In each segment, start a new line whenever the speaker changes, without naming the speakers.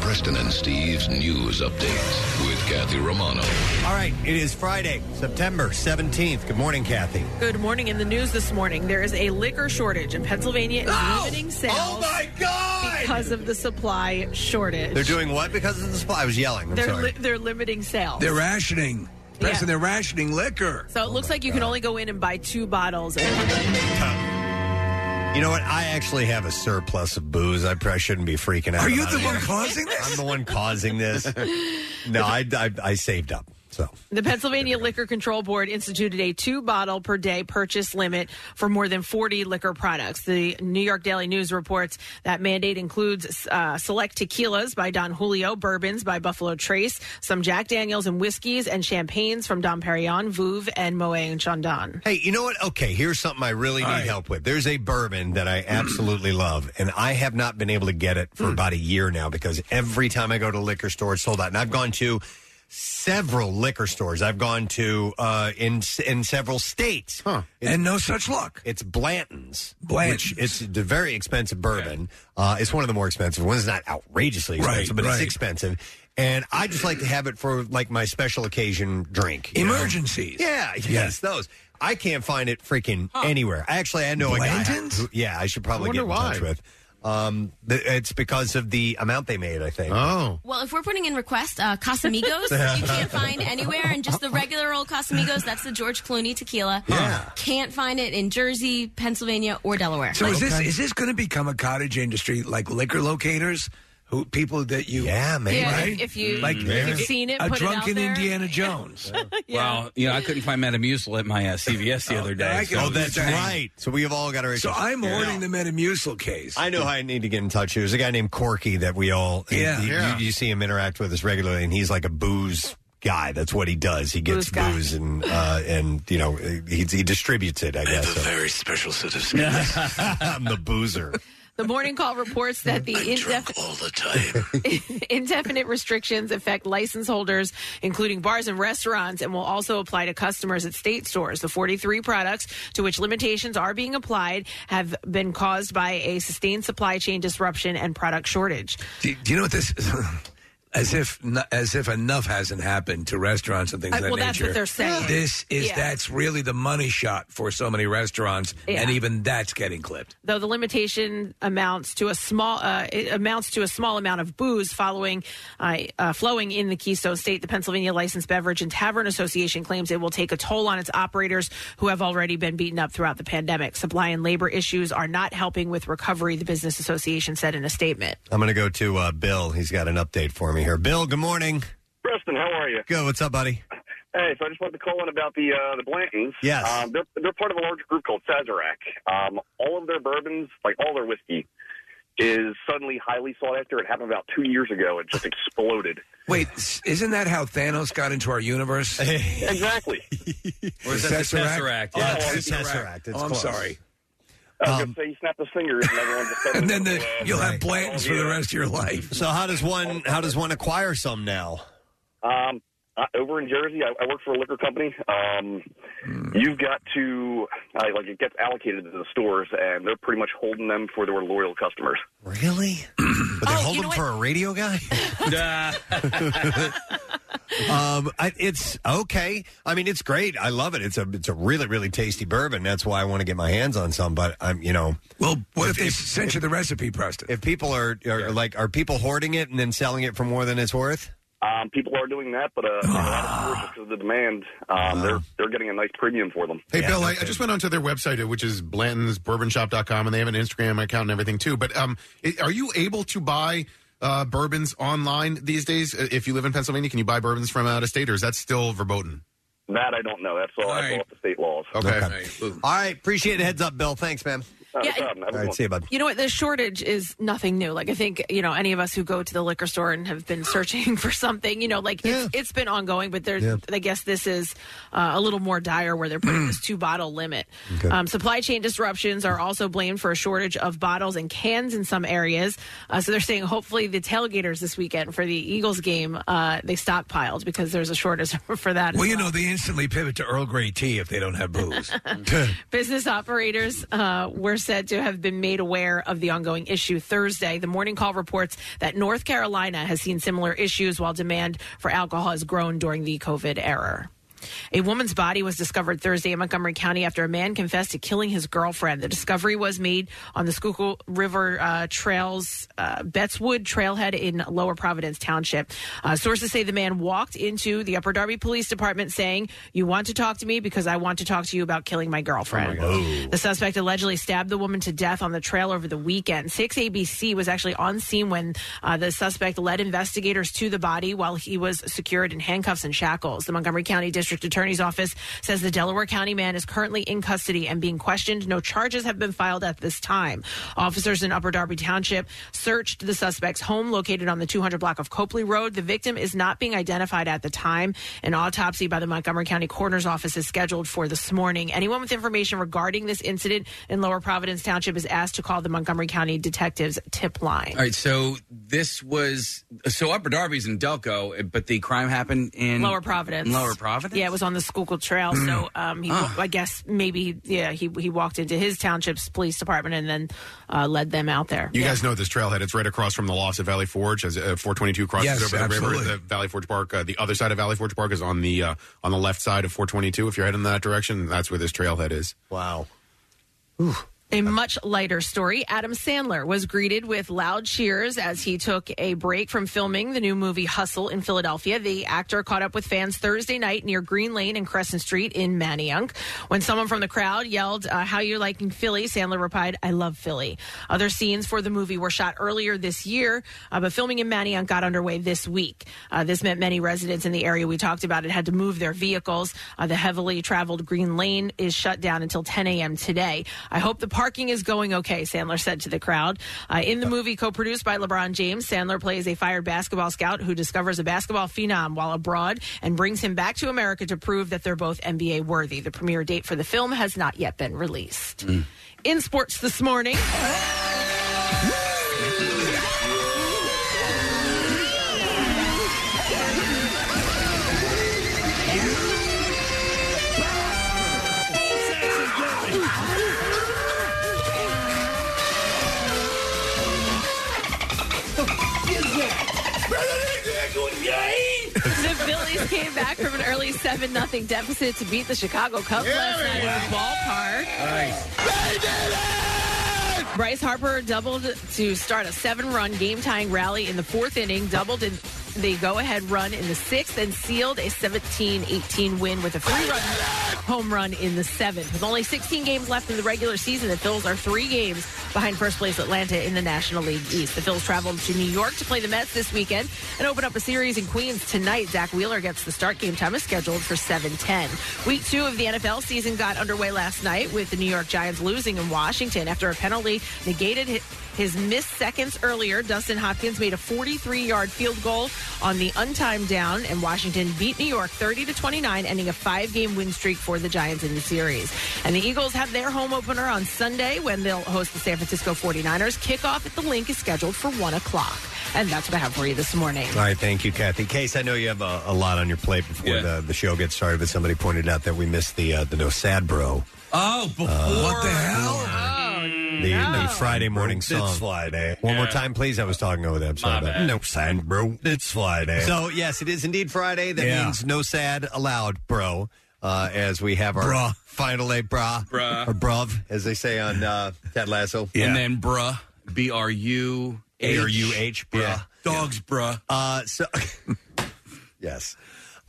Preston and Steve's news update with Kathy Romano.
All right, it is Friday, September 17th. Good morning, Kathy.
Good morning. In the news this morning, there is a liquor shortage in Pennsylvania is limiting sales
Oh my God!
because of the supply shortage.
They're doing what because of the supply? I was yelling. I'm
They're,
sorry.
li- they're limiting sales.
They're rationing. Preston,
Yeah.
they're rationing liquor.
so it looks like
Oh
you can only go in and buy two bottles.
you know what? I actually have a surplus of booze. I probably shouldn't be freaking out.
Are you
about
the
it.
one causing
I'm
this?
the one causing this. No, I, I, I saved up. So
The Pennsylvania Liquor Control Board instituted a two bottle per day purchase limit for more than 40 liquor products. The New York Daily News reports that mandate includes uh, select tequilas by Don Julio, bourbons by Buffalo Trace, some Jack Daniels and whiskeys, and champagnes from Dom Perignon, Vouv, and Moet and Chandon.
Hey, you know what? Okay, here's something I really need
right.
help with. There's a bourbon that I absolutely love, and I have not been able to get it
Hmm.
for about a year now because every time I go to a liquor store, it's sold out. And I've gone to several liquor stores. I've gone to uh, in in several states. Huh.
and no such luck.
It's Blanton's,
Blanton's.
which it's a very expensive bourbon. Uh, it's one of the more expensive ones. It's not outrageously expensive,
Right,
but it's
right.
expensive. And I just like to have it for like my special occasion drink. you know?
Emergencies.
Yeah, yes, those. I can't find it freaking anywhere. Actually, I know
Blanton's?
a guy. who- yeah, I should probably get
wonder
in touch
why.
with. Um, th- it's because of the amount they made. I think.
Oh.
Well, if we're putting in request, uh, Casamigos, you can't find anywhere, and just the regular old Casamigos, that's the George Clooney tequila.
Yeah.
Can't find it in Jersey, Pennsylvania, or Delaware.
So is this is this going to become a cottage industry like liquor locators, who people that you
Yeah, man.
Yeah,
right?
if, if you,
Like-
if you've seen it,
a
put
drunken
it out there.
Indiana Jones?
Well, you know, I couldn't find Metamucil at my uh, CVS the other
I
day.
can-
Oh, that's right. So we have all got our.
so
issues.
I'm
Yeah.
ordering the Metamucil case.
I know how I need to get in touch. There's a guy named Corky that we all.
Yeah.
you-
Yeah.
You, you see him interact with us regularly, and he's like a booze guy. That's what he does. He gets
Booze guy.
booze and uh, and you know he, he distributes it. I guess. So
very special set of skills.
I'm the boozer.
The morning call reports that the indefinite.
all the time.
Indefinite restrictions affect license holders, including bars and restaurants, and will also apply to customers at state stores. The 43 products to which limitations are being applied have been caused by a sustained supply chain disruption and product shortage.
do, do you know what this? As if no- as if enough hasn't happened to restaurants and things
Uh,
of that
well,
nature.
that's what they're saying.
This is
Yeah.
that's really the money shot for so many restaurants,
Yeah.
and even that's getting clipped.
Though the limitation amounts to a small uh, it amounts to a small amount of booze following uh, uh, flowing in the Keystone State, the Pennsylvania Licensed Beverage and Tavern Association claims it will take a toll on its operators who have already been beaten up throughout the pandemic. Supply and labor issues are not helping with recovery, the business association said in a statement.
I'm going to go to uh, Bill. He's got an update for me here. Bill, good morning.
Preston, how are you?
Good. What's up, buddy?
Hey, so I just wanted to call in about the uh, the Blantons.
Yes.
um, they're they're part of a large group called Sazerac. Um, all of their bourbons, like all their whiskey, is suddenly highly sought after. It happened about two years ago. It just exploded.
Wait, s- isn't that how Thanos got into our universe?
exactly.
Or is that the Tesseract?
Oh,
Yeah.
it's a Tesseract. It's
oh, I'm
close.
sorry. Um,
I was gonna say you snapped his fingers, and everyone just suddenly-
And then the,
Uh,
you'll have
Right.
Blantons for the rest of your life.
So how does one how does one acquire some now?
Um, uh, over in Jersey, I, I work for a liquor company. Um, You've got to uh, like it gets allocated to the stores, and they're pretty much holding them for their loyal customers.
Really? But they
Oh,
hold
you
them
know
for a radio guy.
Duh.
um, I, it's okay. I mean, it's great. I love it. It's a it's a really really tasty bourbon. That's why I want to get my hands on some. But I'm you know
Well, what if they sent you the recipe, Preston?
if people are, are like are people hoarding it and then selling it for more than it's worth?
Um, people are doing that, but uh, a lot of stores, because of the demand, um, they're they're getting a nice premium for them.
Hey,
Yeah,
Bill, I,
okay.
I just went onto their website, which is blantonsbourbonshop.com, and they have an Instagram account and everything, too. But um, i are you able to buy uh, bourbons online these days? Uh, If you live in Pennsylvania, can you buy bourbons from out of state, or is that still verboten?
That I don't know. That's all.
All
That's
right.
all up to state laws.
All right. Appreciate the heads up, Bill. Thanks, man.
Not
Yeah,
a problem. Have a
All
good
right,
one.
see you, bud.
You know what? The shortage is nothing new. Like I think you know any of us who go to the liquor store and have been searching for something, you know, like it's, it's been ongoing. But there's, I guess this is uh, a little more dire where they're putting this two bottle limit. Um, supply chain disruptions are also blamed for a shortage of bottles and cans in some areas. Uh, so they're saying hopefully the tailgaters this weekend for the Eagles game uh, they stockpiled because there's a shortage for that. as
Well, you know, they instantly pivot to Earl Grey tea if they don't have booze.
Business operators uh, were said to have been made aware of the ongoing issue Thursday. The Morning Call reports that North Carolina has seen similar issues while demand for alcohol has grown during the COVID era. A woman's body was discovered Thursday in Montgomery County after a man confessed to killing his girlfriend. The discovery was made on the Schuylkill River uh, Trails, uh, Betswood Trailhead in Lower Providence Township. Uh, sources say the man walked into the Upper Darby Police Department saying, You want to talk to me because I want to talk to you about killing my girlfriend. the suspect allegedly stabbed the woman to death on the trail over the weekend. 6 ABC was actually on scene when uh, the suspect led investigators to the body while he was secured in handcuffs and shackles. The Montgomery County District Attorney's Office says the Delaware County man is currently in custody and being questioned. No charges have been filed at this time. Officers in Upper Darby Township searched the suspect's home located on the 200 block of Copley Road. The victim is not being identified at the time. An autopsy by the Montgomery County Coroner's Office is scheduled for this morning. Anyone with information regarding this incident in Lower Providence Township is asked to call the Montgomery County Detectives tip line.
All right, so this was so Upper Darby's in Delco, but the crime happened in
Lower Providence.
in Lower Providence.
Yeah, it was on the Schuylkill Trail. So um, he,
Ah.
I guess maybe yeah he he walked into his township's police department and then uh, led them out there.
You guys know this trailhead. It's right across from the loss at Valley Forge as uh, 422 crosses
Yes,
over the river.
absolutely.
The Valley Forge Park, uh, the other side of Valley Forge Park is on the uh, on the left side of 422. If you're heading that direction, that's where this trailhead is.
Wow.
A much lighter story. Adam Sandler was greeted with loud cheers as he took a break from filming the new movie Hustle in Philadelphia. The actor caught up with fans Thursday night near Green Lane and Crescent Street in Manayunk. When someone from the crowd yelled, uh, How you liking Philly? Sandler replied, I love Philly. Other scenes for the movie were shot earlier this year, uh, but filming in Manayunk got underway this week. Uh, this meant many residents in the area we talked about it had to move their vehicles. Uh, the heavily traveled Green Lane is shut down until 10 a.m. today. I hope the parking is going okay, Sandler said to the crowd. Uh, in the movie, co produced by LeBron James, Sandler plays a fired basketball scout who discovers a basketball phenom while abroad and brings him back to America to prove that they're both NBA worthy. The premiere date for the film has not yet been released. In sports this morning. the Phillies came back from an early 7 0 deficit to beat the Chicago Cubs last night at the ballpark. Bryce Harper doubled to start a seven run game tying rally in the fourth inning, doubled in the go ahead run in the sixth, and sealed a 17 18 win with a three run home run in the seventh. With only 16 games left in the regular season, the Phils are three games behind first place Atlanta in the National League East. The Phils traveled to New York to play the Mets this weekend and open up a series in Queens tonight. Zach Wheeler gets the start. Game time is scheduled for 7:10. Week two of the NFL season got underway last night with the New York Giants losing in Washington after a penalty negated hi- his missed seconds earlier. Dustin Hopkins made a 43-yard field goal on the untimed down, and Washington beat New York 30 to 29, ending a five-game win streak for the Giants in the series. And the Eagles have their home opener on Sunday when they'll host the San Francisco 49ers. Kickoff at the link is scheduled for one o'clock, and that's what I have for you this morning.
All right, thank you, Kathy. Case, I know you have a, a lot on your plate before
Yeah.
the, the show gets started, but somebody pointed out that we missed the uh, the no sad bro,
Oh, before
what the hell? Oh,
the, the Friday morning song. It's Friday. One more time, please. I was talking over that. I'm sorry about that. No sad bro. It's Friday. So yes, it is indeed Friday. That
Yeah.
means no sad allowed, bro. Uh, as we have our
Bruh.
final day, brah,
Bruh.
or bruv, as they say on uh, Ted Lasso.
and then bruh, B R U
A R U H, bruh.
Dogs, bruh.
Uh, so, yes.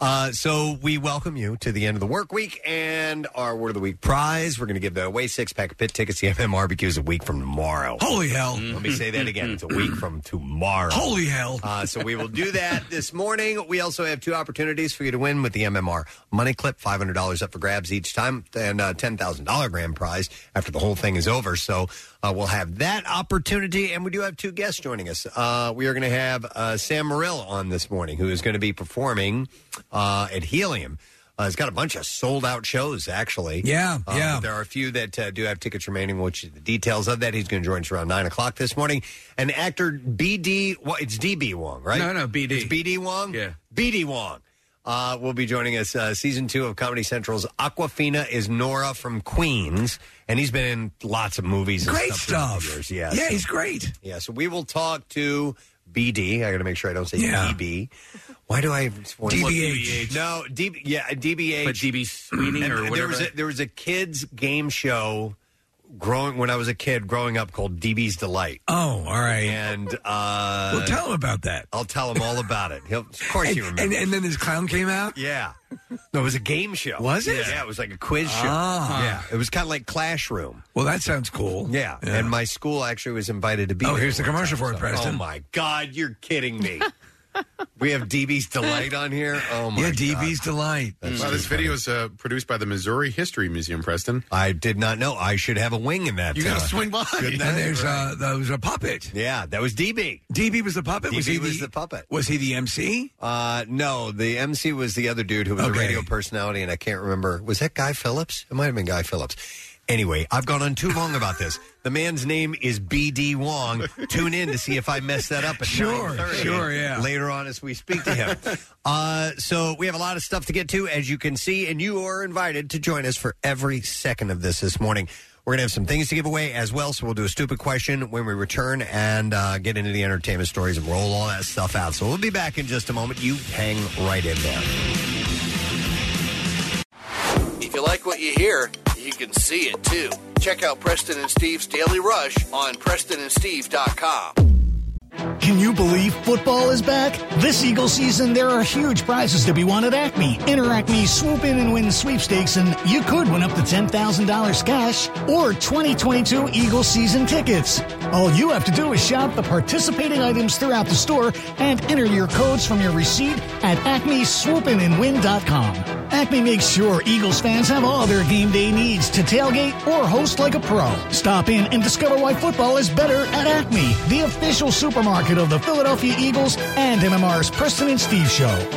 Uh, so we welcome you to the end of the work week and our word of the week prize. We're going to give that away six pack of pit tickets to MM barbecues a week from tomorrow.
Holy hell.
Let me say that again. It's a week from tomorrow.
Holy hell.
Uh, so we will do that this morning. We also have two opportunities for you to win with the MMR money clip, five hundred dollars up for grabs each time, and uh, ten thousand dollar grand prize after the whole thing is over. So uh, we'll have that opportunity, and we do have two guests joining us. Uh, we are going to have uh, Sam Morrill on this morning, who is going to be performing uh, at Helium. Uh, it's got a bunch of sold out shows, actually.
Yeah,
Uh,
yeah.
but There are a few that uh, do have tickets remaining, which is the details of that. He's going to join us around 9 o'clock this morning. And actor BD, well, it's DB Wong, right?
No, no, BD.
It's BD Wong? Yeah. BD Wong uh, will be joining us. Uh, season two of Comedy Central's Aquafina is Nora from Queens, and he's been in lots of movies. and
Great stuff.
stuff. through the years. Yeah,
Yeah,
so-
he's great.
Yeah, so we will talk to BD. I got to make sure I don't say
Yeah.
DB. Why do I want
DBH.
No, DB. Yeah, DBH.
But DB Sweeney
And
or whatever.
There was a, there was a kids game show growing when I was a kid growing up called DB's Delight,
Oh, all right.
and uh,
well, tell him about that.
I'll tell him all about it. He'll, of course,
And,
he remembers.
and, and then his clown came out.
yeah, no, it was a game show.
Was it?
Yeah, it was like a quiz show.
Ah.
Yeah, it was kind of like Clash Room.
Well, that sounds cool.
Yeah. and my school actually was invited to be.
Oh,
there
here's the
one
commercial for it, Preston.
Oh my God, you're kidding me! we have DB's delight on here. Oh my
yeah,
God.
DB's delight.
Wow, this video is uh, produced by the Missouri History Museum, Preston.
I did not know. I should have a wing in that.
You got
uh,
to swing by.
And there's uh, there was a puppet.
yeah, that was DB.
DB was the puppet. was
DB
he
was the puppet.
Was he the MC?
Uh, no, the MC was the other dude who was a
Okay.
radio personality, and I can't remember. Was that Guy Phillips? It might have been Guy Phillips. Anyway, I've gone on too long about this. The man's name is B.D. Wong. Tune in to see if I mess that up. At
Sure,
9:30
sure, yeah.
Later on as we speak to him. uh, so we have a lot of stuff to get to, as you can see, and you are invited to join us for every second of this this morning. We're going to have some things to give away as well, so we'll do a stupid question when we return and uh, get into the entertainment stories and roll all that stuff out. So we'll be back in just a moment. You hang right in there.
If you like what you hear, you can see it too. Check out Preston and Steve's Daily Rush on PrestonandSteve.com.
Can you believe football is back? This Eagle season, there are huge prizes to be won at Acme. Enter Acme Swoop In and Win sweepstakes, and you could win up to $10,000 cash or 2022 Eagle season tickets. All you have to do is shop the participating items throughout the store and enter your codes from your receipt at acmeswoopinandwin.com. Acme makes sure Eagles fans have all their game day needs to tailgate or host like a pro. Stop in and discover why football is better at Acme, the official supermarket of the Philadelphia Eagles and MMR's Preston and Steve Show.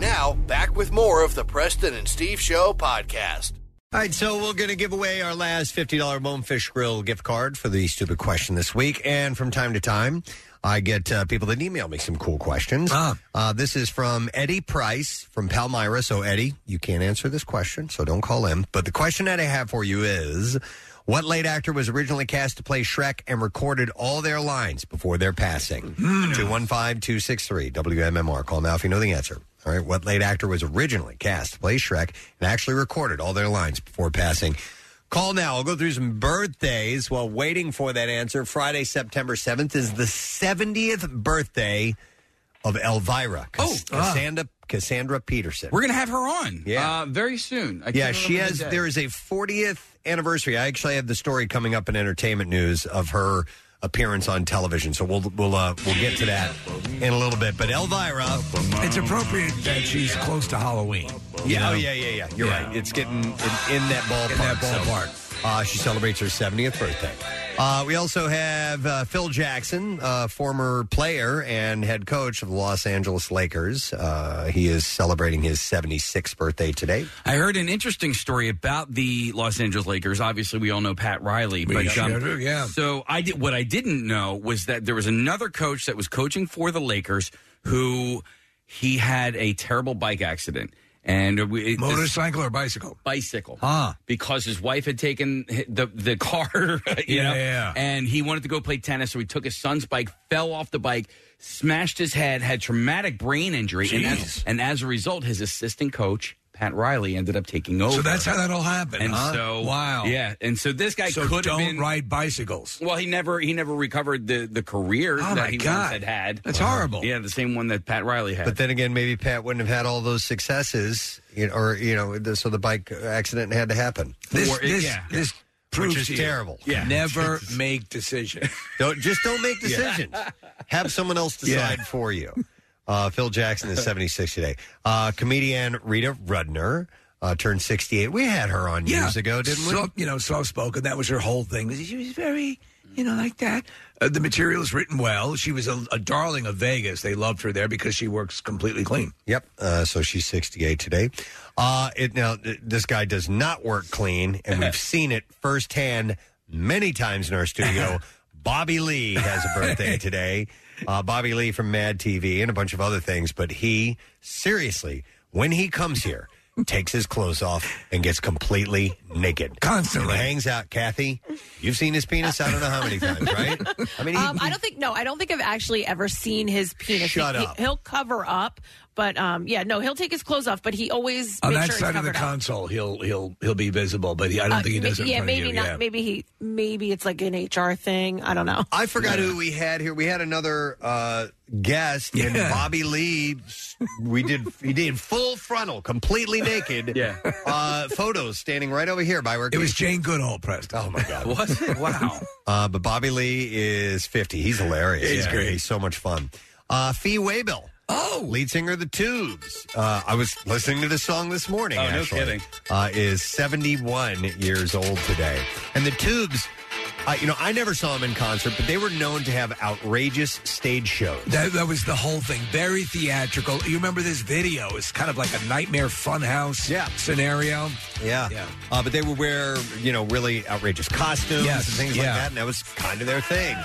Now, back with more of the Preston and Steve Show podcast.
All right, so we're going to give away our last $50 Bonefish Grill gift card for the stupid question this week. And from time to time, I get uh, people that email me some cool questions.
Ah.
Uh, this is from Eddie Price from Palmyra. So, Eddie, you can't answer this question, so don't call in. But the question that I have for you is What late actor was originally cast to play Shrek and recorded all their lines before their passing? 215 263 WMMR. Call now if you know the answer. All right. What late actor was originally cast to play Shrek and actually recorded all their lines before passing? Call now. I'll go through some birthdays while waiting for that answer. Friday, September 7th is the 70th birthday of Elvira.
Oh, ah.
Cassandra, Cassandra Peterson.
We're gonna have her on.
Yeah.
uh, very soon. I
yeah,
can't
she
remember
has.
the day.
There is a 40th anniversary. I actually have the story coming up in entertainment news of her appearance on television. So we'll we'll uh, we'll get to that in a little bit. But Elvira,
It's appropriate that she's close to Halloween.
yeah, oh yeah, yeah, yeah. You're
Yeah.
right. It's getting in, in that ballpark.
In that
So,
ballpark.
uh, she celebrates her 70th birthday. Uh, we also have uh, Phil Jackson, uh, former player and head coach of the Los Angeles Lakers. Uh, he is celebrating his 76th birthday today.
I heard an interesting story about the Los Angeles Lakers. Obviously, we all know Pat Riley,
We
but um,
sure do, yeah.
So I did what I didn't know was that there was another coach that was coaching for the Lakers who he had a terrible bike accident and we, it-
Motorcycle or bicycle?
bicycle.
Ah.
Because his wife had taken hi- the the car, you
Yeah,
know,
yeah.
and he wanted to go play tennis, so he took his son's bike, fell off the bike, smashed his head, had traumatic brain injury, and as, and as a result, his assistant coach Pat Riley ended up taking over.
So that's how that all happened.
And
huh?
so
wow,
yeah. And so this guy
So
could
don't
have been,
ride bicycles.
Well, he never he never recovered the the career
Oh,
that
my
he
God.
once had had.
That's horrible.
Yeah, the same one that Pat Riley had.
But then again, maybe Pat wouldn't have had all those successes, you know, or you know, the, so the bike accident had to happen.
This, this, this proves
which is
to you,
terrible.
Never make decisions.
Don't just don't make decisions. Have someone else decide for you. Uh, Phil Jackson is 76 today. Uh, comedian Rita Rudner uh, turned 68. We had her on years ago, didn't we?
Soft- you know, soft spoken. That was her whole thing. She was very, you know, like that. Uh, the material is written well. She was a, a darling of Vegas. They loved her there because she works completely clean.
Yep. Uh, so she's 68 today. Uh, it now th- this guy does not work clean, and we've seen it firsthand many times in our studio. Bobby Lee has a birthday today. Uh, Bobby Lee from Mad TV and a bunch of other things, but he seriously, when he comes here, takes his clothes off and gets completely naked constantly. hangs out. Kathy, you've seen his penis. I don't know how many times, right? I mean, he,
um, I don't think no, I don't think I've actually ever seen his penis.
Shut
he,
up.
He, will cover up, but um, yeah, no, he'll take his clothes off, but he always
On
makes
that
sure
side
he's
of the
covered up.
console, he'll he'll he'll be visible, but he, I don't
Uh,
think he
may-
does. it in
Yeah,
front of
maybe
you.
not.
Yeah.
Maybe he. Maybe it's like an HR thing. I don't know.
I forgot who we had here. We had another uh, guest, and
Yeah.
Bobby Lee. We did he did full frontal, completely naked.
Yeah.
uh, photos standing right over here by where
It was Jane Goodall, Preston.
Oh my God!
Was it? Wow.
Uh, but Bobby Lee is fifty. He's hilarious.
He's great.
He's so much fun. Uh, Fee Waybill.
Oh,
lead singer of the Tubes. Uh, I was listening to this song this morning.
Oh, no
actually.
kidding.
Uh, is seventy-one years old today, and the Tubes. Uh, you know, I never saw them in concert, but they were known to have outrageous stage shows.
That, that was the whole thing. Very theatrical. You remember this video? It's kind of like a nightmare funhouse scenario.
Yeah. Uh, but they would wear, you know, really outrageous costumes
Yes,
and things
yeah.
like that, and that was kind of their thing.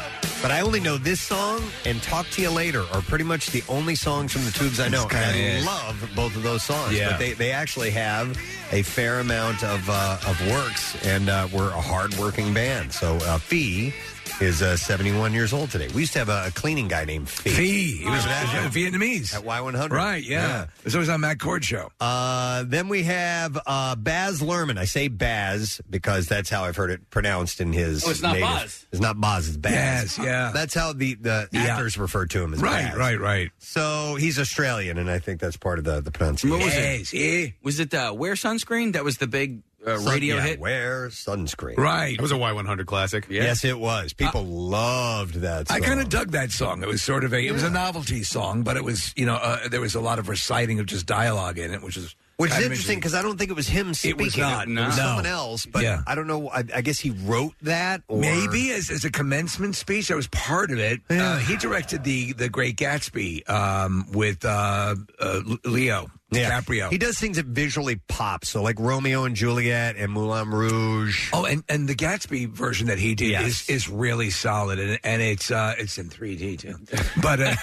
But I only know this song and Talk to You Later are pretty much the only songs from the Tubes I know.
That's
And I
kinda it.
love both of those songs.
Yeah.
But they, they actually have a fair amount of, uh, of works and uh, were a hard-working band. So uh, Fee is uh, 71 years old today. We used to have a, a cleaning guy named Fee.
Fee. He was
Remember that?
Uh, Vietnamese.
At Y100.
Right, yeah. It was always on Matt Cord show.
Uh, then we have uh, Baz Luhrmann. I say Baz because that's how I've heard it pronounced in his.
Oh, it's not
native-
Boz.
It's not Baz. It's Baz.
Baz, yeah.
That's how the the
Yeah.
actors refer to him as.
Right,
Baz.
right, right.
So he's Australian, and I think that's part of the the pronunciation.
What was it? Was it uh, Wear Sunscreen? That was the big uh,
Sun-
radio
yeah,
hit.
Wear sunscreen.
Right.
It was a Y100 classic.
Yes, it was. People loved that. Song.
I kind of dug that song. It was sort of a it was a novelty song, but it was you know uh, there was a lot of reciting of just dialogue in it, which is
Which is
kind of
interesting because I don't think it was him speaking.
It was not.
It was
no.
someone else, but
Yeah.
I don't know. I, I guess he wrote that. Or...
Maybe as, as a commencement speech, that was part of it. Uh, he directed the the Great Gatsby um, with uh, uh, Leo
Yeah.
DiCaprio.
He does things that visually pop, so like Romeo and Juliet and Moulin Rouge.
Oh, and, and the Gatsby version that he did is, is really solid, and, and it's uh, it's in 3D too. But uh,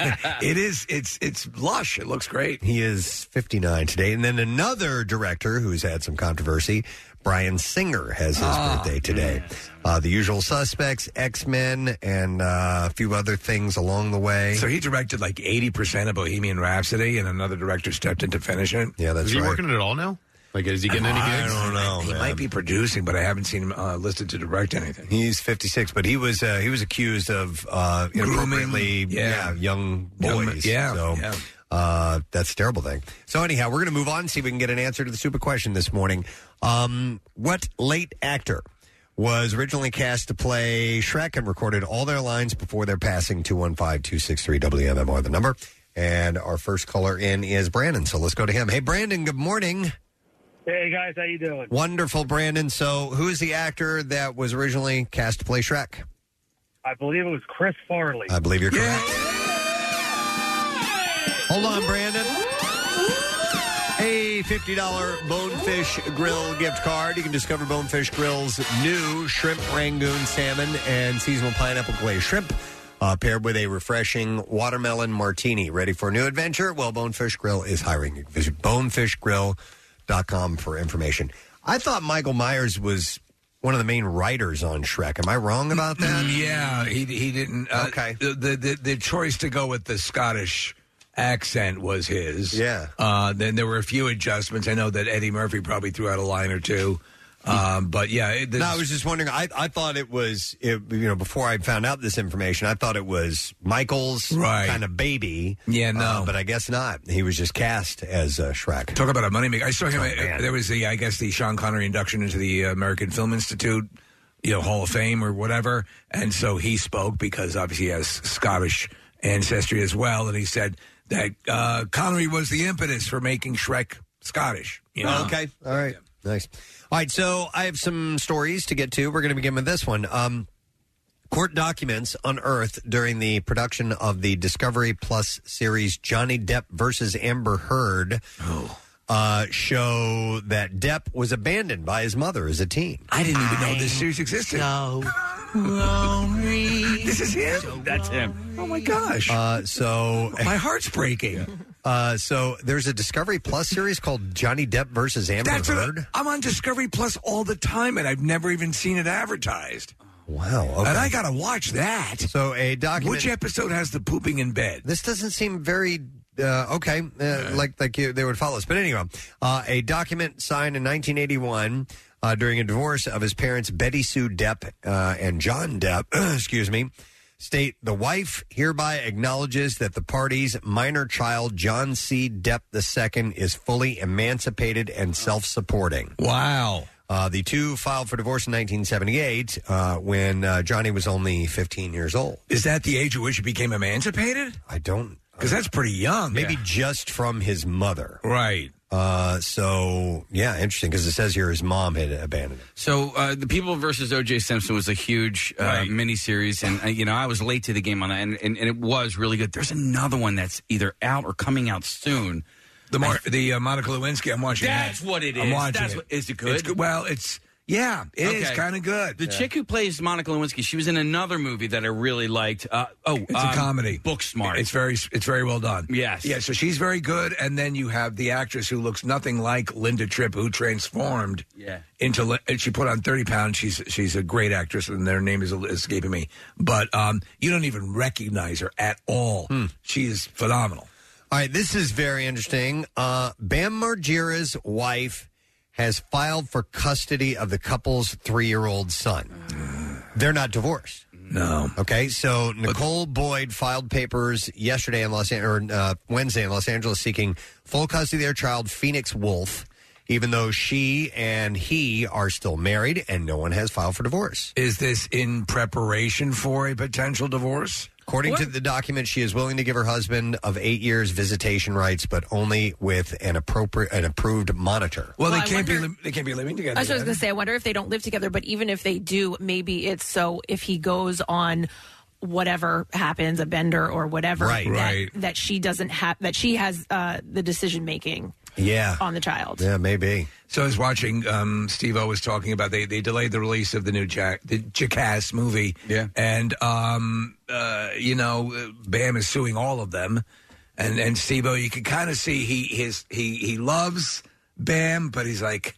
it is it's it's lush. It looks great.
He is 59 today. And then another director who's had some controversy, Brian Singer, has his
Ah.
birthday today.
Mm.
Uh, the Usual Suspects, X Men, and uh, a few other things along the way.
So he directed like eighty percent of Bohemian Rhapsody, and another director stepped in to finish it.
Yeah,
Is he working at all now? Like, is he getting any gigs?
I don't know. He might be producing, but I haven't seen him uh, listed to direct anything.
He's 56, but he was uh, he was accused of uh, inappropriately yeah.
yeah.
young
Young men,
boys.
yeah,
so
yeah.
Uh, that's a terrible thing. So anyhow, we're going to move on see if we can get an answer to the super question this morning. Um, what late actor was originally cast to play Shrek and recorded all their lines before their passing? 215-263-WMMR, the number. And our first caller in is Brandon. So let's go to him. Hey, Brandon. Good morning.
Hey guys, how you doing?
Wonderful, Brandon. So, who is the actor that was originally cast to play Shrek?
I believe it was Chris Farley.
I believe you're correct. Hold on, Brandon. A $50 Bonefish Grill gift card. You can discover Bonefish Grill's new shrimp rangoon salmon and seasonal pineapple glazed shrimp. Uh, paired with a refreshing watermelon martini. Ready for a new adventure? Well, Bonefish Grill is hiring. You can Visit bonefishgrill.com for information. I thought Michael Myers was one of the main writers on Shrek. Am I wrong about
Mm,
that?
Yeah, he he didn't. Uh, okay, the, the the the choice to go with the Scottish accent was his.
Yeah.
Uh, then there were a few adjustments. I know that Eddie Murphy probably threw out a line or two. Um, but yeah, it, this
no, I was just wondering. I, I thought it was, it, you know, before I found out this information, I thought it was Michael's
Right.
kind of baby.
Yeah, no.
Uh, but I guess not. He was just cast as uh, Shrek.
Talk about a moneymaker. I saw him.
Oh,
at-
man.
there was the, I guess, the Sean Connery induction into the uh, American Film Institute, you know, Hall of Fame or whatever. And so he spoke because obviously he has Scottish ancestry as well. And he said that uh, Connery was the impetus for making Shrek Scottish. You know?
Okay. All right. Nice. All right. So I have some stories to get to. We're going to begin with this one. Um, court documents unearthed during the production of the Discovery Plus series Johnny Depp versus Amber Heard
Oh.
uh, show that Depp was abandoned by his mother as a teen.
I didn't even know this series existed.
No.
Lonely. This is him.
That's him.
Oh my gosh.
Uh, so
my heart's breaking.
Uh, so there's a Discovery Plus series called Johnny Depp versus Amber
That's what I-
Heard.
I'm on Discovery Plus all the time, and I've never even seen it advertised.
Wow. okay.
And I gotta watch that.
So a document.
Which episode has the pooping in bed?
This doesn't seem very uh, okay. Uh, Like like you, they would follow us. But anyway, uh, a document signed in 1981 uh, during a divorce of his parents Betty Sue Depp uh, and John Depp. excuse me. State the wife hereby acknowledges that the party's minor child John C. Depp II is fully emancipated and self-supporting.
Wow.
Uh, the two filed for divorce in 1978 uh, when uh, Johnny was only 15 years old.
Is that the age at which he became emancipated?
I don't. uh,
Because that's pretty young.
Maybe just from his mother.
Right.
Uh, so, yeah, interesting because it says here his mom had abandoned him.
So uh, the People versus O.J. Simpson was a huge uh, miniseries, and uh, you know I was late to the game on that, and, and, and it was really good. There's another one that's either out or coming out soon.
The Mar- the uh, Monica Lewinsky. I'm watching.
That's
that.
what it is.
I'm watching
That's
it.
what- is it good?
It's Well, it's yeah, it is kind of good.
The chick who plays Monica Lewinsky, she was in another movie that I really liked. Uh, oh,
It's a comedy.
Book smart.
It's very it's very well done.
Yes.
Yeah, so she's very good and then you have the actress who looks nothing like Linda Tripp who transformed
Yeah.
into Lin- and she put on 30 pounds. She's she's a great actress and their name is escaping me. But um you don't even recognize her at all.
Hmm.
She is phenomenal.
All right, this is very interesting. Uh, Bam Margera's wife has filed for custody of the couple's three year old son. They're not divorced.
No.
Okay, so Nicole Boyd filed papers yesterday in Los An- or uh, Wednesday in Los Angeles seeking full custody of their child, Phoenix Wolf, even though she and he are still married and no one has filed for divorce.
Is this in preparation for a potential divorce?
According to the document, she is willing to give her husband of eight years visitation rights, but only with an appropriate, an approved monitor.
Well,
Well, I
they can't be li- they can't be living together.
I was
then.
just going to say, I wonder if they don't live together, but even if they do, maybe it's so if he goes on whatever happens, a bender or whatever,
Right.
that,
Right.
that she doesn't have, that she has uh, the decision making
Yeah.
on the child.
Yeah, maybe.
So I was watching. Um, Steve O was talking about they they delayed the release of the new Jack the Jackass movie. Yeah, and um, uh, you know, Bam is suing all of them, and and Steve O, you can kind of see he his he he loves Bam, but he's like,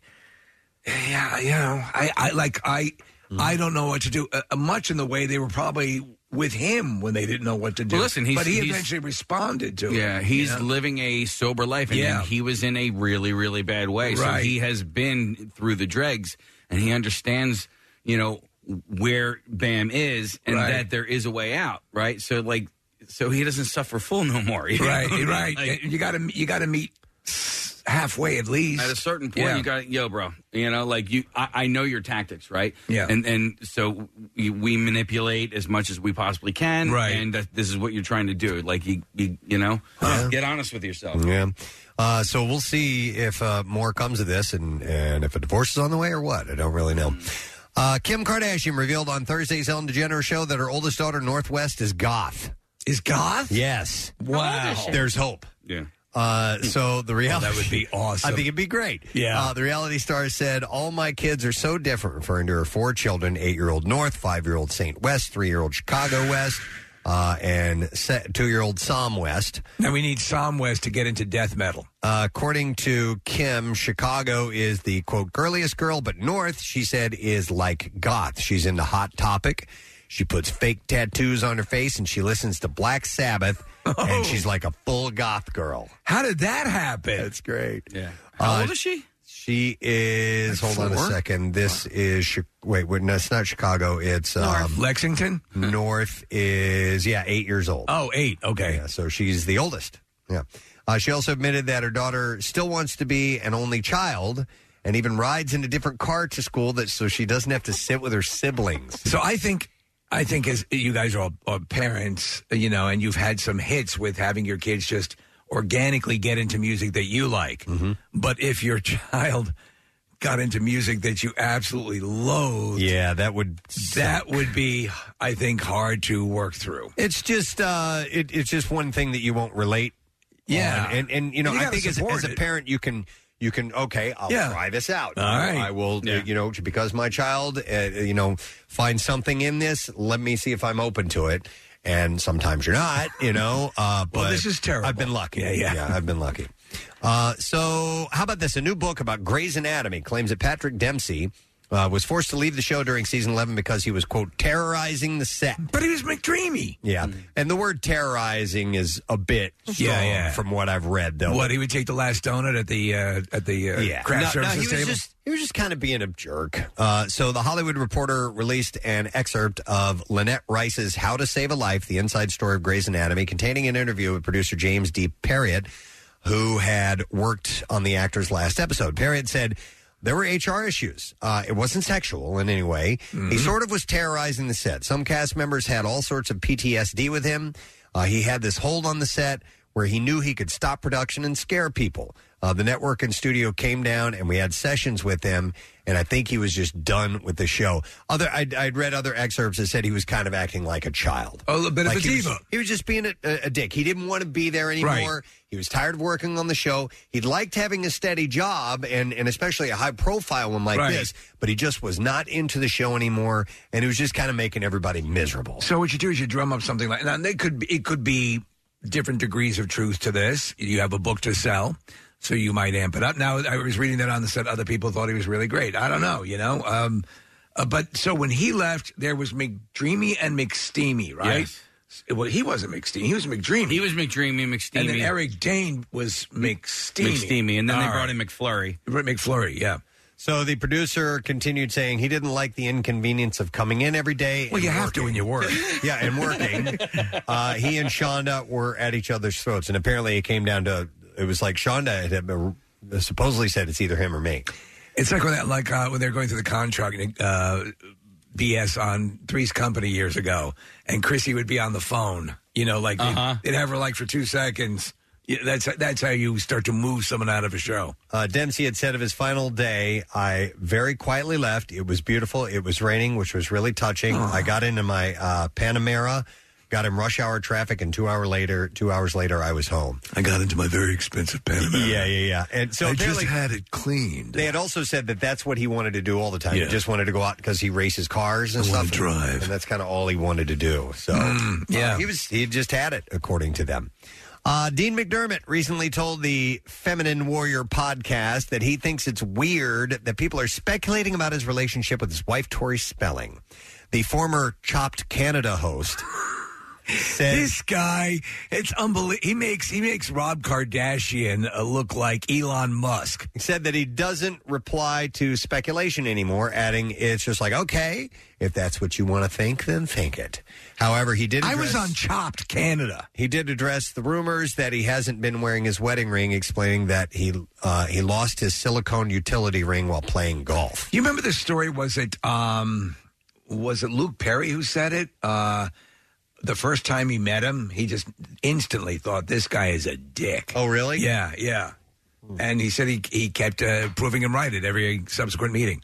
yeah, you know, I I like I
Hmm.
I don't know what to do. Uh, much in the way they were probably with him when they didn't know what to do.
Well, listen, he's-
but he
he's-
eventually responded to. it,
Yeah, he's
you know?
living a sober life, and
Yeah.
he was in a really, really bad way. So
Right.
he has been through the dregs, and he understands, you know, where Bam is, and
Right.
that there is a way out, right? So like, so he doesn't suffer full no more, you know?
right, right.
Like,
you got to you got to meet halfway at least.
at a certain point,
Yeah.
you got yo, bro. You know, like you, I, I know your tactics, right?
Yeah.
and and so we, we manipulate as much as we possibly can, right? And that, this is what you're trying to do. Like you, you, you know, get honest with yourself.
Yeah. Uh, so we'll see if uh, more comes of this and, and if a divorce is on the way or what. I don't really know. Uh, Kim Kardashian revealed on Thursday's Ellen DeGeneres show that her oldest daughter, Northwest, is goth.
Is goth?
Yes.
Wow. is she?
There's hope.
Yeah.
Uh, so the reality
Oh, that would be awesome.
I think it'd be great.
Yeah.
Uh, the reality star said, "All my kids are so different." Referring to her four children: eight-year-old North, five-year-old Saint West, three-year-old Chicago West, uh, and se- two-year-old Sam West.
Now we need Sam West to get into death metal.
Uh, according to Kim, Chicago is the quote girliest girl, but North, she said, is like goth. She's into Hot Topic. She puts fake tattoos on her face and she listens to Black Sabbath and she's like a full goth girl.
Oh. How did that happen?
That's great.
Yeah.
How
old is she?
She is.
Like
hold on a
four?
second. This is Chi- wait. wait no, it's not Chicago. It's um,
Lexington.
North is yeah, eight years old.
Oh, eight. Okay.
Yeah, so she's the oldest. Yeah. Uh, she also admitted that her daughter still wants to be an only child, and even rides in a different car to school that so she doesn't have to sit with her siblings.
So I think I think as you guys are all are parents, you know, and you've had some hits with having your kids just organically get into music that you like.
Mm-hmm.
But if your child got into music that you absolutely loathe,
yeah, that would
that would be, I think, hard to work through.
It's just uh, it, it's just one thing that you won't relate.
Yeah.
on. and and you know
You
I
gotta
think as,
support
as a
it.
parent you can you can okay I'll
Yeah.
try this out.
All right.
I will you know because my child uh, you know finds something in this. Let me see if I'm open to it. And sometimes you're not, you know. Uh, but
this is terrible.
I've been lucky.
Yeah, yeah.
I've been lucky. Uh, so, how about this? A new book about Grey's Anatomy claims that Patrick Dempsey uh, was forced to leave the show during season 11 because he was, quote, terrorizing the set.
But he was McDreamy.
Yeah. And the word terrorizing is a bit strong
Mm. Yeah, yeah.
from what I've read, though.
What he would take the last donut at the uh, at the uh,
yeah.
craft
No, no,
services
he was
table.
just he was just kind of being a jerk. Uh, so the Hollywood Reporter released an excerpt of Lynette Rice's "How to Save a Life: The Inside Story of Grey's Anatomy," containing an interview with producer James D. Perriott, who had worked on the actor's last episode. Perriott said. There were HR issues. Uh, it wasn't sexual in any way. He
Mm-hmm.
sort of was terrorizing the set. Some cast members had all sorts of PTSD with him. Uh, he had this hold on the set where he knew he could stop production and scare people. Uh, the network and studio came down, and we had sessions with him. And I think he was just done with the show. Other, I'd, I'd read other excerpts that said he was kind of acting like a child.
Oh, A little bit
Like
of a
he was-
diva.
he was just being a, a, a dick. He didn't want to be there anymore.
Right.
He was tired of working on the show. He liked having a steady job and, and especially a high profile one like
Right.
this, but he just was not into the show anymore. And he was just kind of making everybody miserable.
So what you do is you drum up something like now. They could be, it could be different degrees of truth to this. You have a book to sell, so you might amp it up. Now I was reading that on the set. Other people thought he was really great. I don't know, you know. Um, uh, but so when he left, there was McDreamy and McSteamy, right?
Yes.
Well, he wasn't McSteamy. He was McDreamy.
He was McDreamy, McSteamy.
And then Eric Dane was McSteamy.
McSteamy, and then they
All
brought
right.
in McFlurry.
McFlurry, yeah.
So the producer continued saying he didn't like the inconvenience of coming in every day.
Well,
and
you have to when you work.
yeah, and working. Uh, he and Shonda were at each other's throats, and apparently it came down to it was like Shonda had uh, supposedly said it's either him or me.
It's like when that, like uh, when they were going through the contract uh, BS on Three's Company years ago, and Chrissy would be on the phone. You know, like they'd-
Uh-huh.
they'd, have her like for two seconds. Yeah, that's that's how you start to move someone out of a show.
Uh, Dempsey had said of his final day, I very quietly left. It was beautiful. It was raining, which was really touching.
Ah.
I got into my uh, Panamera, got in rush hour traffic, and two hour later, two hours later, I was home.
I got into my very expensive Panamera.
Yeah, yeah, yeah. And so
I just
apparently-
had it cleaned.
They had also said that that's what he wanted to do all the time.
uh, Yeah.
He just wanted to go out because he races cars and
I wanna
stuff.
drive.
and that's kind of all he wanted to do. So
Mm, yeah.
uh, he was he just had it according to them. Uh, Dean McDermott recently told the Feminine Warrior podcast that he thinks it's weird that people are speculating about his relationship with his wife Tori Spelling, the former Chopped Canada host. said,
This guy, it's unbelievable. He makes he makes Rob Kardashian uh, look like Elon Musk.
said that he doesn't reply to speculation anymore, adding, it's just like, okay, if that's what you want to think, then think it. However, he did.
I was
address-
on Chopped Canada.
He did address the rumors that he hasn't been wearing his wedding ring, explaining that he uh, he lost his silicone utility ring while playing golf.
You remember the story? Was it um, was it Luke Perry who said it? Uh, the first time he met him, he just instantly thought this guy is a dick.
Oh, really? Hmm.
Yeah, yeah. And he said he he kept uh, proving him right at every subsequent meeting.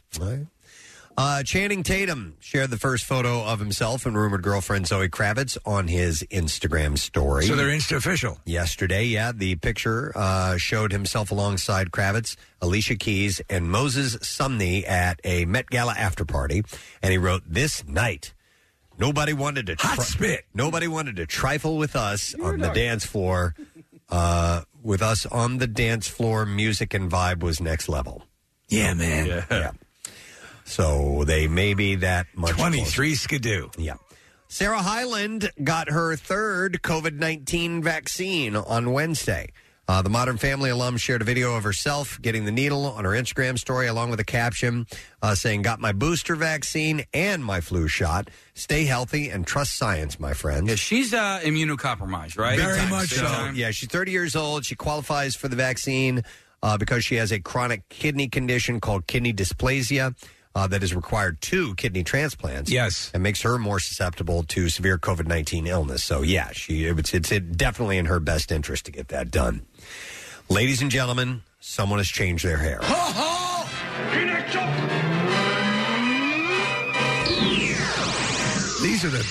Uh, Channing Tatum shared the first photo of himself and rumored girlfriend Zoe Kravitz on his Instagram story.
So they're insta official.
Yesterday, yeah, the picture uh, showed himself alongside Kravitz, Alicia Keys, and Moses Sumney at a Met Gala after party, and he wrote, "This night, nobody wanted to
Hot spit.
nobody wanted to trifle with us on the dance floor. Uh, with us on the dance floor, music and vibe was next level.
Yeah, man.
Yeah. So they may be that much
Twenty three skidoo.
yeah. Sarah Hyland got her third COVID 19 vaccine on Wednesday. Uh, the Modern Family alum shared a video of herself getting the needle on her Instagram story, along with a caption uh, saying, Got my booster vaccine and my flu shot. Stay healthy and trust science, my friend.
She's uh, immunocompromised, right?
Big
Big
time.
time,
Big
big
time.
time.
Yeah, she's 30 years old. She qualifies for the vaccine uh, because she has a chronic kidney condition called kidney dysplasia uh, that has required two kidney transplants. Yes, and makes her more susceptible to severe COVID 19 illness. So yeah, she it's it's it definitely in her best interest to get that done. Ladies and gentlemen, someone has changed their hair.
These are the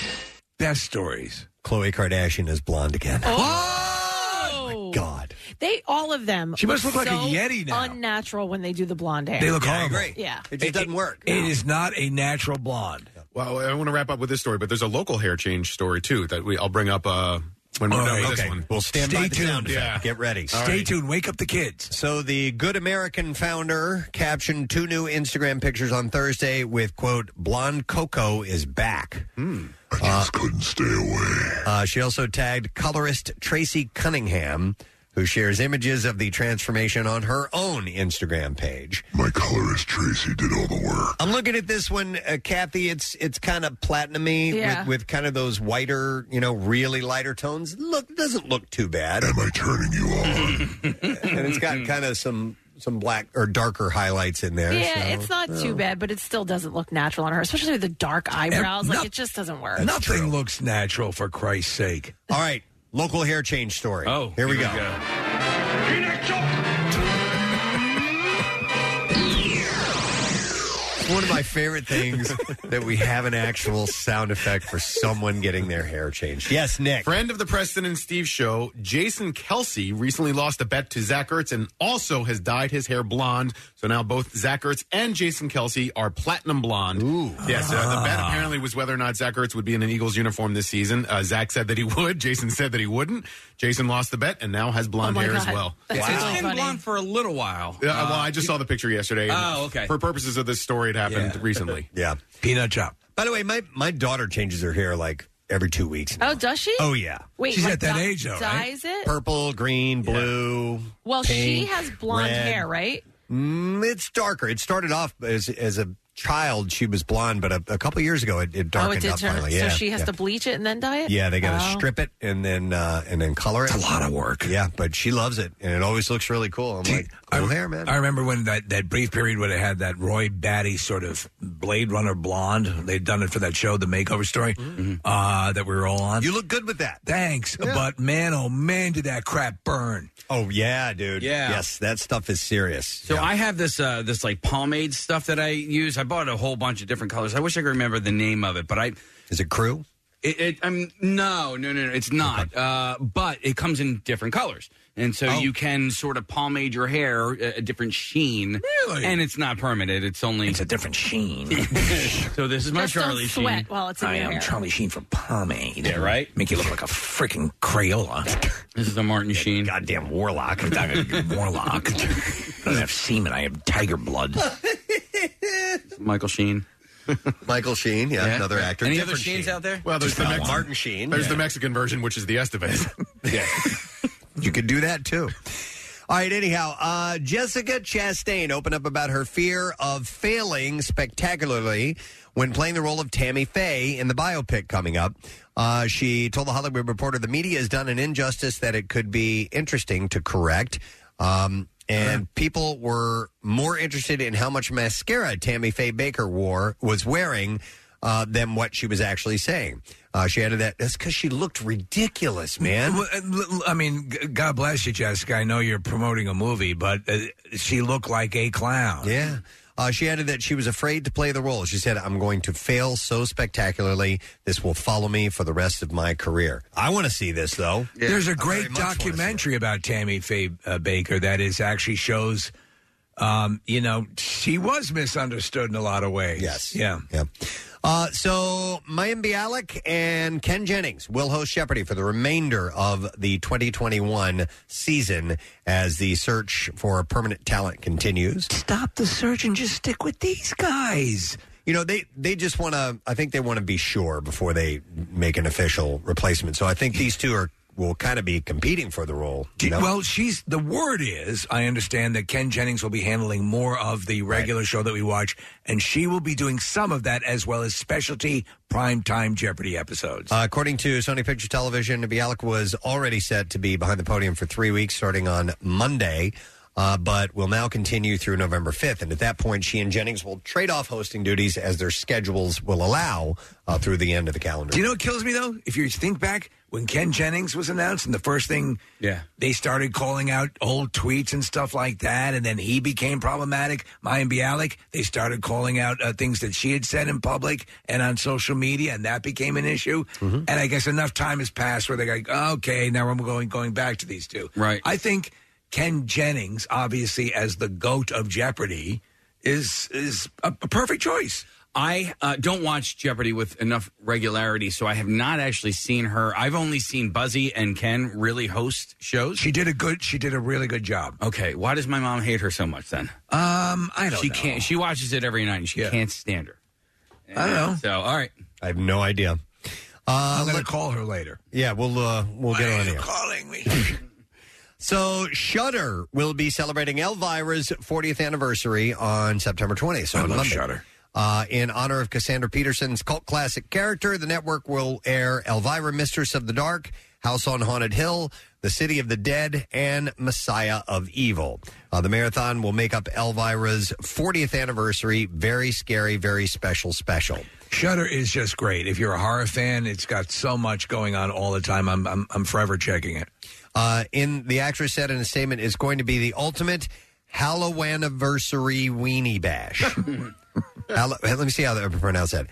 best stories.
Khloe Kardashian is blonde again.
Oh, my
God.
They all of them.
She must
look
look like a
so
Yeti now.
Unnatural when they do the blonde hair.
They look Yeah, I horrible.
Yeah,
It is not a natural blonde.
Well, I want to wrap up with this story, but there's a local hair change story too that we I'll bring up uh, when we're
All
done
right.
with
Oh, Okay.
this one.
We'll stand by the sound effect. Get ready.
All right.
tuned. Wake up the kids. So the Good American founder captioned two new Instagram pictures on Thursday with quote Blonde Coco is back. I just couldn't stay away. Uh, she also tagged colorist Tracy Cunningham. Who shares images of the transformation on her own Instagram page? My colorist Tracy did all the work. I'm looking at this one, uh, Kathy. It's it's kind of platinumy
Yeah.
with, with kind of those whiter, you know, really lighter tones. Look, it doesn't look too bad. Am I turning you on? and it's got kind of some some black or darker highlights in there.
Yeah,
so, Oh.
it's not
yeah.
too bad, but it still doesn't look natural on her, especially with the dark eyebrows. like it just doesn't work.
Nothing looks natural, for Christ's sake.
All right, local hair change story.
Oh,
Here we
here
go.
we go.
It's One of my favorite things that we have an actual sound effect for someone getting their hair changed. Yes, Nick.
Friend of the Preston and Steve show, Jason Kelsey recently lost a bet to Zach Ertz and also has dyed his hair blonde. So now both Zach Ertz and Jason Kelsey are platinum blonde. Ooh. Yes, uh, the bet
Ah.
apparently was whether or not Zach Ertz would be in an Eagles uniform this season. Uh, Zach said that he would. Jason said that he wouldn't. Jason lost the bet and now has blonde
Oh, my
hair as
God.
well.
That's Wow. really It's been funny. blonde for a little while.
Yeah, well,
Uh,
I just saw the picture yesterday. and
Oh, okay.
For purposes of this story, it happened recently.
Yeah.
Peanut chop.
By the way, my my daughter changes her hair like every two weeks.
Oh, does she?
Oh yeah.
Wait, like, di- Dyes it?
Purple, green, blue.
Well, she
pink,
has blonde
red.
hair, right?
Mm, it's darker. It started off as as a child. She was blonde, but a, a couple years ago, it, it darkened
oh, it did
up
turn.
finally.
so
yeah,
she has
yeah.
to bleach it and then dye it.
Yeah, they got to
Oh.
strip it and then uh, and then color it. It's a lot of work. Yeah, but she loves it, and it always looks really cool. I'm like, cool hair, man.
I remember when that, that brief period when it had that Roy Batty sort of Blade Runner blonde. They'd done it for that show, The Makeover Story, uh, that we were all on. You
Mm-hmm. look good with that.
Thanks.
Yeah.
But man, oh man, did that crap burn.
Oh yeah, dude.
Yeah.
Yes, that stuff is serious.
So I have this uh, this like pomade stuff that I use. I bought a whole bunch of different colors. I wish I could remember the name of it, but I
is it crew?
It, it I'm no no no no it's not. Uh, but it comes in different colors, and so you can sort of pomade your hair uh, a, a different sheen. Really, and it's not permanent. It's only it's
a different sheen.
so this is my
Just don't
Charlie
sweat
sheen.
while it's in I your am hair. Charlie Sheen for pomade.
Yeah, right.
Make you look like a freaking Crayola.
This is a Martin Sheen.
Goddamn warlock. I'm not a warlock. I don't have semen. I have tiger blood.
Michael Sheen.
Michael Sheen, yeah, another actor.
Any other
Different
Sheens
Sheen.
out there?
Well, there's the Mex-
Martin Sheen.
There's
Yeah.
the Mexican version, which is the Estevez. yeah.
You could do that too. All right, anyhow, uh, Jessica Chastain opened up about her fear of failing spectacularly when playing the role of Tammy Faye in the biopic coming up. Uh, she told The Hollywood Reporter the media has done an injustice that it could be interesting to correct. Um, and people were more interested in how much mascara Tammy Faye Baker wore was wearing uh, than what she was actually saying. Uh, she added that that's because she looked ridiculous, man.
Well, uh, l- l- I mean, g- God bless you, Jessica. I know you're promoting a movie, but uh, she looked like a clown.
Yeah. Uh, she added that she was afraid to play the role. She said, I'm going to fail so spectacularly. This will follow me for the rest of my career. I want to see this, though.
There's a
I very
great
much wanna see it.
documentary about Tammy Faye uh, Baker that is actually shows, um, you know, she was misunderstood in a lot of ways. Yes. Yeah.
Yeah. Uh, so Mayim Bialik and Ken Jennings will host Jeopardy for the remainder of the 2021 season as the search for permanent talent continues.
Stop the search and just stick with these guys.
you know they they just want to. I think they want to be sure before they make an official replacement. So I think these two are will kind of be competing for the role. you know?
Well, she's the word is I understand that Ken Jennings will be handling more of the regular show that we watch, and she will be doing some of that as well as specialty primetime Jeopardy episodes.
Uh, according to Sony Picture Television, Bialik was already set to be behind the podium for three weeks starting on Monday, uh, but will now continue through November 5th. And at that point, she and Jennings will trade off hosting duties as their schedules will allow uh, through the end of the calendar.
Do you know what kills me though? If you think back when Ken Jennings was announced, and the first thing
Yeah.
they started calling out old tweets and stuff like that, and then he became problematic. Mayim Bialik, they started calling out uh, things that she had said in public and on social media, and that became an issue.
Mm-hmm.
And I guess enough time has passed where they're like, okay, now I'm going going back to these two.
Right.
I think Ken Jennings, obviously as the goat of Jeopardy, is is a, a perfect choice.
I uh, don't watch Jeopardy with enough regularity, so I have not actually seen her. I've only seen Buzzy and Ken really host shows. She
did a good. She did a really good job.
Okay, why does my mom hate her so much then?
Um, I don't.
she
know.
can't. She watches it every night, and she can't stand her.
I don't know.
So all right,
I have no idea. Uh,
I'm going to call her later.
Yeah, we'll uh, we'll get on here.
Calling me.
So Shudder will be celebrating Elvira's 40th anniversary on September 20th. So
I
on
love
Monday.
Shudder.
Uh, in honor of Cassandra Peterson's cult classic character, the network will air Elvira, Mistress of the Dark, House on Haunted Hill, The City of the Dead, and Messiah of Evil. Uh, the marathon will make up Elvira's 40th anniversary. Very scary, very special, special.
Shudder is just great. If you're a horror fan, it's got so much going on all the time. I'm I'm, I'm forever checking it.
Uh, in the actress said in a statement, is going to be the ultimate Halloween anniversary weenie bash. Hallo- let me see how to pronounce that.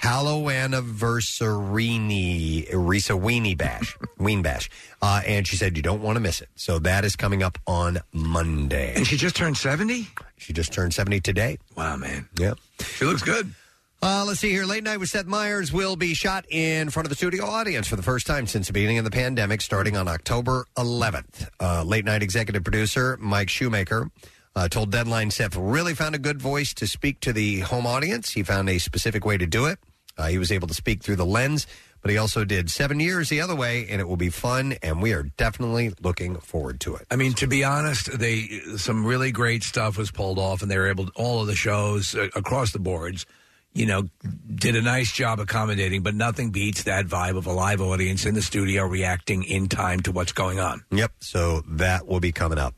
Hallowanniversarini Risa Weenie Bash, Ween Bash, uh, and she said you don't want to miss it. So that is coming up on Monday.
And she just turned seventy.
She just turned seventy today.
Wow, man.
Yep.
She looks good.
Uh, let's see here. Late Night with Seth Meyers will be shot in front of the studio audience for the first time since the beginning of the pandemic, starting on October 11th. Uh, late Night executive producer Mike Shoemaker uh, told Deadline Seth really found a good voice to speak to the home audience. He found a specific way to do it. Uh, he was able to speak through the lens, but he also did seven years the other way, and it will be fun, and we are definitely looking forward to it.
I mean, to be honest, they some really great stuff was pulled off, and they were able to, all of the shows uh, across the boards. You know, did a nice job accommodating, but nothing beats that vibe of a live audience in the studio reacting in time to what's going on.
Yep. So that will be coming up.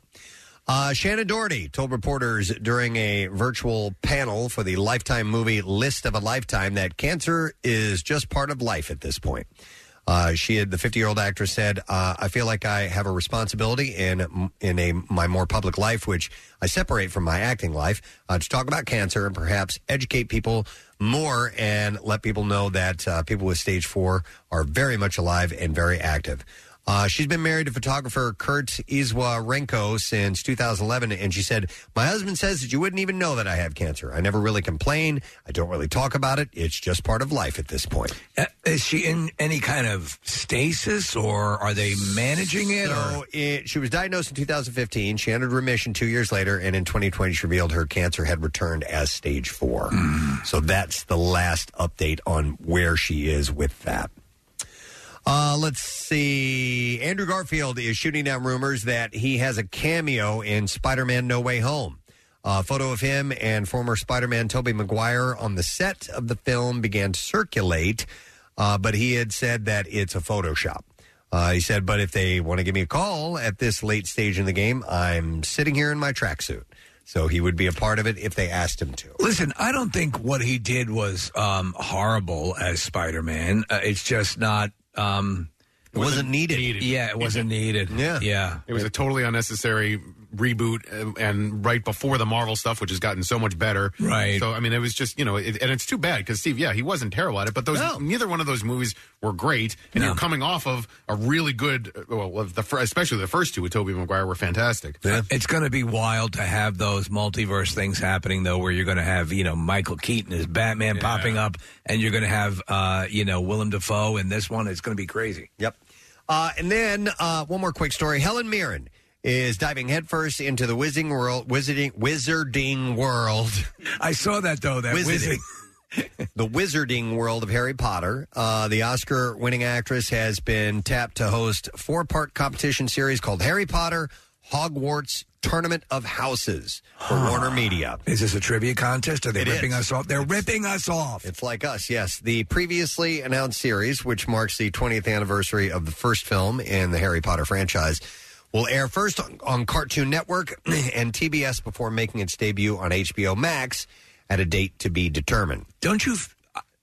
Uh, Shannon Doherty told reporters during a virtual panel for the Lifetime movie List of a Lifetime that cancer is just part of life at this point. Uh, she had the 50 year old actress said, uh, "I feel like I have a responsibility in in a my more public life, which I separate from my acting life, uh, to talk about cancer and perhaps educate people more and let people know that uh, people with stage four are very much alive and very active." Uh, she's been married to photographer Kurt Izwarenko since 2011, and she said, "My husband says that you wouldn't even know that I have cancer. I never really complain. I don't really talk about it. It's just part of life at this point."
Uh, is she in any kind of stasis, or are they managing it? or?
So it, she was diagnosed in 2015. She entered remission two years later, and in 2020, she revealed her cancer had returned as stage four. So that's the last update on where she is with that. Uh, let's see. Andrew Garfield is shooting down rumors that he has a cameo in Spider Man No Way Home. A photo of him and former Spider Man Tobey Maguire on the set of the film began to circulate, uh, but he had said that it's a Photoshop. Uh, he said, but if they want to give me a call at this late stage in the game, I'm sitting here in my tracksuit. So he would be a part of it if they asked him to.
Listen, I don't think what he did was um, horrible as Spider Man. Uh, it's just not. Um,
it wasn't needed.
Yeah, it wasn't needed.
Yeah.
Ah,
Yeah.
It was a totally unnecessary reboot uh, and right before the Marvel stuff, which has gotten so much better.
Right.
So, I mean, it was just, you know, it, and it's too bad because, Steve, yeah, he wasn't terrible at it, but those neither one of those movies were great. And you're coming off of a really good, uh, well, the, fir- especially the first two with Tobey Maguire were fantastic.
It's going to be wild to have those multiverse things happening, though, where you're going to have, you know, Michael Keaton as Batman popping up, and you're going to have, uh, you know, Willem Dafoe in this one. It's going to be crazy.
Yep. Uh, and then uh, one more quick story. Helen Mirren is diving headfirst into the wizarding world. Wizarding, wizarding world.
I saw that though. That wizarding.
the wizarding world of Harry Potter. Uh, the Oscar winning actress has been tapped to host four part competition series called Harry Potter Hogwarts Tournament of Houses for Warner Media.
Is this a trivia contest? Are they
It
ripping
is.
us off? They're ripping us off.
It's like us, yes. The previously announced series, which marks the 20th anniversary of the first film in the Harry Potter franchise, will air first on, on Cartoon Network and TBS before making its debut on HBO Max at a date to be determined.
Don't you? F-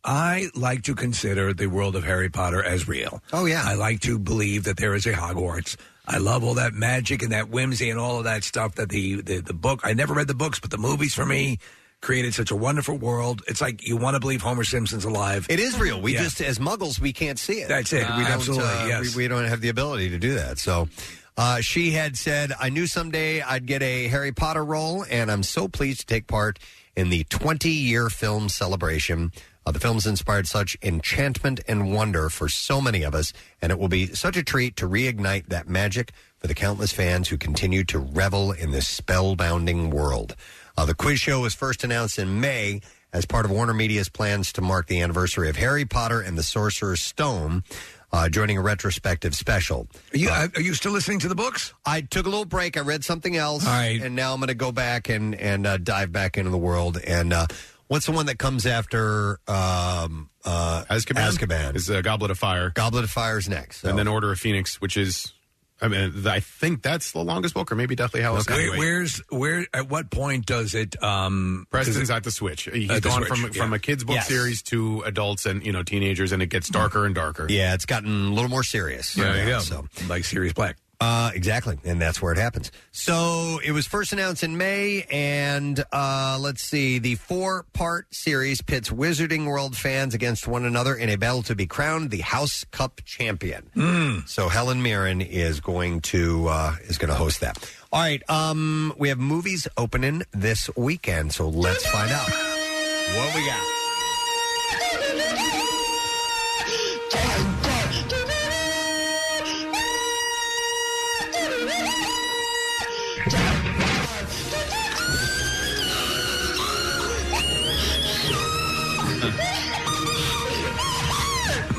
I like to consider the world of Harry Potter as real. Oh yeah, I like to believe that there is a Hogwarts. I love all that magic and that whimsy and all of that stuff that the the, the book. I never read the books, but the movies for me created such a wonderful world. It's like you want to believe Homer Simpson's alive.
It is real. We
Yeah.
just, as muggles, we can't see it.
That's it. We
don't,
absolutely-
uh,
yes.
uh, we, we don't have the ability to do that. So uh, she had said, I knew someday I'd get a Harry Potter role, and I'm so pleased to take part in the 20 year film celebration. Uh, the film's inspired such enchantment and wonder for so many of us, and it will be such a treat to reignite that magic for the countless fans who continue to revel in this spellbounding world. Uh, the quiz show was first announced in May as part of Warner Media's plans to mark the anniversary of Harry Potter and the Sorcerer's Stone, uh, joining a retrospective special.
Are you, uh, are you still listening to the books?
I took a little break. I read something else, and now I'm going to go back and and uh, dive back into the world. And uh, what's the one that comes after um, uh,
Azkaban?
Azkaban
is uh, Goblet of Fire.
Goblet of Fire's next,
and then Order of Phoenix, which is, I mean, th- I think that's the longest book, or maybe Deathly Hallows.
Where-
Anyway,
where's where? At what point does it? Um,
Preston's at the switch. He's gone from from a kids book series to adults and you know teenagers, and it gets darker and darker.
Yeah, it's gotten a little more serious.
Yeah, yeah, yeah.
So.
like Sirius Black.
Uh, exactly, and that's where it happens. So it was first announced in May, and uh, let's see, the four-part series pits Wizarding World fans against one another in a battle to be crowned the House Cup champion.
Hmm.
So Helen Mirren is going to uh, is going to host that. All right, um, we have movies opening this weekend, so let's find out what we got.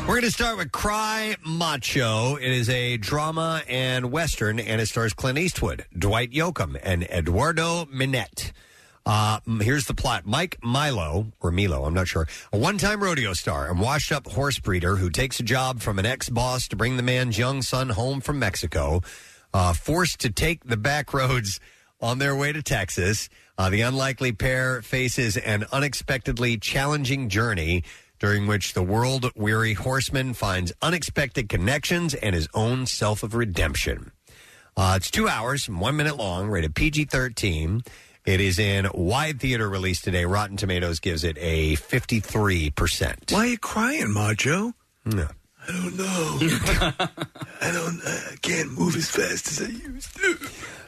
We're going to start with Cry Macho. It is a drama and western, and it stars Clint Eastwood, Dwight Yoakam, and Eduardo Minette. Uh, m- here's the plot. Mike Milo, or Milo, I'm not sure, a one time rodeo star and washed up horse breeder who takes a job from an ex boss to bring the man's young son home from Mexico, uh, forced to take the back roads on their way to Texas. Uh, the unlikely pair faces an unexpectedly challenging journey during which the world weary horseman finds unexpected connections and his own self of redemption. Uh, it's two hours, and one minute long, rated PG 13. It is in wide theater release today. Rotten Tomatoes gives it a 53%.
Why are you crying, Macho?
No.
I don't know. I don't. I can't move as fast as I used to.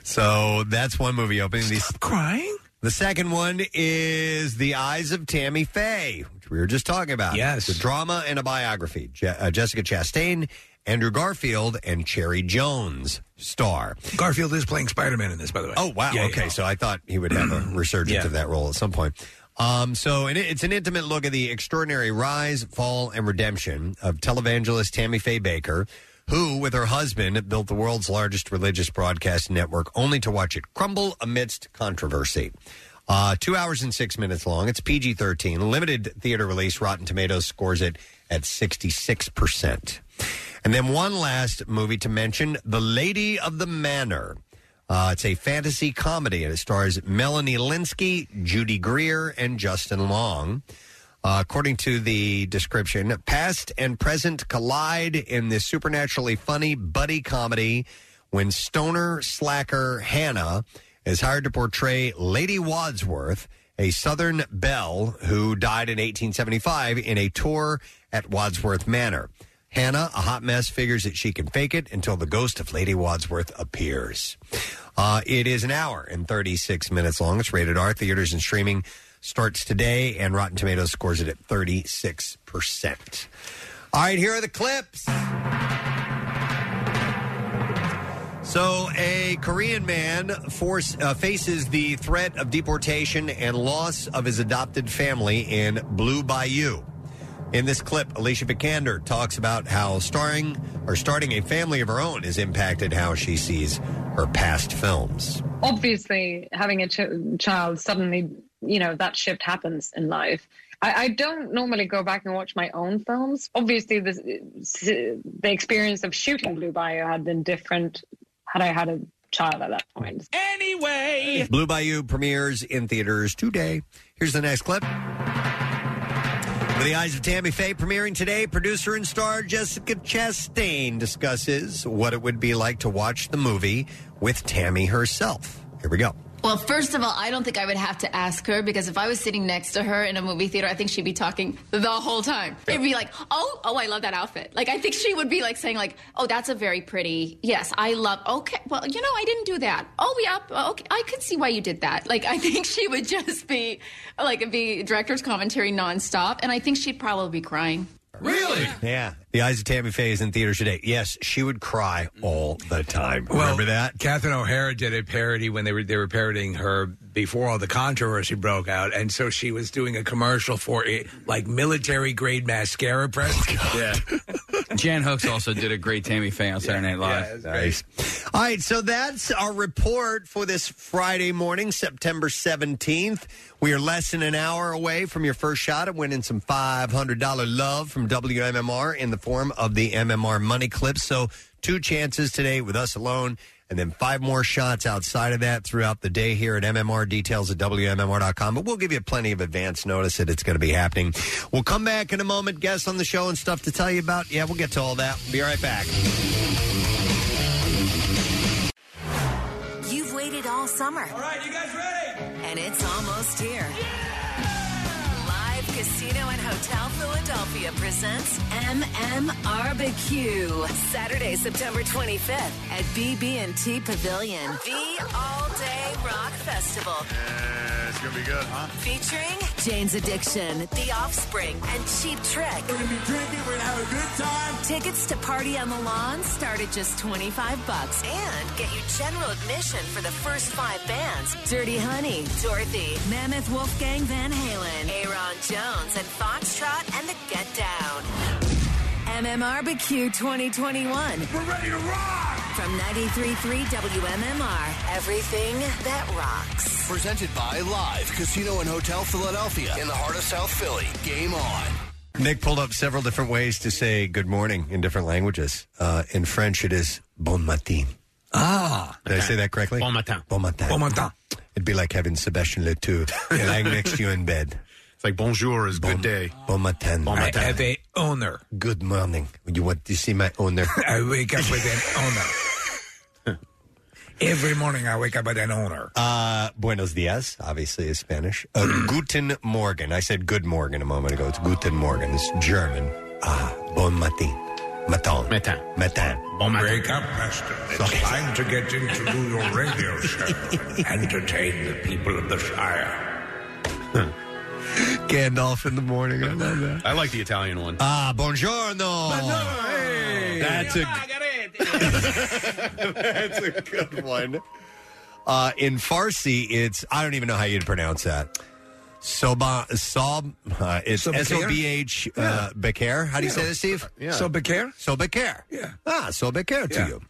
So that's one movie opening. Stop
crying.
The second one is The Eyes of Tammy Faye, which we were just talking about. Yes. The drama and a biography. Je- uh, Jessica Chastain, Andrew Garfield, and Cherry Jones star.
Garfield is playing Spider Man in this, by the way.
Oh, wow.
Yeah,
okay.
yeah.
So I thought he would have a resurgence
Yeah.
of that role at some point. Um, so and it- it's an intimate look at the extraordinary rise, fall, and redemption of televangelist Tammy Faye Baker, who, with her husband, built the world's largest religious broadcast network, only to watch it crumble amidst controversy. Uh, two hours and six minutes long. It's PG 13. Limited theater release. Rotten Tomatoes scores it at 66%. And then one last movie to mention The Lady of the Manor. Uh, it's a fantasy comedy, and it stars Melanie Linsky, Judy Greer, and Justin Long. Uh, according to the description, past and present collide in this supernaturally funny buddy comedy when stoner slacker Hannah is hired to portray Lady Wadsworth, a Southern belle who died in 1875 in a tour at Wadsworth Manor. Hannah, a hot mess, figures that she can fake it until the ghost of Lady Wadsworth appears. Uh, it is an hour and 36 minutes long. It's rated R. Theaters and streaming starts today, and Rotten Tomatoes scores it at 36%. All right, here are the clips. So, a Korean man force, uh, faces the threat of deportation and loss of his adopted family in Blue Bayou. In this clip, Alicia Vikander talks about how starring or starting a family of her own has impacted how she sees her past films.
obviously having a ch- child suddenly you know that shift happens in life I, I don't normally go back and watch my own films obviously this, the experience of shooting blue bio had been different had i had a child at that point
anyway
Blue Bayou premieres in theaters today. Here's the next clip. With the eyes of Tammy Faye premiering today, producer and star Jessica Chastain discusses what it would be like to watch the movie with Tammy herself. Here we go.
Well, first of all, I don't think I would have to ask her because if I was sitting next to her in a movie theater, I think she'd be talking the whole time. It'd be like, "Oh, oh, I love that outfit." Like I think she would be like saying like, "Oh, that's a very pretty. Yes, I love. Okay, well, you know, I didn't do that. Oh, yeah, okay, I could see why you did that." Like I think she would just be like it'd be director's commentary nonstop, and I think she'd probably be crying.
Really? Yeah. The eyes of Tammy Faye is in theaters today. Yes, she would cry all the time. Remember that?
Catherine O'Hara did a parody when they were they were parodying her before all the controversy broke out, and so she was doing a commercial for it, like military grade mascara press. yeah,
Jan Hooks also did a great Tammy Faye on Saturday Night Live.
nice. All right, so that's our report for this Friday morning, September 17th. We are less than an hour away from your first shot at winning some $500 love from WMMR in the form of the MMR Money Clips. So, two chances today with us alone, and then five more shots outside of that throughout the day here at MMR. Details at WMMR.com. But we'll give you plenty of advance notice that it's going to be happening. We'll come back in a moment, guests on the show, and stuff to tell you about. Yeah, we'll get to all that. Be right back.
You've waited all summer. All right, you guys ready? And it's almost here. Live Casino and Hotel Philadelphia presents MMRBQ Saturday, September 25th at BB&T Pavilion. The All Day Rock Festival.
it's gonna be good, huh?
Featuring Jane's Addiction, The Offspring, and Cheap Trick. We're gonna be drinking, we're gonna have a good time. Tickets to Party on the Lawn start at just 25 bucks and get you general admission for the first five bands. Dirty Honey, Dorothy, Mammoth Wolfgang Van Halen, Aaron Jones, and Foxtrot and the Get Down. MMRBQ 2021. We're ready to rock! From 93.3 WMMR, everything that rocks.
Presented by Live Casino and Hotel Philadelphia in the heart of South Philly. Game on.
Nick pulled up several different ways to say good morning in different languages. Uh, in French, it is bon matin.
Ah.
Did I say that correctly? Bon matin. Bon matin. Bon matin. It'd be like having Sebastian Latour lying next to you in bed. It's
like bonjour is good day.
Bon matin.
Bon matin. I have
a owner.
Good morning. You want to see my owner?
Ah
I wake up with an owner. Every morning I wake up with an owner.
Uh, buenos dias, obviously, is Spanish. Uh, guten Morgen. I said good Morgen a moment ago. It's guten Morgen. It's German. Ah, bon matin. Matin. Matin. Matin.
Bon Wake up, Pastor. It's time to get in to do your radio show and entertain the people of the Shire.
Gandalf in the morning. I love that.
I like the Italian one.
Ah, buongiorno. That's a That's a good one. Uh, in Farsi, it's I don't even know how you'd pronounce that. Soba sob uh, it's
Sobakir?
S O B H uh, Bakir. How do you
Yeah.
say this, Steve?
Yeah. Sobakir?
Sobakir. Yeah. Ah, Sobakir to
Yeah.
you.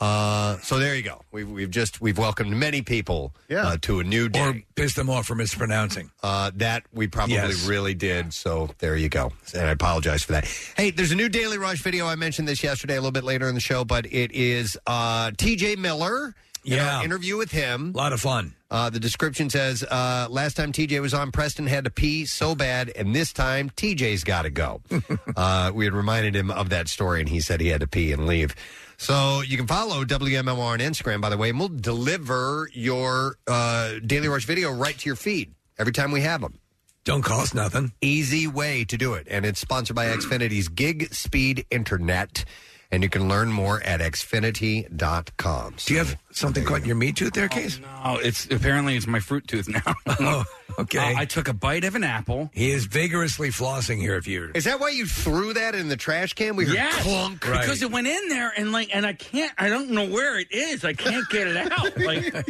Uh, so there you go. We've, we've just we've welcomed many people
Yeah.
uh, to a new day.
Or pissed them off for mispronouncing.
Uh, that we probably
Yes.
really did. So there you go. And I apologize for that. Hey, there's a new Daily Rush video. I mentioned this yesterday a little bit later in the show, but it is uh, TJ Miller. in our
Yeah.
interview with him. A
lot of fun.
Uh, the description says uh, last time TJ was on, Preston had to pee so bad, and this time TJ's got to go. uh, we had reminded him of that story, and he said he had to pee and leave. So you can follow WMMR on Instagram, by the way, and we'll deliver your uh, Daily Rush video right to your feed every time we have them.
Don't cost nothing.
Easy way to do it. And it's sponsored by Xfinity's Gig Speed Internet. And you can learn more at xfinity.com. Do you have
something caught in your meat tooth there, Case?
Oh, it's apparently it's my fruit tooth now. oh,
okay.
I took a bite of an apple.
He is vigorously flossing here. If you
Is that why you threw that in the trash can? We heard
Yes,
clunk.
because it went in there and like, and I can't. I don't know where it is. I can't get it out. Like,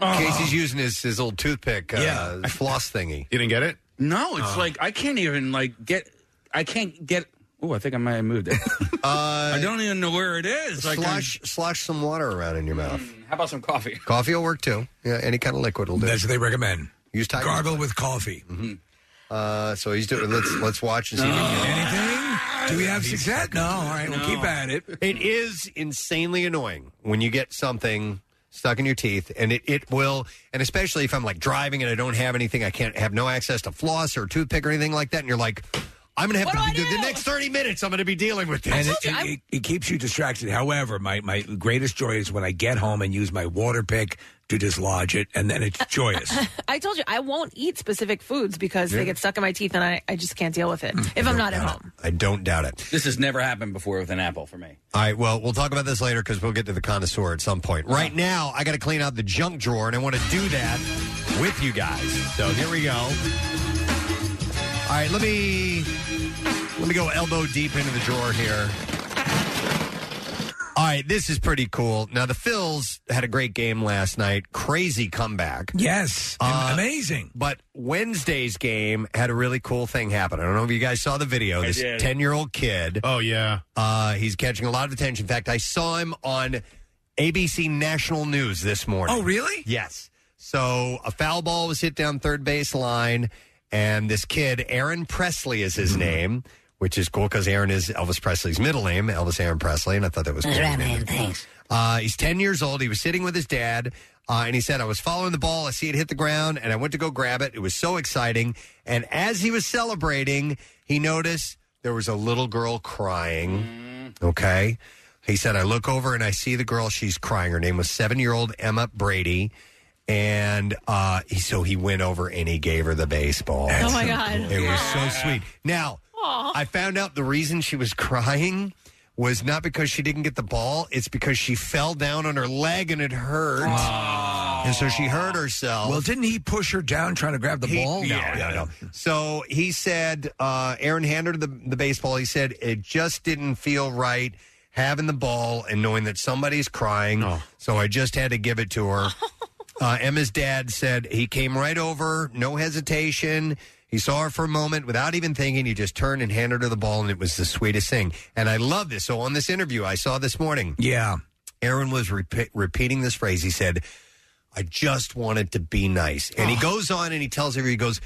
Casey's using his, his old toothpick uh, floss thingy.
You didn't get it?
no,
Uh.
it's like I can't even like get. I can't get. Oh, I think I might have moved it.
Uh,
I don't even know where it is. Like, I'm-
slosh, slosh some water around in your mouth.
Hmm, how about some coffee?
Coffee will work too. Yeah, any kind of liquid will do.
That's what they recommend.
Use Tiger's
gargle with coffee.
Uh, so he's doing. Let's let's watch and see. if he
Anything? Oh. Do we have success? No. All right, we'll keep at it.
It is insanely annoying when you get something stuck in your teeth, and it, it will, and especially if I'm like driving and I don't have anything, I can't have no access to floss or toothpick or anything like that, and you're like, I'm gonna have to do, the next thirty minutes. I'm gonna be dealing with this.
And it, it, it, it keeps you distracted. However, my, my greatest joy is when I get home and use my water pick to dislodge it, and then it's joyous.
I told you I won't eat specific foods because they
Yeah.
get stuck in my teeth and I, I just can't deal with it if I'm not at home.
I don't doubt it.
This has never happened before with an apple for me.
All right, well, we'll talk about this later because we'll get to the connoisseur at some point. Right now, I got to clean out the junk drawer, and I want to do that with you guys. So here we go. All right, let me let me go elbow deep into the drawer here. All right, this is pretty cool. Now the Phils had a great game last night, crazy comeback.
Yes, amazing.
Uh, But Wednesday's game had a really cool thing happen. I don't know if you guys saw the video.
I
This
did.
ten-year-old kid.
Oh yeah,
uh, he's catching a lot of attention. In fact, I saw him on ABC National News this morning.
Oh, really?
Yes. So a foul ball was hit down third base line, and this kid, Aaron Presley, is
Hmm.
his name, which is cool because Aaron is Elvis Presley's middle name, Elvis Aaron Presley, and I thought that was cool. Uh, he's 10 years old. He was sitting with his dad, uh, and he said, I was following the ball. I see it hit the ground, and I went to go grab it. It was so exciting. And as he was celebrating, he noticed there was a little girl crying. Okay. He said, I look over and I see the girl. She's crying. Her name was seven year old Emma Brady. And uh, he, so he went over and he gave her the baseball.
Oh, my God.
It was so sweet. Now,
Aw.
I found out the reason she was crying was not because she didn't get the ball, it's because she fell down on her leg and it hurt. And so she hurt herself.
Well, didn't he push her down trying to grab the
He-
ball?
No, no, no. So he said, uh, Aaron handed her the, the baseball. He said, it just didn't feel right having the ball and knowing that somebody's crying.
Oh.
So I just had to give it to her. uh, Emma's dad said he came right over, no hesitation. He saw her for a moment without even thinking. He just turned and handed her the ball, and it was the sweetest thing. And I love this. So on this interview I saw this morning,
Yeah.
Aaron was repe- repeating this phrase. He said, I just wanted to be nice. And he goes on and he tells everybody, he goes,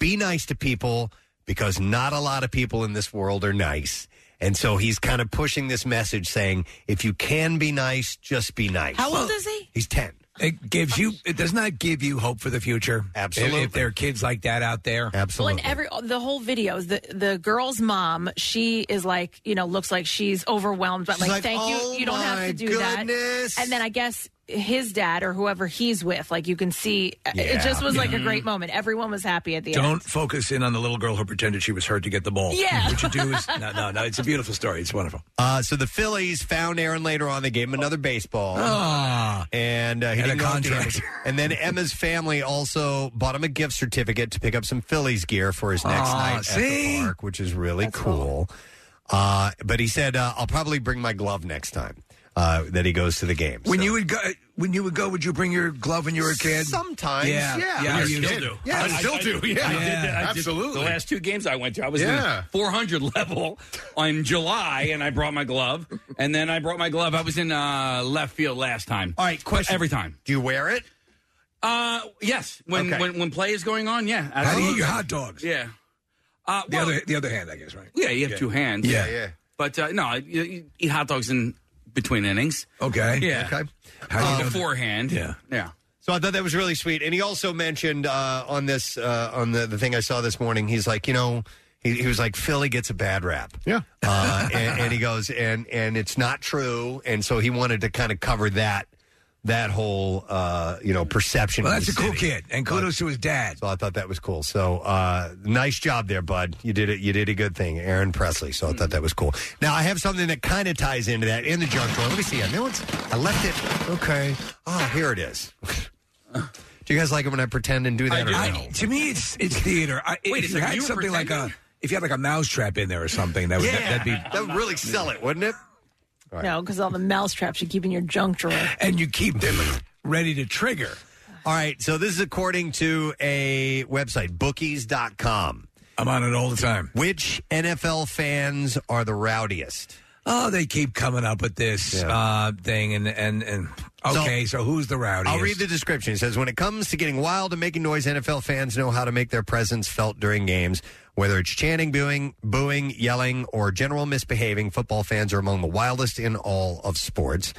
be nice to people because not a lot of people in this world are nice. And so he's kind of pushing this message saying, if you can be nice, just be nice.
How old is
he?
He's 10.
It gives you. It does not give you hope for the future.
Absolutely.
If, if there are kids like that out there,
Well, and every the whole videos, the the girl's mom, she is like, you know, looks like she's overwhelmed, but
She's
like,
like,
thank
"Oh
you, you don't have
my
to do
goodness."
that. And then I guess his dad or whoever he's with, like you can see,
Yeah.
it just was like a
Mhm.
great moment. Everyone was happy at the
Don't
end.
focus in on the little girl who pretended she was hurt to get the ball.
Yeah.
What you do is no, no, no. It's a beautiful story. It's wonderful.
Uh, so the Phillies found Aaron later on. They gave him another baseball.
Ah.
And uh, he
And a
didn't go with the
contract.
Emmys. And then Emma's family also bought him a gift certificate to pick up some Phillies gear for his next
Ah,
night at
see?
the park, which is really cool. Uh, but he said, uh, "I'll probably bring my glove next time uh, that he goes to the game."
When you would go, when you would go, would you bring your glove when you were a kid?
Sometimes,
yeah,
yeah.
yeah
When
you
you're a
still
kid.
do.
Yeah, I still do, yeah.
absolutely.
The last two games I went to, I was
Yeah.
in 400 level on July, and I brought my glove. And then I brought my glove. I was in uh, left field last time. All
right,
question. every time.
Do you wear it?
Uh, yes. When,
Okay.
when when play is going on, yeah.
How do you eat
absolutely.
your hot dogs?
Yeah. Uh,
The
well,
other, the other hand, I guess, right?
yeah, you have two hands.
Yeah, yeah.
But uh, no, I- you, you eat hot dogs in between innings.
Okay.
Yeah.
Okay.
How beforehand. Yeah. Yeah.
So I thought that was really sweet. And he also mentioned uh, on this uh, on the, the thing I saw this morning. He's like, you know, he, he was like, Philly gets a bad rap. Yeah, uh, and, and he goes, and and it's not true. And so he wanted to kind of cover that that whole uh, you know perception.
Well,
of
that's
the
a cool
city.
kid, and kudos to his dad.
So I thought that was cool. So uh, nice job there, bud. You did it. You did a good thing, Aaron Presley. So I thought that was cool. Now I have something that kind of ties into that in the junk drawer. Let me see. I know it's. I left it. Okay. Ah, here it is. do you guys like it when I pretend and do that? or no?
I- to me, it's it's theater. I,
Wait a
if you
second,
had
you were
something like a if you had like a mousetrap in there or something, that would
Yeah,
that'd be
that would really sell it, wouldn't it?
No, because all the mousetraps you keep in your junk drawer.
And you keep them ready to trigger.
All right, so this is according to a website, bookies.com.
I'm on it all the time.
Which NFL fans are the rowdiest?
Oh, they keep coming up with this uh, thing, and and and okay, so, who's the rowdy?
I'll read the description. It says, when it comes to getting wild and making noise, NFL fans know how to make their presence felt during games. Whether it's chanting, booing, booing, yelling, or general misbehaving, football fans are among the wildest in all of sports.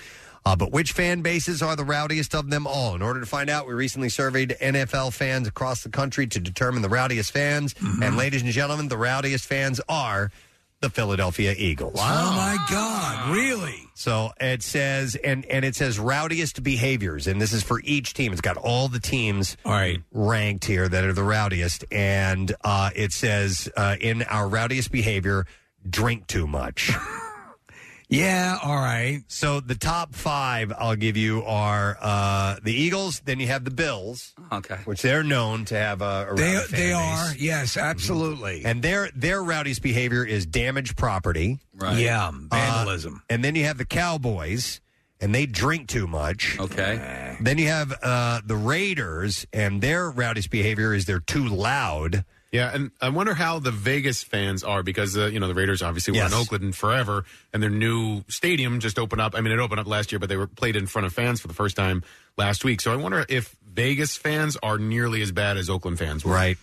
Uh, but which fan bases are the rowdiest of them all? In order to find out, we recently surveyed NFL fans across the country to determine the rowdiest fans. And ladies and gentlemen, the rowdiest fans are the Philadelphia Eagles.
Oh my God! Really?
So it says, and and it says rowdiest behaviors, and this is for each team. It's got all the teams ranked here that are the rowdiest, and uh, it says uh, in our rowdiest behavior, drink too much.
yeah, all right.
So the top five I'll give you are uh, the Eagles. Then you have the Bills,
okay,
which they're known to have a. a
They
rowdy fan
they
base. Mm-hmm.
are yes, absolutely.
And their their rowdiest behavior is damaged property.
Right. Yeah, vandalism.
Uh, and then you have the Cowboys, and they drink too much.
Okay.
Then you have uh, the Raiders, and their rowdiest behavior is they're too loud.
Yeah, and I wonder how the Vegas fans are because uh, you know the Raiders obviously were
Yes.
in Oakland forever, and their new stadium just opened up. I mean, it opened up last year, but they were played in front of fans for the first time last week. So I wonder if Vegas fans are nearly as bad as Oakland fans were.
Right.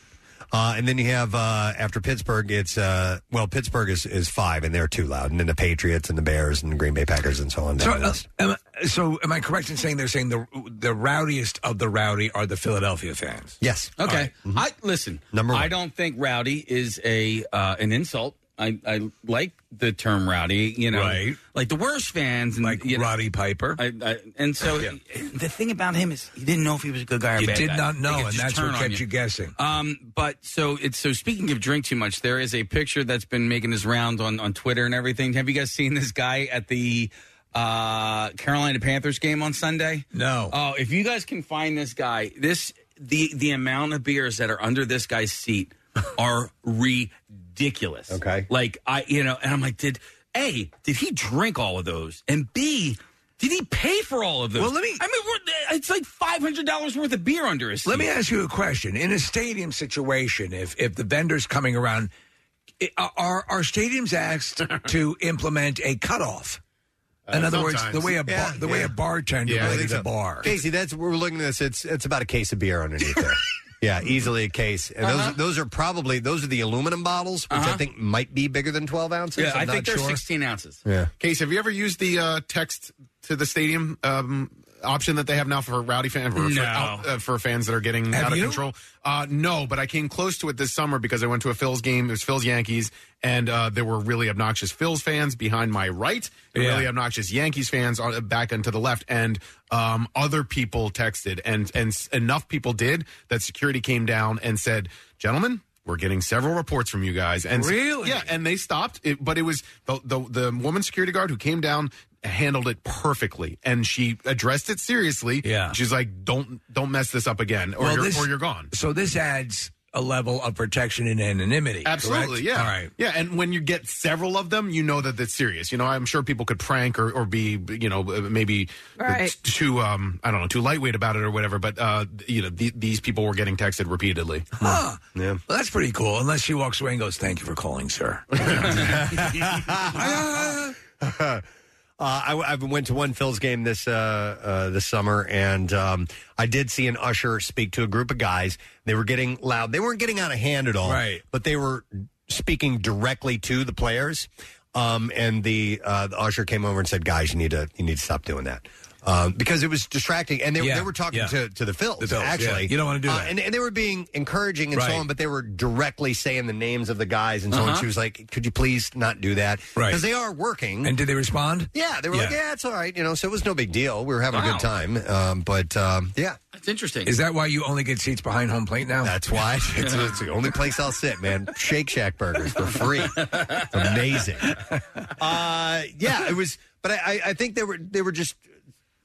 Uh, and then you have uh, after Pittsburgh, it's uh, well Pittsburgh is, is five, and they're too loud, and then the Patriots and the Bears and the Green Bay Packers and so on.
So,
down the
uh,
list.
am I, so am I correct in saying they're saying the the rowdiest of the rowdy are the Philadelphia fans?
Yes.
Okay. I listen.
Mm-hmm. Number
I don't think rowdy is a uh, an insult. I, I like the term rowdy. You know,
Right.
like the worst fans, and, like
Roddy Piper.
I, I, and so the thing about him is you didn't know if he was a good guy or
You
bad
did
guy.
not
They
know,
could
and
just
that's
turn
what
on
kept you guessing.
Um, but so it's so speaking of drink too much, there is a picture that's been making his round on on Twitter and everything. Have you guys seen this guy at the uh Carolina Panthers game on Sunday?
No.
Oh, if you guys can find this guy, this the the amount of beers that are under this guy's seat are ridiculous. Okay. Like I you know, and I'm like, did A, did he drink all of those? And B, did he pay for all of those?
Well, let me-
I mean, we're, it's like five hundred dollars worth of beer under his.
Let
seat.
me ask you a question. In a stadium situation, if if the vendors coming around, i- are are stadiums asked to implement a cutoff? In
Uh,
other words,
sometimes.
the way a bar,
Yeah,
the way
yeah.
a bartender
Yeah, I think
relates
so.
a bar.
Casey, that's we're looking at this. It's it's about a case of beer underneath there. Yeah, easily a case. And
Uh-huh.
those those are probably those are the aluminum bottles, which I
Uh-huh.
think might be bigger than twelve ounces.
Yeah,
I'm
I think
not
they're
sure.
16 ounces.
Yeah.
Case, have you ever used the uh, text to the stadium um, option that they have now for rowdy fans for,
No.
out- uh, for fans that are getting
Have
out of
you?
control? Uh, no, but I came close to it this summer because I went to a Phil's game. It was Phil's Yankees, and uh, there were really obnoxious Phil's fans behind my right, and
Yeah.
really obnoxious Yankees fans on, back and to the left, and um, other people texted, and and s- enough people did that security came down and said, "Gentlemen." We're getting several reports from you guys, and s-
Really?
yeah, and they stopped. It, but it was the, the the woman security guard who came down handled it perfectly, and she addressed it seriously.
Yeah.
she's like, "Don't don't mess this up again, or
Well,
you're,
this-
or you're gone."
So this adds a level of protection and anonymity. correct?
Absolutely, yeah,
All right.
yeah. And when you get several of them, you know that that's serious. You know, I'm sure people could prank or, or be, you know, uh, maybe
Right.
too, um, I don't know, too lightweight about it or whatever. But uh, you know, the, these people were getting texted repeatedly.
Hmm.
Huh.
Yeah,
Well, that's pretty cool. Unless she walks away and goes, "Thank you for calling, sir."
uh, I, I went to one Phil's game this uh, uh, this summer, and um, I did see an usher speak to a group of guys. They were getting loud. They weren't getting out of hand at all,
Right.
But they were speaking directly to the players. Um, and the, uh, the usher came over and said, "Guys, you need to you need to stop doing that." um, because it was distracting. And they,
Yeah,
they were talking
yeah.
to, to the Phils,
The Phils, yeah.
actually.
You don't wanna do
Uh,
that.
and, and they were being encouraging and so
Right.
on, but they were directly saying the names of the guys and so on.
Uh-huh.
She was like, could you please not do that?
Right.
Because they are working.
And did they respond?
yeah, they were like, yeah, it's all right. You know, so it was no big deal. We were having a
Wow.
good time. Um, but um, yeah.
That's interesting.
Is that why you only get seats behind home plate now?
That's why. It's, it's the only place I'll sit, man. Shake Shack burgers for free. It's amazing. Uh, yeah, it was. But I, I- I think they were they were just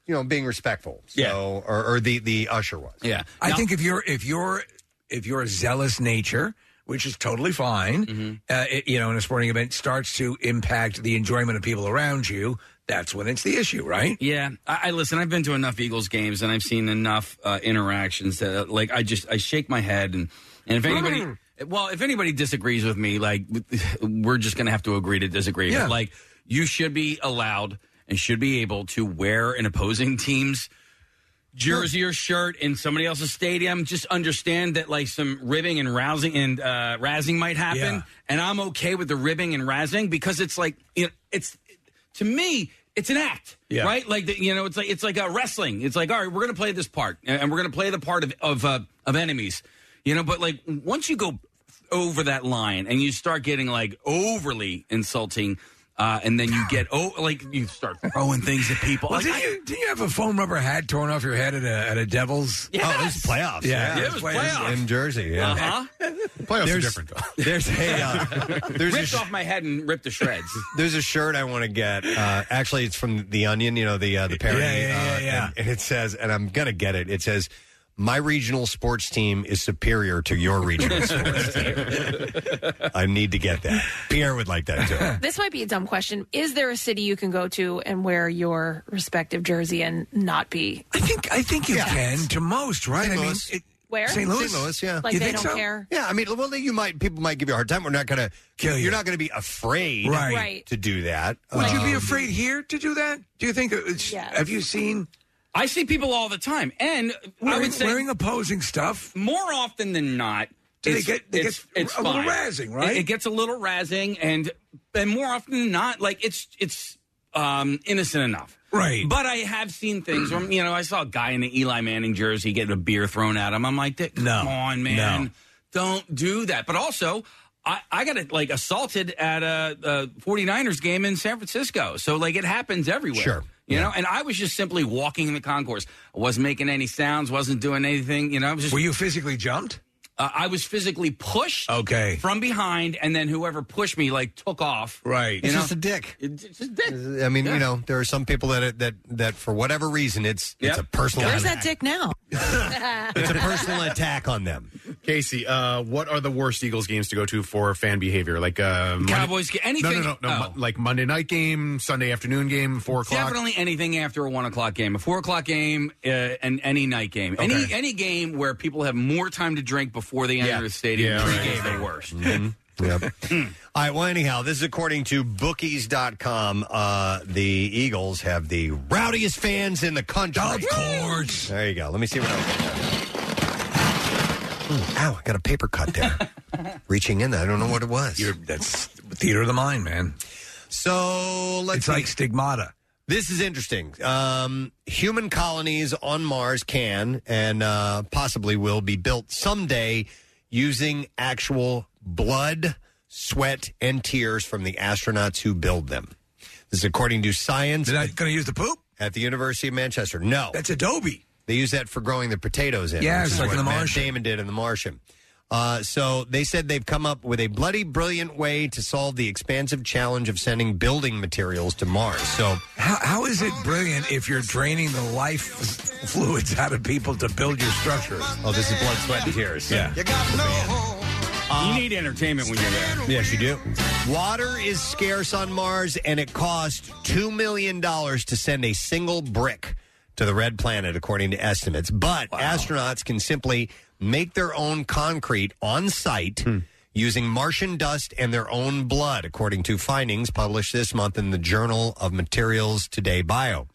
you know being respectful. So,
Yeah.
Or, or the the usher was.
Yeah.
I think if you're if you're if you're a zealous nature, which is totally fine, uh, it- you know, in a sporting event starts to impact the enjoyment of people around you. That's when it's the issue, right?
Yeah, I, I listen. I've been to enough Eagles games and I've seen enough uh, interactions that, uh, like, I just I shake my head and and if anybody,
Hmm.
well, if anybody disagrees with me, like, we're just gonna have to agree to disagree.
Yeah.
Like, you should be allowed and should be able to wear an opposing team's jersey or shirt in somebody else's stadium. Just understand that like some ribbing and rousing and uh, razzing might happen,
Yeah.
and I'm okay with the ribbing and razzing because it's like you know, it's to me it's an act,
Yeah.
right? Like the, you know, it's like it's like uh, wrestling. It's like all right, we're gonna play this part, and and we're gonna play the part of of uh, of enemies, you know. But like once you go over that line and you start getting like overly insulting. Uh, and then you get oh like you start throwing things at people.
Well,
Like,
did,
I-
you, did you have a foam rubber hat torn off your head at a, at a Devils?
Oh, it was playoffs.
Yeah,
it was playoffs in Jersey. Yeah,
Uh-huh.
Playoffs are
There's-
different, though. There's a, uh, there's a
ripped
sh-
off my head and ripped to shreds.
There's a shirt I want to get. Uh, actually, it's from The Onion. You know the uh, the parody.
Yeah, yeah, yeah,
uh,
yeah.
And, and it says, and I'm gonna get it. It says, "My regional sports team is superior to your regional sports team." I need to get that. Pierre would like that too.
This might be a dumb question. Is there a city you can go to and wear your respective jersey and not be?
I think I think you can to most, right? I mean, it-
Where?
St. Louis,
St. Louis, yeah.
Like they don't care.
Yeah, I mean, well, you might people might give you a hard time. We're not gonna kill you. You're not gonna be afraid,
Right. Right.
to do that.
Would you be
Um,
afraid here to do that? Do you think? It's, Have you seen?
I see people all the time, and I
Wearing-
would say
wearing opposing stuff
more often than not.
Do they
it's,
get- they
it's,
get
it's
a little
fine.
razzing, right?
It, it gets a little razzing, and and more often than not, like it's it's um, innocent enough,
Right.
But I have seen things where you know I saw a guy in an Eli Manning jersey getting a beer thrown at him. I'm like, come on, man,
No.
don't do that. But also. I, I got like assaulted at a, a 49ers game in San Francisco. So like it happens everywhere.
Sure.
You know, and I was just simply walking in the concourse. I wasn't making any sounds, wasn't doing anything. You know, I was just.
Were you physically jumped?
Uh, I was physically pushed.
Okay.
From behind, and then whoever pushed me like took off.
Right.
You
It's
know?
just a dick.
It's just a dick.
I mean,
Yeah.
you know, there are some people that that that for whatever reason, it's it's a personal.
Where's
attack.
that dick now?
It's a personal attack on them.
Casey, uh, what are the worst Eagles games to go to for fan behavior? Like uh, Monday-
Cowboys ga- anything-
No, no, no, no.
oh.
Mo- like Monday night game, Sunday afternoon game, four o'clock.
Definitely anything after a one o'clock game, a four o'clock game, uh, and any night game, any
Okay.
any game where people have more time to drink before they enter the stadium.
Yeah, Mm.
pre-game,
right.
the worst.
Mm-hmm. Yep.
Hmm.
All right. Well, anyhow, this is according to bookies.com. Uh, the Eagles have the rowdiest fans in the country. Of course. There you go. Let me see what else. Ooh, ow, I got a paper cut there. Reaching in there. I don't know what it was.
You're, that's theater of the mind, man.
So let's
It's like stigmata.
This is interesting. Um, human colonies on Mars can and uh, possibly will be built someday using actual blood, sweat, and tears from the astronauts who build them. This is according to science.
They're not going to use the poop.
At the University of Manchester. No.
That's Adobe.
They use that for growing the potatoes in.
Yeah,
which
it's
is
like in
what
The
Matt
Martian.
Damon did in The Martian. Uh, so they said they've come up with a bloody brilliant way to solve the expansive challenge of sending building materials to Mars. So
How, how is it brilliant if you're draining the life fluids out of people to build your structures?
Oh, this is blood, sweat, and tears. Yeah.
you need entertainment when you're there.
Uh, Yes, you do. Water is scarce on Mars, and it cost $2 million to send a single brick to the red planet, according to estimates. But astronauts can simply make their own concrete on site. Using Martian dust and their own blood, according to findings published this month in the Journal of Materials Today Bio.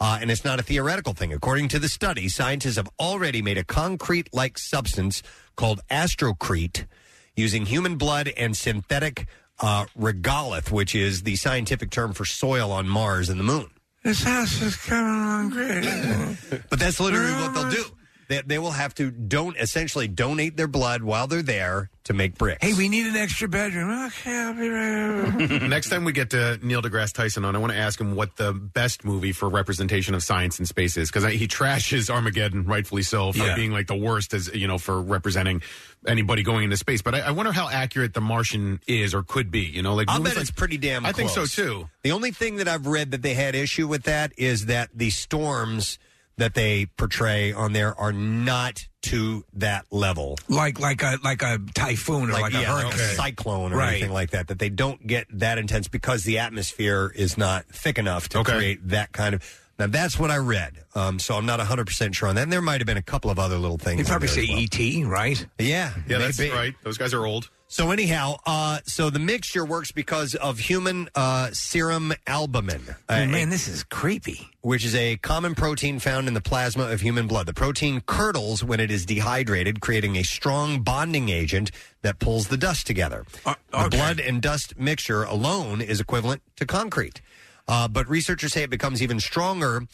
Uh, and it's not a theoretical thing. According to the study, scientists have already made a concrete like substance called astrocrete using human blood and synthetic uh, regolith, which is the scientific term for soil on Mars and the moon.
This house is coming along great.
But that's literally what they'll do. They, they will have to don't essentially donate their blood while they're there to make bricks.
hey, we need an extra bedroom. Okay, I'll be right over.
Next time we get to Neil deGrasse Tyson on, I want to ask him what the best movie for representation of science in space is because he trashes Armageddon, rightfully so, for
Yeah.
being like the worst as you know for representing anybody going into space. But I, I wonder how accurate The Martian is or could be. You know, like
I'll
movies
bet
like-
it's pretty damn.
I think so
close.
too.
The only thing that I've read that they had issue with that is that the storms that they portray on there are not to that level,
like like a like a typhoon or like, a
yeah,
hurricane,
cyclone, or
right.
anything like that. That they don't get that intense because the atmosphere is not thick enough to create that kind of. Now that's what I read, um, so I'm not 100 percent sure on that. And there might have been a couple of other little things.
You
in
probably
there
say
as well.
ET, right?
Yeah,
Yeah, that's
maybe.
right. Those guys are old.
So anyhow, uh, so the mixture works because of human uh, serum albumin. Uh,
Oh, man, this is creepy.
Which is a common protein found in the plasma of human blood. The protein curdles when it is dehydrated, creating a strong bonding agent that pulls the dust together.
Uh,
The blood and dust mixture alone is equivalent to concrete. Uh, but researchers say it becomes even stronger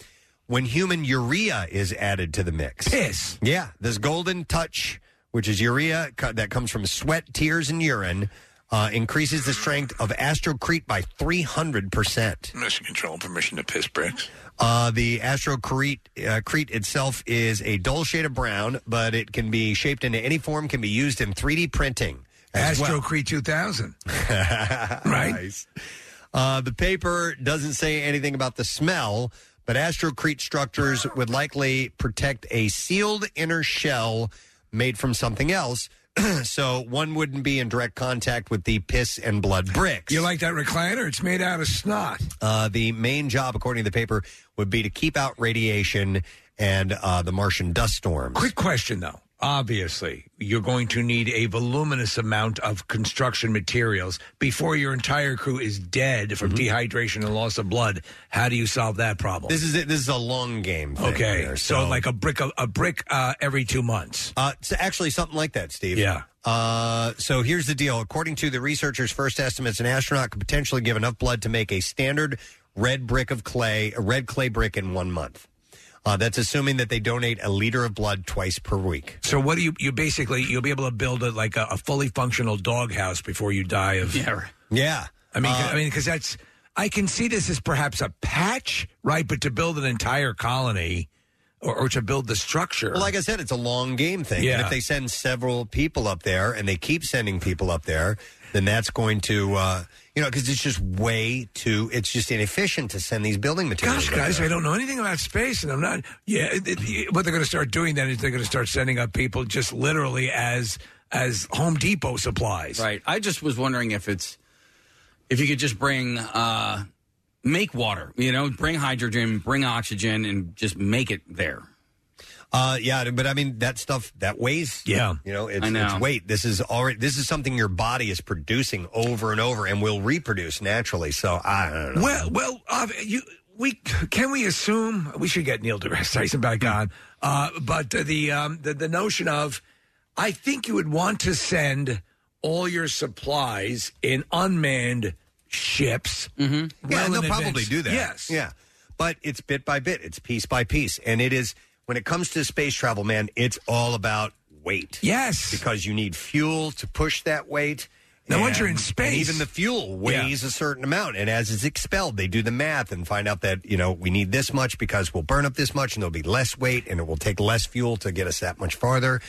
when human urea is added to the mix.
Piss.
Yeah, this golden touch, which is urea co- that comes from sweat, tears, and urine, uh, increases the strength of astrocrete by 300%.
Mission Control, permission to piss bricks.
Uh, the astrocrete uh, crete itself is a dull shade of brown, but it can be shaped into any form, can be used in 3D printing. as well.
Astro Creed 2000.
right? Uh, the paper doesn't say anything about the smell, but astrocrete structures would likely protect a sealed inner shell made from something else, so one wouldn't be in direct contact with the piss and blood brick.
You like that recliner? It's made out of snot.
Uh, the main job, according to the paper, would be to keep out radiation and uh, the Martian dust storms.
Quick question, though. Obviously, you're going to need a voluminous amount of construction materials before your entire crew is dead from dehydration and loss of blood. How do you solve that problem?
Mm-hmm. This is it. This is a long game. thing
okay,
here,
so, like a brick, a, a brick uh, every two months.
Uh, it's actually something like that, Steve.
Yeah.
Uh, so here's the deal. According to the researchers' first estimates, an astronaut could potentially give enough blood to make a standard red brick of clay, a red clay brick in one month. Uh, that's assuming that they donate a liter of blood twice per week.
So what do you? You basically you'll be able to build a, like a, a fully functional doghouse before you die of. Yeah.
Yeah.
I mean, 'cause-
Uh,
I mean, because that's I can see this as perhaps a patch, right? But to build an entire colony, or, or to build the structure.
Well, like I said, it's a long game thing.
Yeah.
And if they send several people up there and they keep sending people up there, then that's going to, uh, you know, because it's just way too, it's just inefficient to send these building materials.
Gosh,
up
guys,
there.
I don't know anything about space, and I'm not. Yeah, it- it- what they're going to start doing then is they're going to start sending up people just literally as as Home Depot supplies.
Right. I just was wondering if it's if you could just bring uh make water, you know, bring hydrogen, bring oxygen and just make it there.
Uh, yeah, but I mean that stuff that weighs.
Yeah.
you know, it's,
I know.
it's weight. This is already this is something your body is producing over and over and will reproduce naturally. So I don't know.
Well, well, uh, you we can we assume we should get Neil deGrasse Tyson back on, uh, but the, um, the the notion of I think you would want to send all your supplies in unmanned ships. Mm-hmm.
yeah, and they'll probably do that.
Yes.
yeah, but it's bit by bit, it's piece by piece, and it is when it comes to space travel, man, it's all about weight.
Yes,
because you need fuel to push that weight.
Now, once you're in
and-
space-
and even the fuel weighs a certain amount, and as it's expelled, they do the math and find out that you know we need this much because we'll burn up this much, and there'll be less weight, and it will take less fuel to get us that much farther.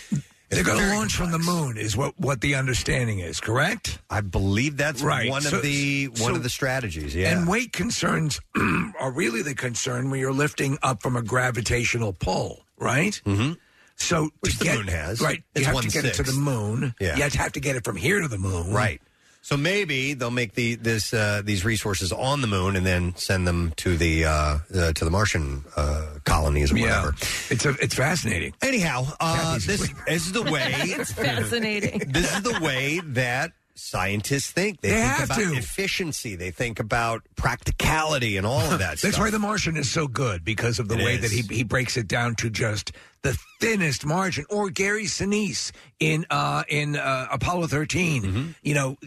They're going to launch from the moon, is what what the understanding is, correct?
I believe that's
right.
one
So-
of the one
so-
of the strategies. Yeah,
And weight concerns are really the concern when you're lifting up from a gravitational pull, right?
Mm-hmm.
So
Which
to
the
get,
moon has.
right?
It's
you have to get
one-sixth.
it to the moon.
Yeah.
you have to, have to get it from here to the moon.
right. So maybe they'll make the this uh, these resources on the moon and then send them to the uh, uh, to the Martian uh, colonies or whatever.
It's a, it's fascinating.
Anyhow, uh, this is the way.
It's fascinating.
This is the way that scientists think. They,
They
think
have
about
to.
efficiency. They think about practicality and all of that.
That's
stuff.
why The Martian is so good because of the
It
way that
is.
he he breaks it down to just the thinnest margin. Or Gary Sinise in uh, in uh, Apollo 13.
Mm-hmm.
You know,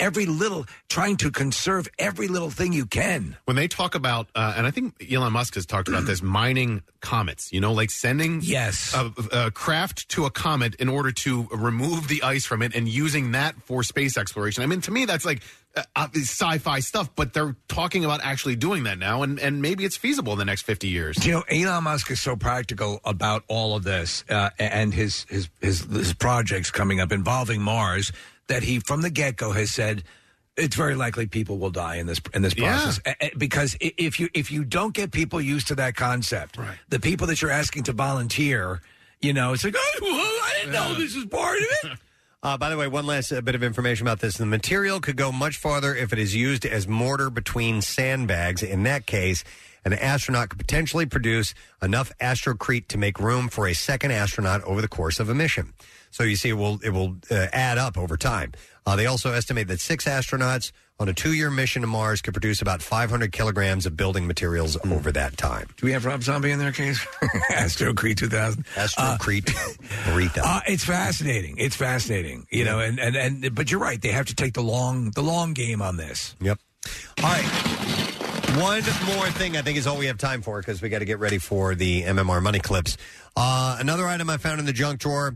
every little trying to conserve every little thing you can.
When they talk about, uh, and I think Elon Musk has talked about this, mining comets. You know, like sending
yes
a, a craft to a comet in order to remove the ice from it and using that for space exploration. I mean, to me, that's like uh, uh, sci-fi stuff. But they're talking about actually doing that now, and and maybe it's feasible in the next fifty years.
You know, Elon Musk is so practical about all of this uh, and his, his his his projects coming up involving Mars that he from the get go has said it's very likely people will die in this in this
Yeah.
process A- a- because i- if you if you don't get people used to that concept, the people that you're asking to volunteer, you know, it's like oh, well, I didn't know this is part of it.
Uh, by the way, one last uh, bit of information about this. The material could go much farther if it is used as mortar between sandbags. In that case, an astronaut could potentially produce enough astrocrete to make room for a second astronaut over the course of a mission. So you see, it will it will uh, add up over time. Uh, they also estimate that six astronauts on a two-year mission to Mars could produce about 500 kilograms of building materials over that time.
Do we have Rob Zombie in there, case? Astro Creed 2000.
Astro Creed 3000.
Uh, it's fascinating. It's fascinating. You know, and, and, and but you're right. They have to take the long the long game on this.
Yep. All right. One more thing I think is all we have time for because we got to get ready for the MMR money clips. Uh, another item I found in the junk drawer.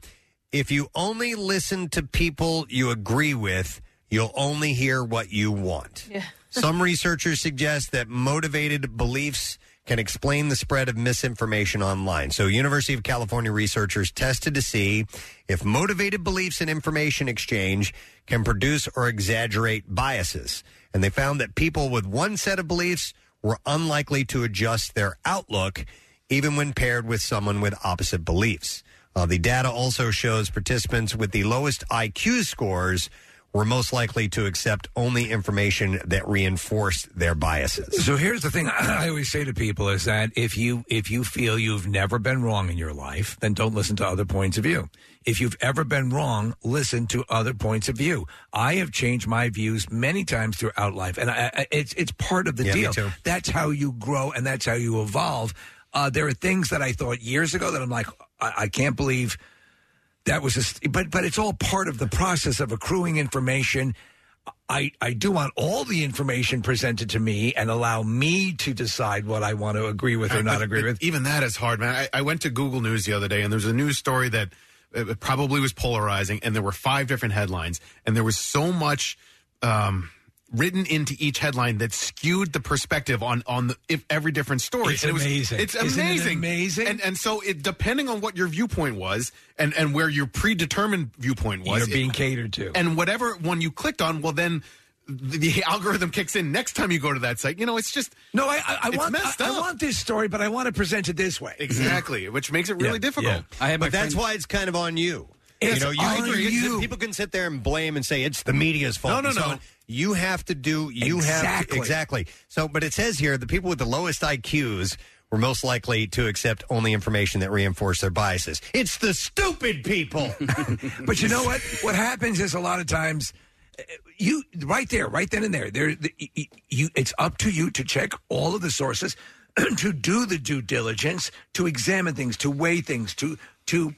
If you only listen to people you agree with, you'll only hear what you want. Some researchers suggest that motivated beliefs can explain the spread of misinformation online. So, University of California researchers tested to see if motivated beliefs in information exchange can produce or exaggerate biases. And they found that people with one set of beliefs were unlikely to adjust their outlook even when paired with someone with opposite beliefs. Uh, the data also shows participants with the lowest IQ scores were most likely to accept only information that reinforced their biases.
So here's the thing I always say to people is that if you if you feel you've never been wrong in your life, then don't listen to other points of view. If you've ever been wrong, listen to other points of view. I have changed my views many times throughout life, and I, I, it's it's part of the
Yeah, me
deal.
too.
That's how you grow, and that's how you evolve. Uh, there are things that I thought years ago that I'm like, I, I can't believe that was a st- but but it's all part of the process of accruing information I, I do want all the information presented to me and allow me to decide what I want to agree with or
But-
not
but-
agree
but
with.
Even that is hard, man. I, I went to Google News the other day, and there was a news story that uh, probably was polarizing, and there were five different headlines, and there was so much. Um, Written into each headline that skewed the perspective on on the, if every different story.
It's
And it was-
amazing.
It's
Isn't it
amazing. amazing. And and so it depending on what your viewpoint was and and where your predetermined viewpoint was,
You're being
it-
catered to.
And whatever one you clicked on, well then the, the algorithm kicks in next time you go to that site. You know, it's just
no. I I, I
it's
want I,
messed
I
up.
want this story, but I want to present it this way.
Exactly, which makes it really
Yeah,
difficult.
yeah. I had my
but that's
friend-
why it's kind of on you.
It's
you know, you,
on
you can-
you.
people can sit there and blame and say it's the media's fault.
No, no,
and so
no.
on. You have to do. You have to,
Exactly.
exactly. So, but it says here the people with the lowest IQs were most likely to accept only information that reinforced their biases. It's the stupid people.
but you know what? What happens is a lot of times, uh, you right there, right then and there, there the, y- y- you. It's up to you to check all of the sources, to do the due diligence, to examine things, to weigh things, to to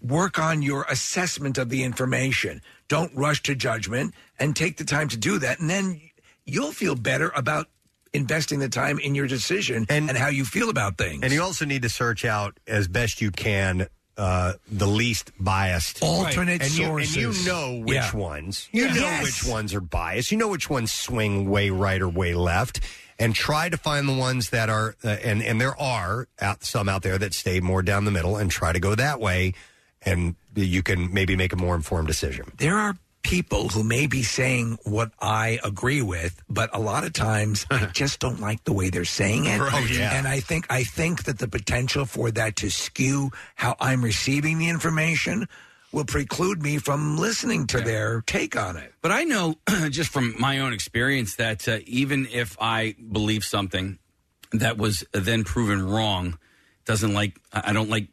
work on your assessment of the information. Don't rush to judgment, and take the time to do that, and then you'll feel better about investing the time in your decision and, how you feel about things.
And you also need to search out as best you can uh, the least biased
Alternate
and You, and
sources.
you know which
Yeah.
ones. You
Yeah.
know
Yes.
which ones are biased. You know which ones swing way right or way left. And try to find the ones that are, uh, and and there are out, some out there that stay more down the middle, and try to go that way, and you can maybe make a more informed decision.
there are people who may be saying what I agree with, but a lot of times I just don't like the way they're saying it.
Right, Oh, yeah.
And I think I think that the potential for that to skew how I'm receiving the information will preclude me from listening to their take on it.
But I know just from my own experience that uh, even if I believe something that was then proven wrong, doesn't like I I don't like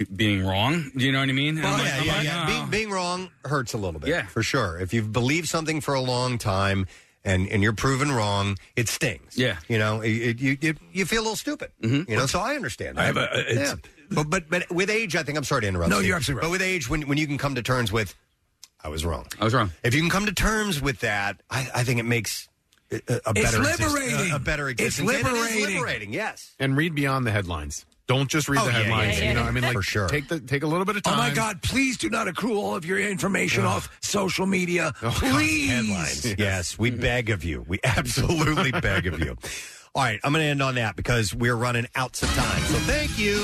f- being wrong. Do you know what I mean? I'm like-
yeah,
I'm
yeah,
like,
yeah.
"Oh."
Being, being wrong hurts a little bit,
Yeah.
for sure. If you've believed something for a long time and and you're proven wrong, it stings.
Yeah. Mm-hmm.
you know, it, it- you it, you feel a little stupid. You know, so I understand. That.
I have a, it's,
Yeah. But, but but with age, I think I'm sorry to interrupt.
No,
Steve,
you're absolutely right.
But with age, when when you can come to terms with, I was wrong.
I was wrong.
If you can come to terms with that, I, I think it makes a, a a
It's
better exist-
liberating.
a, a better
It's
existence. And it is
liberating.
liberating. Yes.
And read beyond the headlines. Don't just read
Oh,
the
yeah, yeah,
headlines.
yeah,
You know,
yeah.
I mean, like
For sure.
take the take a little bit of time.
Oh my God! Please do not accrue all of your information
Ugh. Oh,
off social media. please.
Headlines. Yes, we beg of you. We absolutely beg of you. All right, I'm going to end on that because we're running out of time. So thank you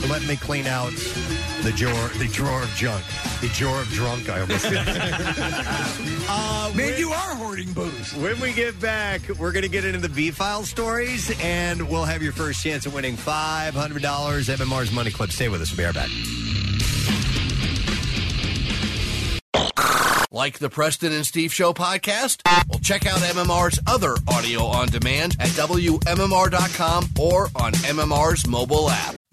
for letting me clean out the drawer, the drawer of junk, the drawer of drunk. I almost said. uh,
Maybe you are hoarding booze.
When we get back, we're going to get into the V file stories, and we'll have your first chance at winning $500 MMR's Money Clip. Stay with us. We'll be right back.
Like the Preston and Steve Show podcast? Well, check out MMR's other audio on demand at WMMR.com or on MMR's mobile app.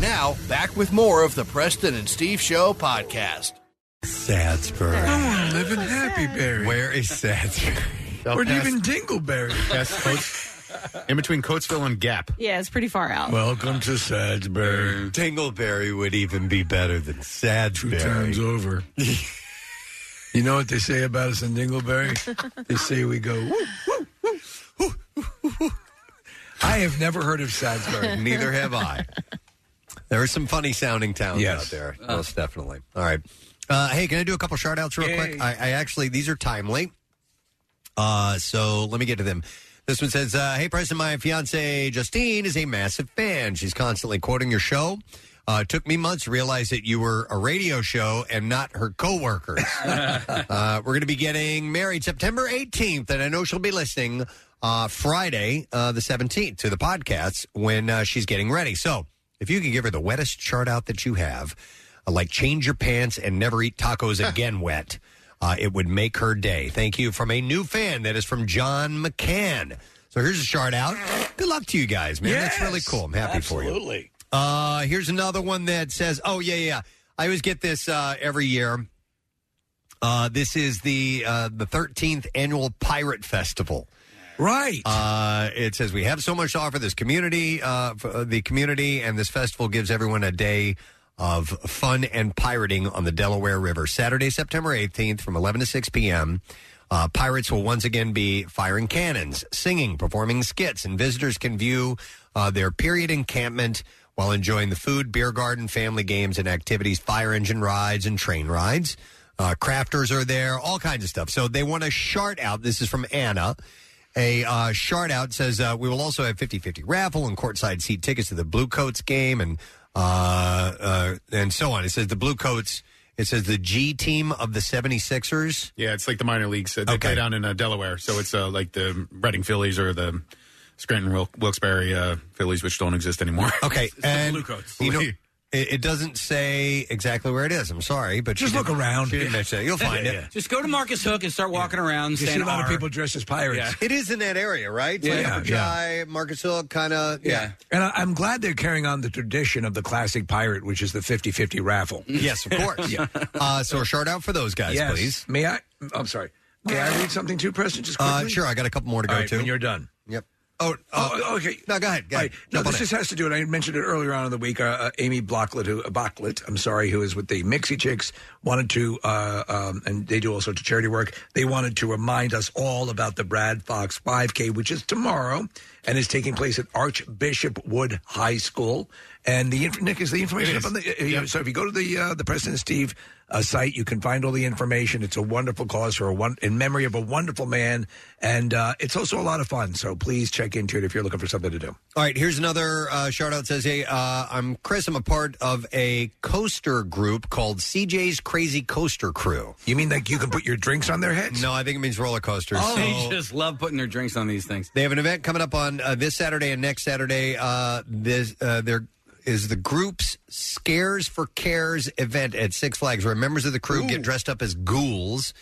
Now, back with more of the Preston and Steve Show podcast.
Sadsbury.
I want to live in Happyberry.
Where is Sadsbury?
Or even Dingleberry.
in between Coatesville and Gap.
Yeah, it's pretty far out.
Welcome to Sadsbury.
Dingleberry would even be better than Sadsbury.
Two times over. you know what they say about us in Dingleberry? they say we go. Woo, woo, woo, woo, woo, woo." I have never heard of Sadsbury.
Neither have I. There are some funny sounding towns out there, most definitely. All right. Uh, hey, can I do a couple shout outs real quick? I, I actually, these are timely. Uh, so let me get to them. This one says, uh, Hey, Preston, my fiance Justine is a massive fan. She's constantly quoting your show. Uh, it took me months to realize that you were a radio show and not her coworkers. uh, we're going to be getting married September 18th, and I know she'll be listening uh, Friday, uh, the 17th, to the podcast when uh, she's getting ready. So if you could give her the wettest chart out that you have, uh, like change your pants and never eat tacos again wet, uh, it would make her day. Thank you from a new fan that is from John McCann. So here's a chart out. Good luck to you guys, man. That's really cool. I'm happy for you.
Absolutely.
Uh, here's another one that says, "Oh yeah, yeah." I always get this uh, every year. Uh, this is the uh, the 13th annual Pirate Festival.
Right.
Uh, it says we have so much to offer this community, uh, f- uh, the community, and this festival gives everyone a day of fun and pirating on the Delaware River. Saturday, September 18th, from 11 to 6 p.m. Uh, pirates will once again be firing cannons, singing, performing skits, and visitors can view uh, their period encampment while enjoying the food, beer garden, family games, and activities, fire engine rides, and train rides. Uh, crafters are there, all kinds of stuff. So they want to shart out. This is from Anna. A uh, shard out says uh, we will also have 50-50 raffle and courtside seat tickets to the Blue Coats game and uh, uh, and so on. It says the Blue Coats. It says the G team of the 76ers.
Yeah, it's like the minor leagues. They play down in uh, Delaware, so it's uh, like the Reading Phillies or the Scranton Wil- Wilkes-Barre uh, Phillies, which don't exist anymore.
Okay, and you know, it, it doesn't say exactly where it is. I'm sorry, but
Just
she didn't-
look around.
She didn't mention it. You'll find it.
Just go to Marcus Hook and start walking around.
You see
saying
a lot of
"R."
people
dressed as pirates.
Yeah.
It is in that area, right? It's like
Yeah,
Upper
yeah.
Chi, Marcus Hill, kind of. Yeah.
And I, I'm glad they're carrying on the tradition of the classic pirate, which is the 50 50 raffle.
Yes, of course.
yeah.
Uh, so a shard out for those guys,
Yes.
please.
May I? I'm sorry. May I read something too, Preston? Just
Uh,
quickly?
sure, I got a couple more to go
All right,
to.
When you're done.
Yep. Oh,
oh, okay.
No, go ahead.
No, this just has to do, and I mentioned it earlier on in the week. Uh, uh, Amy Blocklet, who uh, Bocklet, I'm sorry, who is with the Mixie Chicks, wanted to, uh, um, and they do all sorts of charity work. They wanted to remind us all about the Brad Fox 5K, which is tomorrow, and is taking place at Archbishop Wood High School. And the inf- Nick is the information
It
up
is.
on the uh, so if you go to the uh, the President Steve uh, site, you can find all the information. It's a wonderful cause for a one in memory of a wonderful man, and uh, it's also a lot of fun. So please check into it if you're looking for something to do.
All right, here's another uh, shout out. Says, "Hey, uh, I'm Chris. I'm a part of a coaster group called CJ's Crazy Coaster Crew."
You mean like you can put your drinks on their heads?
No, I think it means roller coasters.
Oh,
So-
they just love putting their drinks on these things.
They have an event coming up on uh, this Saturday and next Saturday. Uh, this uh, there is the group's Scares for Cares event at Six Flags, where members of the crew get dressed up as ghouls.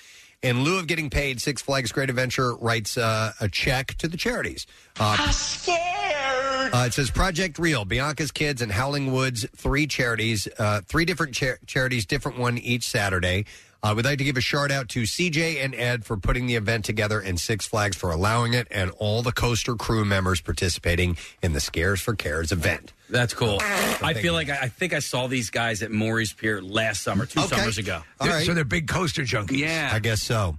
In lieu of getting paid, Six Flags Great Adventure writes uh, a check to the charities. Uh, uh, it says Project Real, Bianca's Kids, and Howling Woods, three charities, uh, three different cha- charities, different one each Saturday. Uh, we'd like to give a shout out to CJ and Ed for putting the event together and Six Flags for allowing it, and all the coaster crew members participating in the Scares for Cares event.
That's cool. I feel like I, I think I saw these guys at Maury's Pier last summer, two
Okay.
summers ago.
All right.
So they're big coaster junkies.
Yeah. I guess so.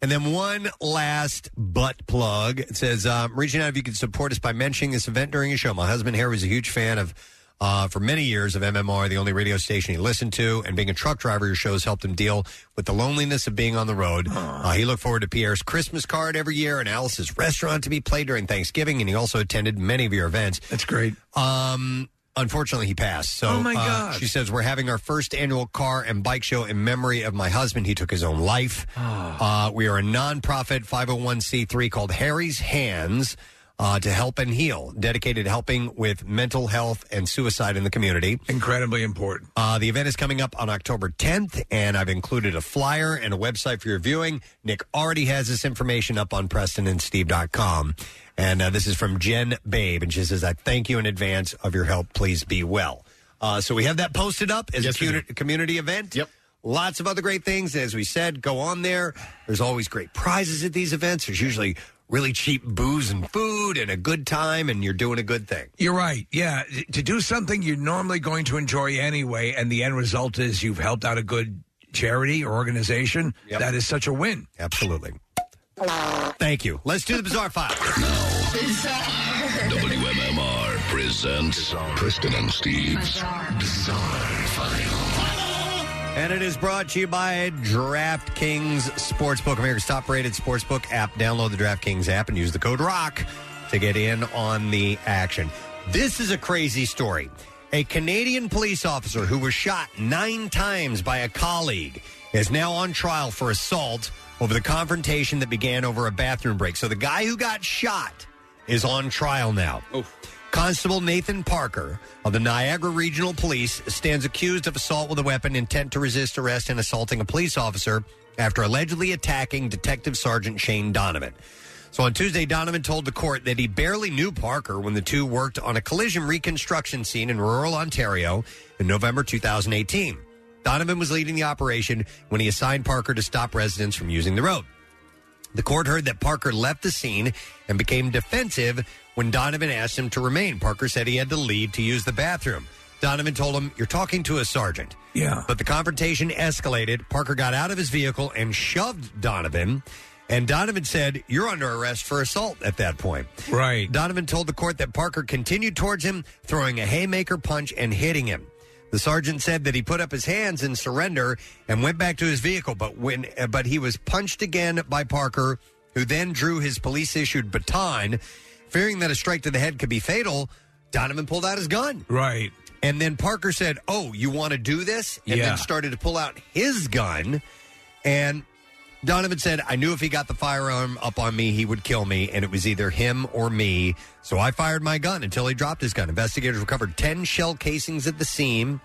And then one last butt plug. It says, um, reaching out if you can support us by mentioning this event during your show. My husband here was a huge fan of, uh, for many years of MMR, the only radio station he listened to. And being a truck driver, your shows helped him deal with the loneliness of being on the road. Uh, he looked forward to Pierre's Christmas card every year and Alice's restaurant to be played during Thanksgiving. And he also attended many of your events.
That's great.
Um, unfortunately, he passed. So,
Oh, my
uh,
God.
she says we're having our first annual car and bike show in memory of my husband. He took his own life.
Oh.
Ah.
Uh, we are a nonprofit 501c3 called Harry's Hands. Uh, to help and heal, dedicated to helping with mental health and suicide in the community.
Incredibly important.
Uh, the event is coming up on October 10th, and I've included a flyer and a website for your viewing. Nick already has this information up on PrestonandSteve.com. And uh, this is from Jen Babe, and she says, I thank you in advance of your help. Please be well. Uh, so we have that posted up as a commu- community event. Yep. Lots of other great things. As we said, go on there. There's always great prizes at these events. There's usually really cheap booze and food and a good time, and you're doing a good thing.
You're right. Yeah, to do something you're normally going to enjoy anyway, and the end result is you've helped out a good charity or organization. That is such a win.
Absolutely. Thank you. Let's do the bizarre file.
WMMR presents Preston and Steve's Bizarre, File.
And it is brought to you by DraftKings Sportsbook, America's top rated sportsbook app. Download the DraftKings app and use the code ROCK to get in on the action. This is a crazy story. A Canadian police officer who was shot nine times by a colleague is now on trial for assault over the confrontation that began over a bathroom break. So the guy who got shot is on trial now. Constable Nathan Parker of the Niagara Regional Police stands accused of assault with a weapon, intent to resist arrest, and assaulting a police officer after allegedly attacking Detective Sergeant Shane Donovan. So on Tuesday, Donovan told the court that he barely knew Parker when the two worked on a collision reconstruction scene in rural Ontario in November 2018. Donovan was leading the operation when he assigned Parker to stop residents from using the road. The court heard that Parker left the scene and became defensive when Donovan asked him to remain. Parker said he had to leave to use the bathroom. Donovan told him, You're talking to a sergeant. Yeah. But the confrontation escalated. Parker got out of his vehicle and shoved Donovan. And Donovan said, You're under arrest for assault at that point.
Right.
Donovan told the court that Parker continued towards him, throwing a haymaker punch and hitting him. The sergeant said that he put up his hands in surrender and went back to his vehicle, but when uh, but he was punched again by Parker, who then drew his police-issued baton, fearing that a strike to the head could be fatal. Donovan pulled out his gun.
Right.
And then Parker said, "Oh, you want to do this?" and
Yeah.
then started to pull out his gun and Donovan said, I knew if he got the firearm up on me, he would kill me, and it was either him or me. So I fired my gun until he dropped his gun. Investigators recovered 10 shell casings at the scene.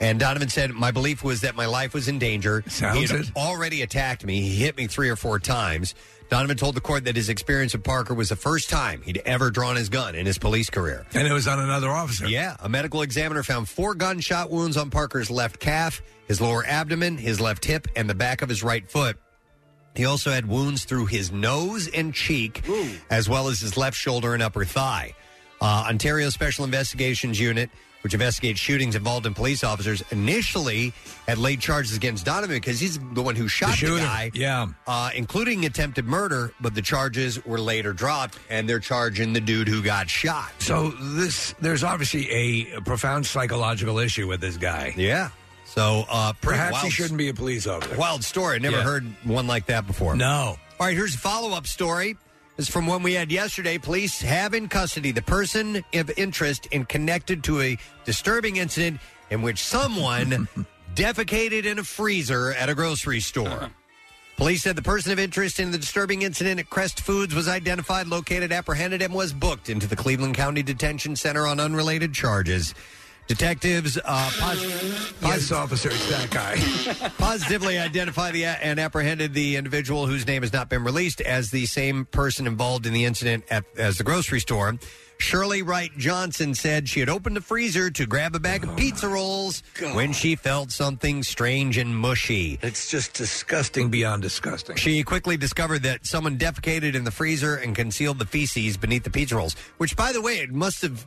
And Donovan said, My belief was that my life was in danger. he
Sounds
had
it.
already attacked me. He hit me three or four times. Donovan told the court that his experience with Parker was the first time he'd ever drawn his gun in his police career.
And it was on another officer.
Yeah, a medical examiner found four gunshot wounds on Parker's left calf, his lower abdomen, his left hip, and the back of his right foot. He also had wounds through his nose and cheek, as well as his left shoulder and upper thigh. Uh, Ontario Special Investigations Unit, which investigates shootings involved in police officers, initially had laid charges against Donovan because he's the one who shot the,
shooter,
guy,
yeah.
uh, including attempted murder. But the charges were later dropped, and they're charging the dude who got shot.
So this there's obviously a profound psychological issue with this guy.
Yeah. So uh, pretty
perhaps he
wild-
shouldn't be a police officer.
Wild story. I never
Yeah.
heard one like that before.
No.
All right, here's a follow up story. This is from one we had yesterday. Police have in custody the person of interest in connected to a disturbing incident in which someone defecated in a freezer at a grocery store. Police said the person of interest in the disturbing incident at Crest Foods was identified, located, apprehended, and was booked into the Cleveland County Detention Center on unrelated charges. Detectives uh, pos-
Yes, officer, it's that guy.
positively identified the, and apprehended the individual whose name has not been released as the same person involved in the incident at, as the grocery store. Shirley Wright Johnson said she had opened the freezer to grab a
Oh
bag of pizza rolls when she felt something strange and mushy.
It's just disgusting beyond disgusting.
She quickly discovered that someone defecated in the freezer and concealed the feces beneath the pizza rolls, which, by the way, it must have.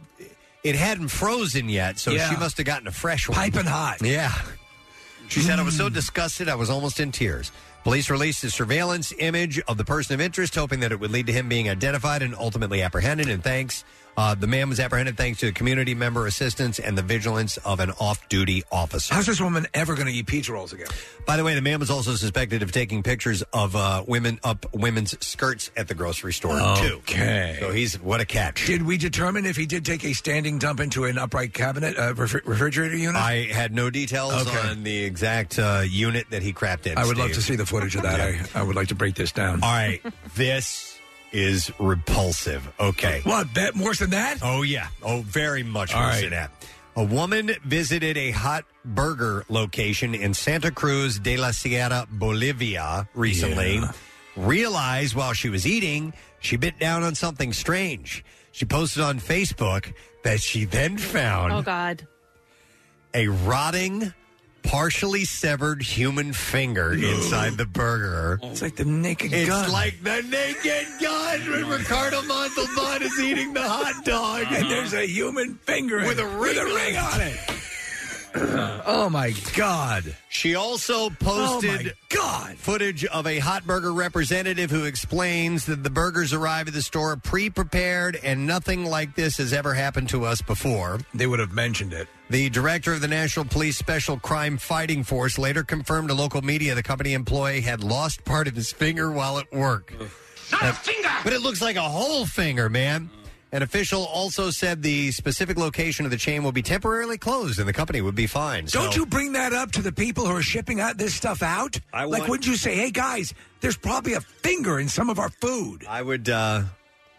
It hadn't frozen yet, so
Yeah.
she must have gotten a fresh one.
Piping hot.
Yeah. She said, I was so disgusted, I was almost in tears. Police released a surveillance image of the person of interest, hoping that it would lead to him being identified and ultimately apprehended. And thanks, uh, the man was apprehended thanks to community member assistance and the vigilance of an off duty officer.
How's this woman ever going to eat pizza rolls again?
By the way, the man was also suspected of taking pictures of uh, women up women's skirts at the grocery store, too.
Okay.
So he's, what a catch.
Did we determine if he did take a standing dump into an upright cabinet uh, refri- refrigerator unit?
I had no details on the exact uh, unit that he crapped in.
I would love
Steve.
to see the footage of that. I, I would like to break this down.
All right, this is repulsive. Okay.
What? Bet worse than that?
Oh yeah. Oh, very much
All
worse
right.
than that. A woman visited a hot burger location in Santa Cruz de la Sierra, Bolivia, recently. Realized while she was eating, she bit down on something strange. She posted on Facebook that she then found
Oh God.
a rotting, partially severed human finger inside the burger.
It's like the naked
It's
gun.
like the naked gun when Ricardo Montalban is eating the hot dog.
And there's a human finger in
with a
it,
ring,
with a ring on it. oh my God. Oh
She also posted
God.
footage of a hot burger representative who explains that the burgers arrive at the store pre-prepared and nothing like this has ever happened to us before.
They would have mentioned it.
The director of the National Police Special Crime Fighting Force later confirmed to local media the company employee had lost part of his finger while at work. Not a finger! But it looks like a whole finger, man. An official also said the specific location of the chain will be temporarily closed and the company would be fined. So-
Don't you bring that up to the people who are shipping out this stuff out?
I
like,
want-
wouldn't you say, hey, guys, there's probably a finger in some of our food?
I would. uh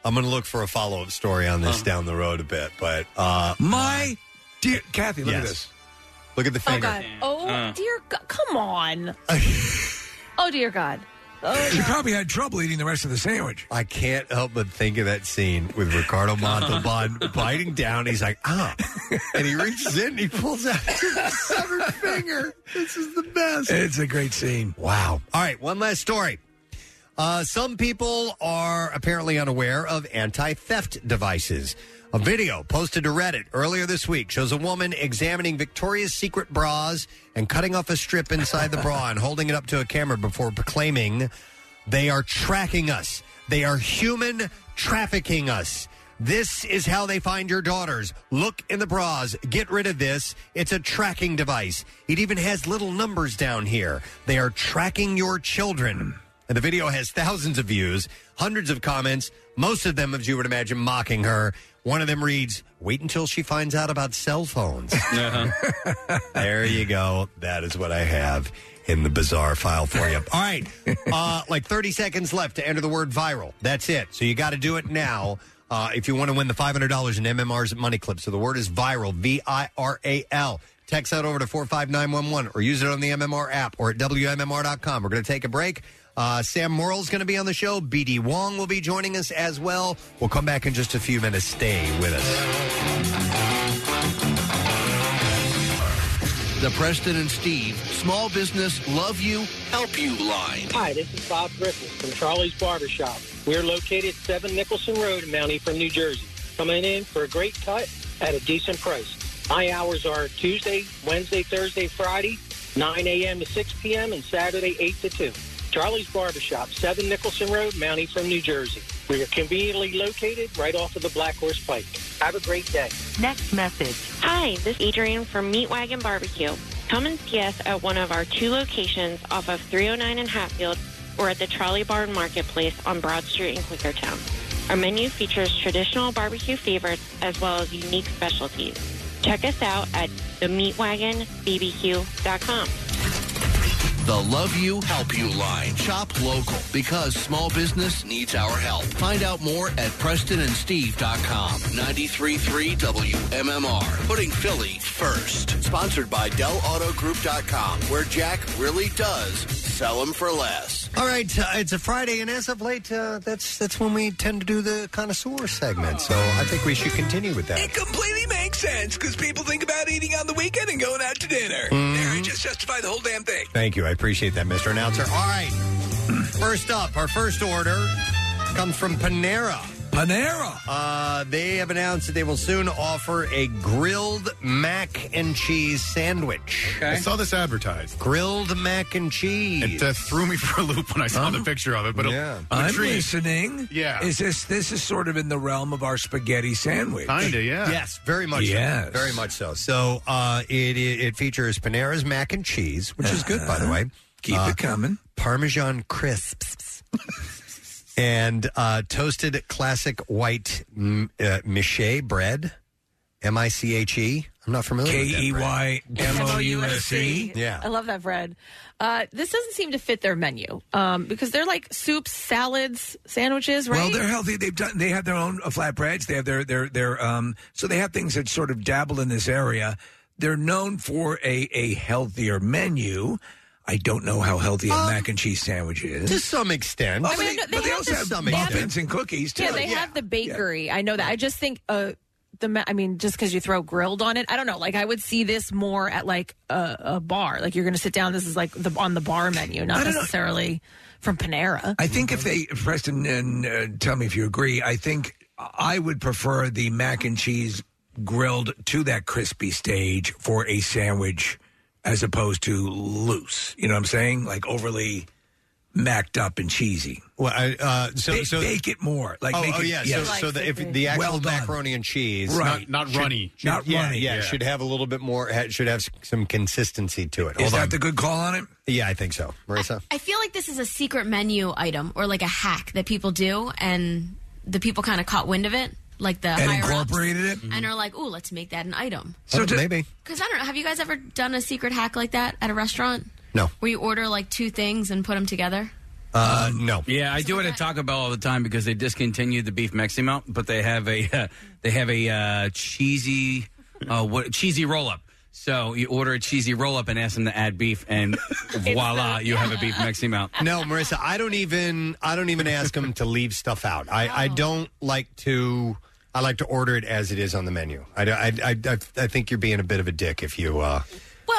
I'm going to look for a follow up story on this down the road a bit, but uh
Uh. my dear Kathy,
look
at
this. Look at the
Oh
finger.
God. Oh
Uh.
dear God. Come on. oh dear God.
She probably had trouble eating the rest of the sandwich.
I can't help but think of that scene with Ricardo Montalban biting down. He's like, ah, and he reaches in and he pulls out his severed finger. This is the best.
It's a great scene.
Wow. All right, one last story. Uh, some people are apparently unaware of anti theft devices. A video posted to Reddit earlier this week shows a woman examining Victoria's Secret bras and cutting off a strip inside the bra and holding it up to a camera before proclaiming, They are tracking us. They are human trafficking us. This is how they find your daughters. Look in the bras. Get rid of this. It's a tracking device. It even has little numbers down here. They are tracking your children. And the video has thousands of views, hundreds of comments, most of them, as you would imagine, mocking her. One of them reads, Wait until she finds out about cell phones. Uh-huh. there you go. That is what I have in the bizarre file for you. All right. Uh, like 30 seconds left to enter the word viral. That's it. So you got to do it now. Uh, if you want to win the $500 in MMR's money clip. So the word is viral, V I R A L. Text that over to 45911 or use it on the MMR app or at WMMR.com. We're going to take a break. Uh, Sam Morrill's going to be on the show. BD Wong will be joining us as well. We'll come back in just a few minutes. Stay with us.
The Preston and Steve Small Business Love You Help You line.
Hi, this is Bob Griffin from Charlie's Barbershop. We're located at 7 Nicholson Road in Mount Ephraim, New Jersey. Coming in for a great cut at a decent price. My hours are Tuesday, Wednesday, Thursday, Friday, 9 a.m. to 6 p.m., and Saturday, 8 to 2. Charlie's Barbershop, 7 Nicholson Road, Mount Ephraim, New Jersey. We are conveniently located right off of the Black Horse Pike. Have a great day.
Next message. Hi, this is Adrian from Meat Wagon Barbecue. Come and see us at one of our two locations off of 309 in Hatfield or at the Trolley Barn Marketplace on Broad Street in Quakertown. Our menu features traditional barbecue favorites as well as unique specialties. Check us out at themeatwagonbbq.com.
The Love You Help You line. Shop local because small business needs our help. Find out more at PrestonandSteve.com. 93.3 WMMR. Putting Philly first. Sponsored by DellAutoGroup.com, where Jack really does sell them for less.
All right, uh, it's a Friday, and as of late, uh, that's that's when we tend to do the connoisseur segment. So I think we should continue with that.
It completely makes sense because people think about eating on the weekend and going out to dinner.
Mhm.
There, you just justify the whole damn thing.
Thank you, I appreciate that, Mr. Announcer. All right, first up, our first order comes from Panera.
Panera.
Uh, they have announced that they will soon offer a grilled mac and cheese sandwich.
I saw this advertised.
Grilled mac and cheese.
It uh, threw me for a loop when I saw the picture of it, but
Yeah.
I'm
I'm
intrigued.
listening.
Yeah.
Is this this is sort of in the realm of our spaghetti sandwich?
Kinda, yeah.
Yes, very much
Yes.
so. Very much so. So uh, it, it it features Panera's mac and cheese, which is good, by the way.
Uh-huh. Keep
Uh,
it coming.
Parmesan crisps. and uh, toasted classic white mm, uh, miche bread, M I C H E. I'm not familiar with that
K E
bread.
Y M O U S E.
Yeah.
I love that bread. Uh, this doesn't seem to fit their menu um, because they're like soups, salads, sandwiches, right?
Well, they're healthy. They've done. They have their own uh, flatbreads. They have their their their um. So they have things that sort of dabble in this area. They're known for a a healthier menu. I don't know how healthy a mac and cheese sandwich is
to some extent.
Um, I mean, no, they
but they
have
also
the-
have
they have the-
muffins and cookies too.
Yeah, they have the bakery. I know that. I just think uh, the. ma- I mean, just because you throw grilled on it, I don't know. Like I would see this more at like a, a bar. Like you're going to sit down. This is like the on the bar menu,
I
not
don't know.
necessarily from Panera.
I think if they, Preston, and uh, tell me if you agree. I think I would prefer the mac and cheese grilled to that crispy stage for a sandwich, as opposed to loose. You know what I'm saying? Like overly macked up and cheesy.
Well, I, uh, so,
Bake-
so
bake it more. Like
oh,
make
oh,
it-
yeah.
yes.
So, so the, if the actual
Well done.
macaroni and cheese,
Right. Not- not
should-
runny.
should-
Not
yeah,
runny.
Yeah,
Yeah.
should have a little bit more. ha- Should have s- some consistency to it.
Is that the good call on it?
Yeah, I think so, Marissa.
I feel like this is a secret menu item or like a hack that people do, and the people kind of caught wind of it, like the
and
higher ups,
incorporated it.
and are like, "Ooh, let's make that an item."
So to- maybe
Because I don't know, have you guys ever done a secret hack like that at a restaurant?
No.
Where you order like two things and put them together?
Uh, no.
Yeah, I do it at Taco Bell all the time because they discontinued the beef Mexi melt, but they have a uh, they have a uh, cheesy uh, what cheesy roll up. So you order a cheesy roll up and ask them to add beef, and voila, you have a beef Mexi melt.
No, Marissa, I don't even I don't even ask them to leave stuff out. I, I
Oh.
don't like to I like to order it as it is on the menu. I, I, I, I- I think you're being a bit of a dick if you uh,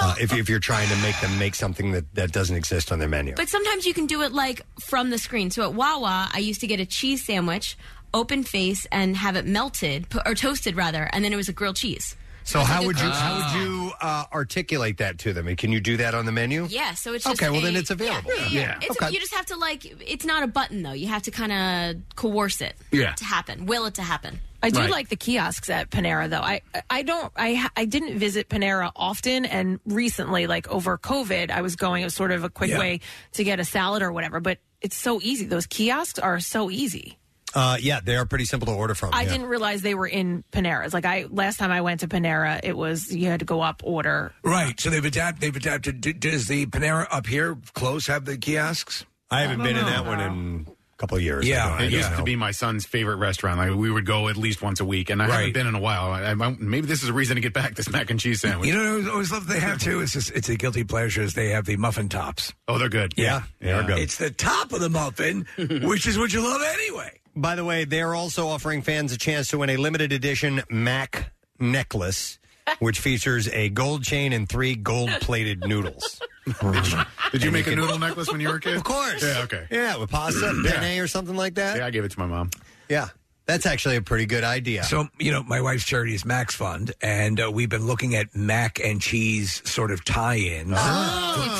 uh, if if you're trying to make them make something that, that doesn't exist on their menu.
But sometimes you can do it like from the screen. So at Wawa, I used to get a cheese sandwich, open face, and have it melted p- or toasted rather, and then it was a grilled cheese.
so
it's
how
like a
would you
grilled
how
cheese.
would you uh, articulate that to them? And Can you do that on the menu?
Yeah, so it's just
okay. Well,
a-
then it's available.
Yeah, yeah, yeah. It's- You just have to like. It's not a button though. You have to kind of coerce it.
Yeah.
To happen, will it to happen?
I do like the kiosks at Panera though. I I don't I ha- I didn't visit Panera often and recently like over COVID I was going it was sort of a quick
Yeah.
way to get a salad or whatever, but it's so easy. Those kiosks are so easy.
Uh, yeah, they are pretty simple to order
Oh,
from.
I
yeah.
didn't realize they were in Panera's. Like I last time I went to Panera, it was you had to go up order.
right. So they've adapted. They've adapted. Do- Does the Panera up here close have the kiosks?
I haven't been in that one in a couple of years.
Yeah,
it used to be my son's favorite restaurant. Like we would go at least once a week, and I haven't
Right.
been in a while. I, I, maybe this is a reason to get back this mac and cheese sandwich.
You know, what I always love they have too. It's just, it's a guilty pleasure. Is they have the muffin tops.
Oh, they're good.
Yeah,
Yeah. They're good.
It's the top of the muffin, which is what you love eh? anyway.
By the way, they're also offering fans a chance to win a limited edition Mac necklace which features a gold chain and three gold plated noodles.
Did you
And
make a
can-
noodle necklace when you were a kid?
Of course.
Yeah, okay.
Yeah, with pasta,
Yeah.
penne, or something like that.
Yeah, I gave it to my mom.
Yeah. That's actually a pretty good idea.
So, you know, my wife's charity is Max Fund, and uh, we've been looking at mac and cheese sort of tie ins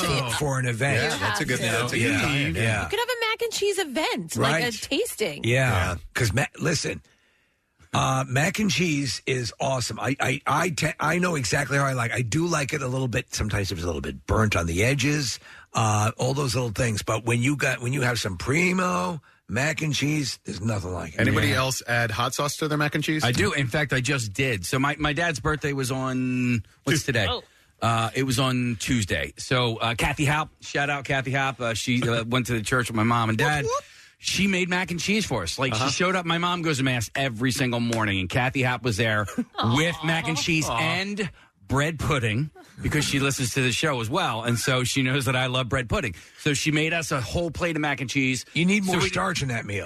for, for an event.
Oh. Yeah, that's a good-
You know,
that's a good
yeah,
tie-in, yeah.
Yeah.
You could have a mac and cheese event, like
Right.
a tasting.
Yeah, because listen, uh, mac and cheese is awesome. I I I, te- I know exactly how I like. I do like it a little bit. Sometimes it was a little bit burnt on the edges, uh, all those little things. But when you got when you have some primo mac and cheese, there's nothing like it.
Anybody
Yeah.
else add hot sauce to their mac and cheese?
I do. In fact, I just did. So my, my dad's birthday was on what's today? Uh, it was on Tuesday. So uh, Kathy Hop, shout out Kathy Hop. Uh, she uh, went to the church with my mom and dad. She made mac and cheese for us. Like
Uh-huh.
she showed up. My mom goes to mass every single morning, and Kathy Hop was there with mac and cheese and bread pudding because she listens to the show as well, and so she knows that I love bread pudding. So she made us a whole plate of mac and cheese.
You need
So
more
we-
starch in that meal.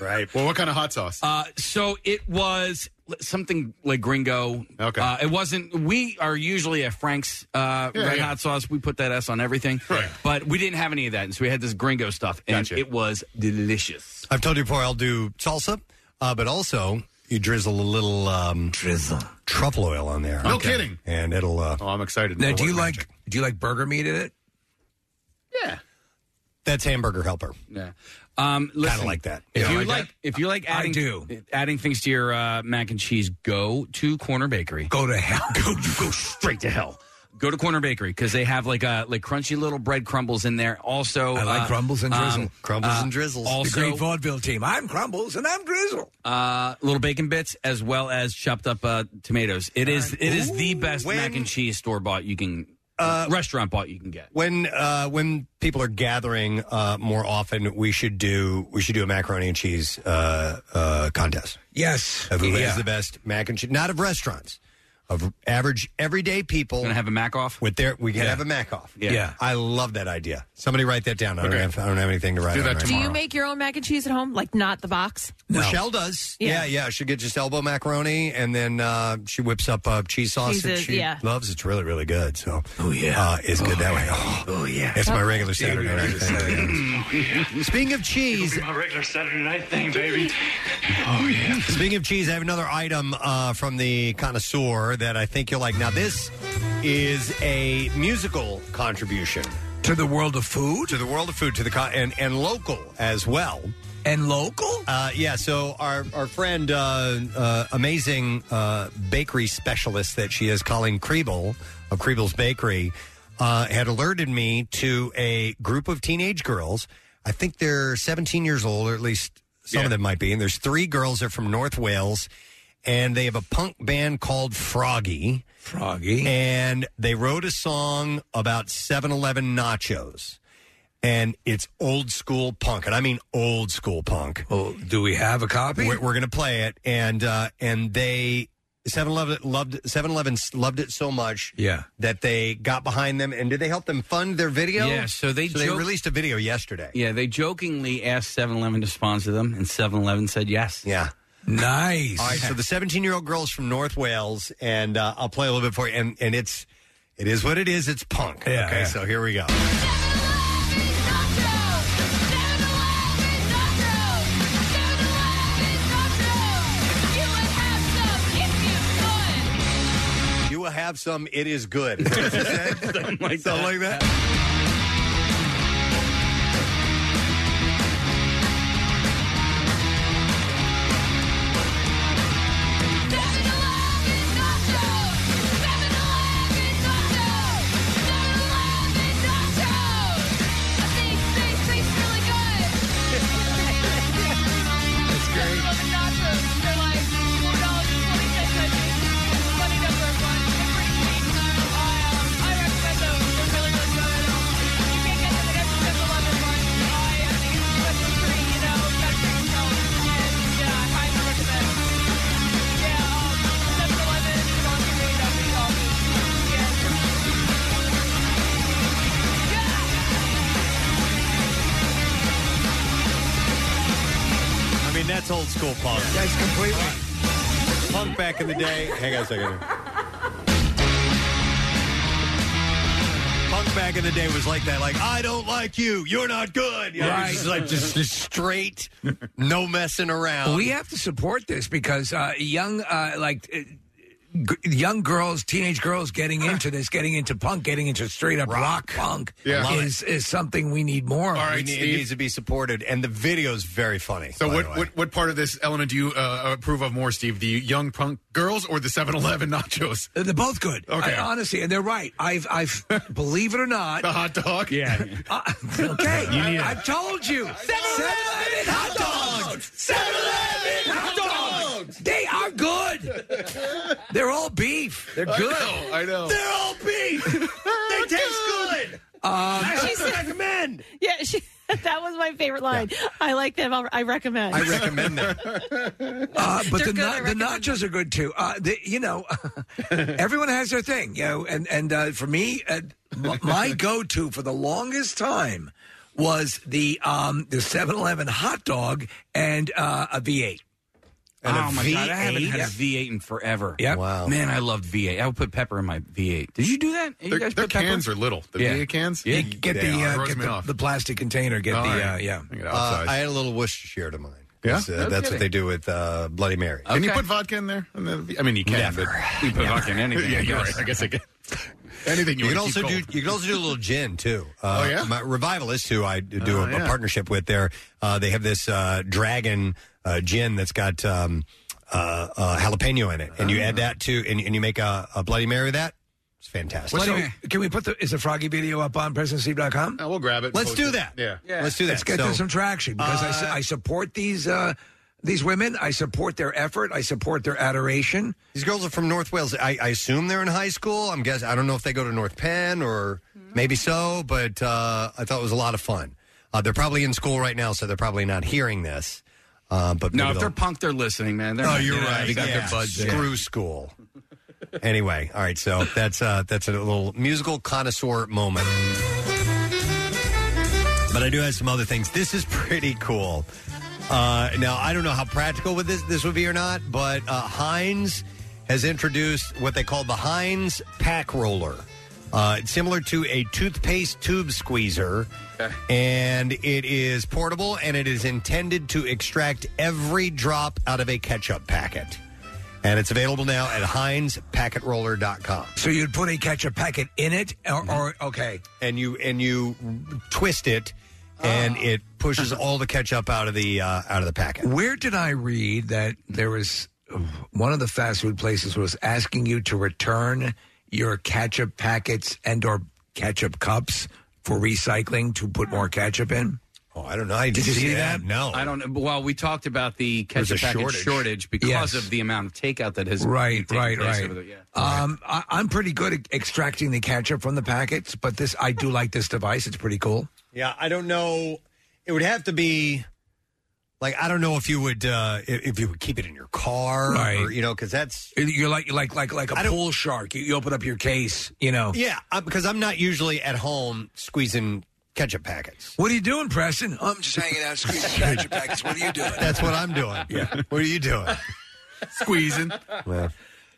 right. Well, what kind of hot sauce?
Uh, so it was l- something like gringo. Okay. Uh, it wasn't. We are usually a Frank's uh,
Yeah,
red
yeah.
hot sauce. We put that S on everything. Right. But we didn't have any of that, and so we had this gringo stuff, and it was delicious.
I've told you before I'll do salsa, uh, but also you drizzle a little um, drizzle truffle oil on there.
No kidding.
and it'll. Uh, oh,
I'm excited.
Now, do you like do you like burger meat in it?
That's hamburger helper.
Yeah. Um, listen,
like that.
If
Yeah,
you
like
like, if you like adding, do. adding things to your uh, mac and cheese, go to Corner Bakery.
Go to hell.
Go you go straight to hell. Go to Corner Bakery because they have like uh, like crunchy little bread crumbles in there. Also,
I like
uh,
crumbles and
um,
drizzle.
uh,
the
Also,
great vaudeville team. I'm crumbles and I'm drizzle.
uh, little bacon bits as well as chopped up uh, tomatoes. It is it is the best mac and cheese store bought you can restaurant bought you can get.
When uh, when people are gathering uh, more often, we should do we should do a macaroni and cheese uh, uh, contest.
Yes,
of who has
Yeah.
the best mac and cheese, not of restaurants, of average everyday people.
Gonna have a mac off
with their. We can
Yeah.
have a mac off.
Yeah. Yeah.
I love that idea. Somebody write that down. I don't
Okay.
have I don't have anything to write.
do that
on right
Do
now.
you make your own mac and cheese at home? Like not the box?
Michelle does. Yeah. yeah, She gets just elbow macaroni, and then uh, she whips up uh, cheese sausage.
Cheeses,
she
yeah.
loves. it. It's really, really good. So, oh
yeah,
uh, it's good that way. Oh,
yeah,
it's my
Oh.
regular Saturday night. thing. Speaking of cheese,
It'll be my regular Saturday night thing, baby. Oh yeah.
Speaking of cheese, I have another item uh, from the connoisseur that I think you'll like. Now, this is a musical contribution
to the world of food,
to the world of food, to the con- and and local as well.
And local,
uh, yeah. So our our friend, uh, uh, amazing uh, bakery specialist that she is, Colleen Kriebel of Kriebel's Bakery, uh, had alerted me to a group of teenage girls. I think they're 17 years old, or at least some of them might be. And there's three girls. They're from North Wales, and they have a punk band called Froggy.
Froggy,
and they wrote a song about 7-Eleven nachos. And it's old school punk, and I mean old school punk.
Well, Oh, do we have a copy?
We're, we're going to play it, and uh, and they 7-Eleven loved 7-Eleven loved it so much,
Yeah.
that they got behind them. And did they help them fund their video?
Yeah, so they
they
joke-
released a video yesterday.
Yeah, they jokingly asked 7-Eleven to sponsor them, and 7-Eleven said yes.
Yeah.
Nice.
All right, so the 17 year old girl's from North Wales, and uh, I'll play a little bit for you. And, and it's it is what it is. It's punk.
Yeah,
okay,
yeah.
so here we go. You will have some. It is good. Something
like
that. Like that. I mean, that's old school punk. That's completely punk back in the day. Hang on a second. here. back in the day was like that. Like, I don't like you. You're not good. You know,
Right.
It's like just, just straight, no messing around.
We have to support this because uh, young, uh, like. uh, g- Young girls, teenage girls getting into this, getting into punk, getting into straight up rock, punk
Yeah. I love
is, is something we need more of.
it, need- it needs to be supported, and the video's very funny.
So
by
what,
the way.
what what part of this element do you uh, approve of more, Steve? The young punk girls or the 7-Eleven nachos?
They're both good.
Okay.
I- honestly, and they're right. I've, I've, believe it or not, the
hot dog.
Yeah. okay.
You need it.
I, I told you. Seven Eleven hot dogs. Seven Eleven hot dogs. They are good. They're all beef. They're
I
good.
know, I know.
They're all beef. they taste good. Um,
She said-
recommend.
Yeah, she, that was my favorite line. I like them. I'll- I recommend.
I recommend them. Uh, but the, na- the nachos are good too. Uh, the, you know, everyone has their thing. You know, and and uh, for me, uh, m- my go-to for the longest time was the um, the Seven Eleven hot dog and uh, a V8.
oh my god, I haven't had a V8 in forever.
Yep.
Wow. Man, I loved V8. I would put pepper in my V8. Did you do that? You
Their-
guys
their
put pepper?
cans are little. The V8 cans?
Yeah.
You
Get
They
the
are.
uh,
Throws
get
me
the,
off.
the plastic container. Get
All
the
right.
uh, yeah.
Uh, I had a little Worcestershire to mine.
Yeah?
That's, uh,
No
that's what
kidding.
they do with uh, Bloody Mary.
Can you put vodka in there? And then- I mean, you can.
Never.
But
You put vodka in anything,
yeah,
I
you're
guess.
right. I guess I can. Anything you,
You can
want to
also
keep
do.
cold.
You can also do a little gin too. Uh,
Oh, yeah?
my revivalist who I do
Oh,
a, a
yeah.
partnership with there. Uh, they have this uh, dragon uh, gin that's got um, uh, uh, jalapeno in it, and you add
Ah.
that to, and, and you make a, a Bloody Mary with that. It's fantastic.
So, can we put the is the Froggy video up on PresidentSteve.com?
we'll grab it.
Let's do that. let's do that.
Let's get
So-
them some traction because I su- I, support these uh, these women. I support their effort. I support their adoration.
These girls are from North Wales. I, I assume they're in high school. I'm guess I don't know if they go to North Penn or maybe so, but uh, I thought it was a lot of fun. Uh, they're probably in school right now, so they're probably not hearing this. Uh, but
No,
maybe
if
they'll-
they're punk, they're listening, man. They're
Oh, you're
yeah,
right.
They got
Yeah.
their buds.
Screw school. anyway, all right. So that's uh, that's a little musical connoisseur moment. But I do have some other things. This is pretty cool. Uh, now I don't know how practical with this this would be or not, but uh, Heinz has introduced what they call the Heinz Pack Roller. Uh, it's similar to a toothpaste tube squeezer, and it is portable and it is intended to extract every drop out of a ketchup packet. And it's available now at HeinzPacketRoller.com.
So you'd put a ketchup packet in it, or, or okay,
Mm-hmm. and you and you twist it, and it pushes all the ketchup out of the uh, out of the packet.
Where did I read that there was uh, one of the fast food places was asking you to return your ketchup packets and or ketchup cups for recycling to put more ketchup in?
Oh, I don't know. I
did you see that?
No,
I don't. know. But, Well, we talked about the
There's a
ketchup packet
shortage.
shortage, because
Yes.
of the amount of takeout that has been
Right,
taking
right,
place
right.
over the- yeah.
Um, I, I'm pretty good at extracting the ketchup from the packets, but this I do like this device. It's pretty cool.
Yeah, I don't know. It would have to be like I don't know if you would uh, if if you would keep it in your car, or,
Right.
you know, because that's
You're like like like like a pool shark. You, you open up your case, you know.
yeah, I- because I'm not usually at home squeezing ketchup packets.
What are you doing, Preston? I'm just hanging out, squeezing ketchup packets. What are you doing?
That's what I'm doing.
Yeah.
What are you doing?
Squeezing.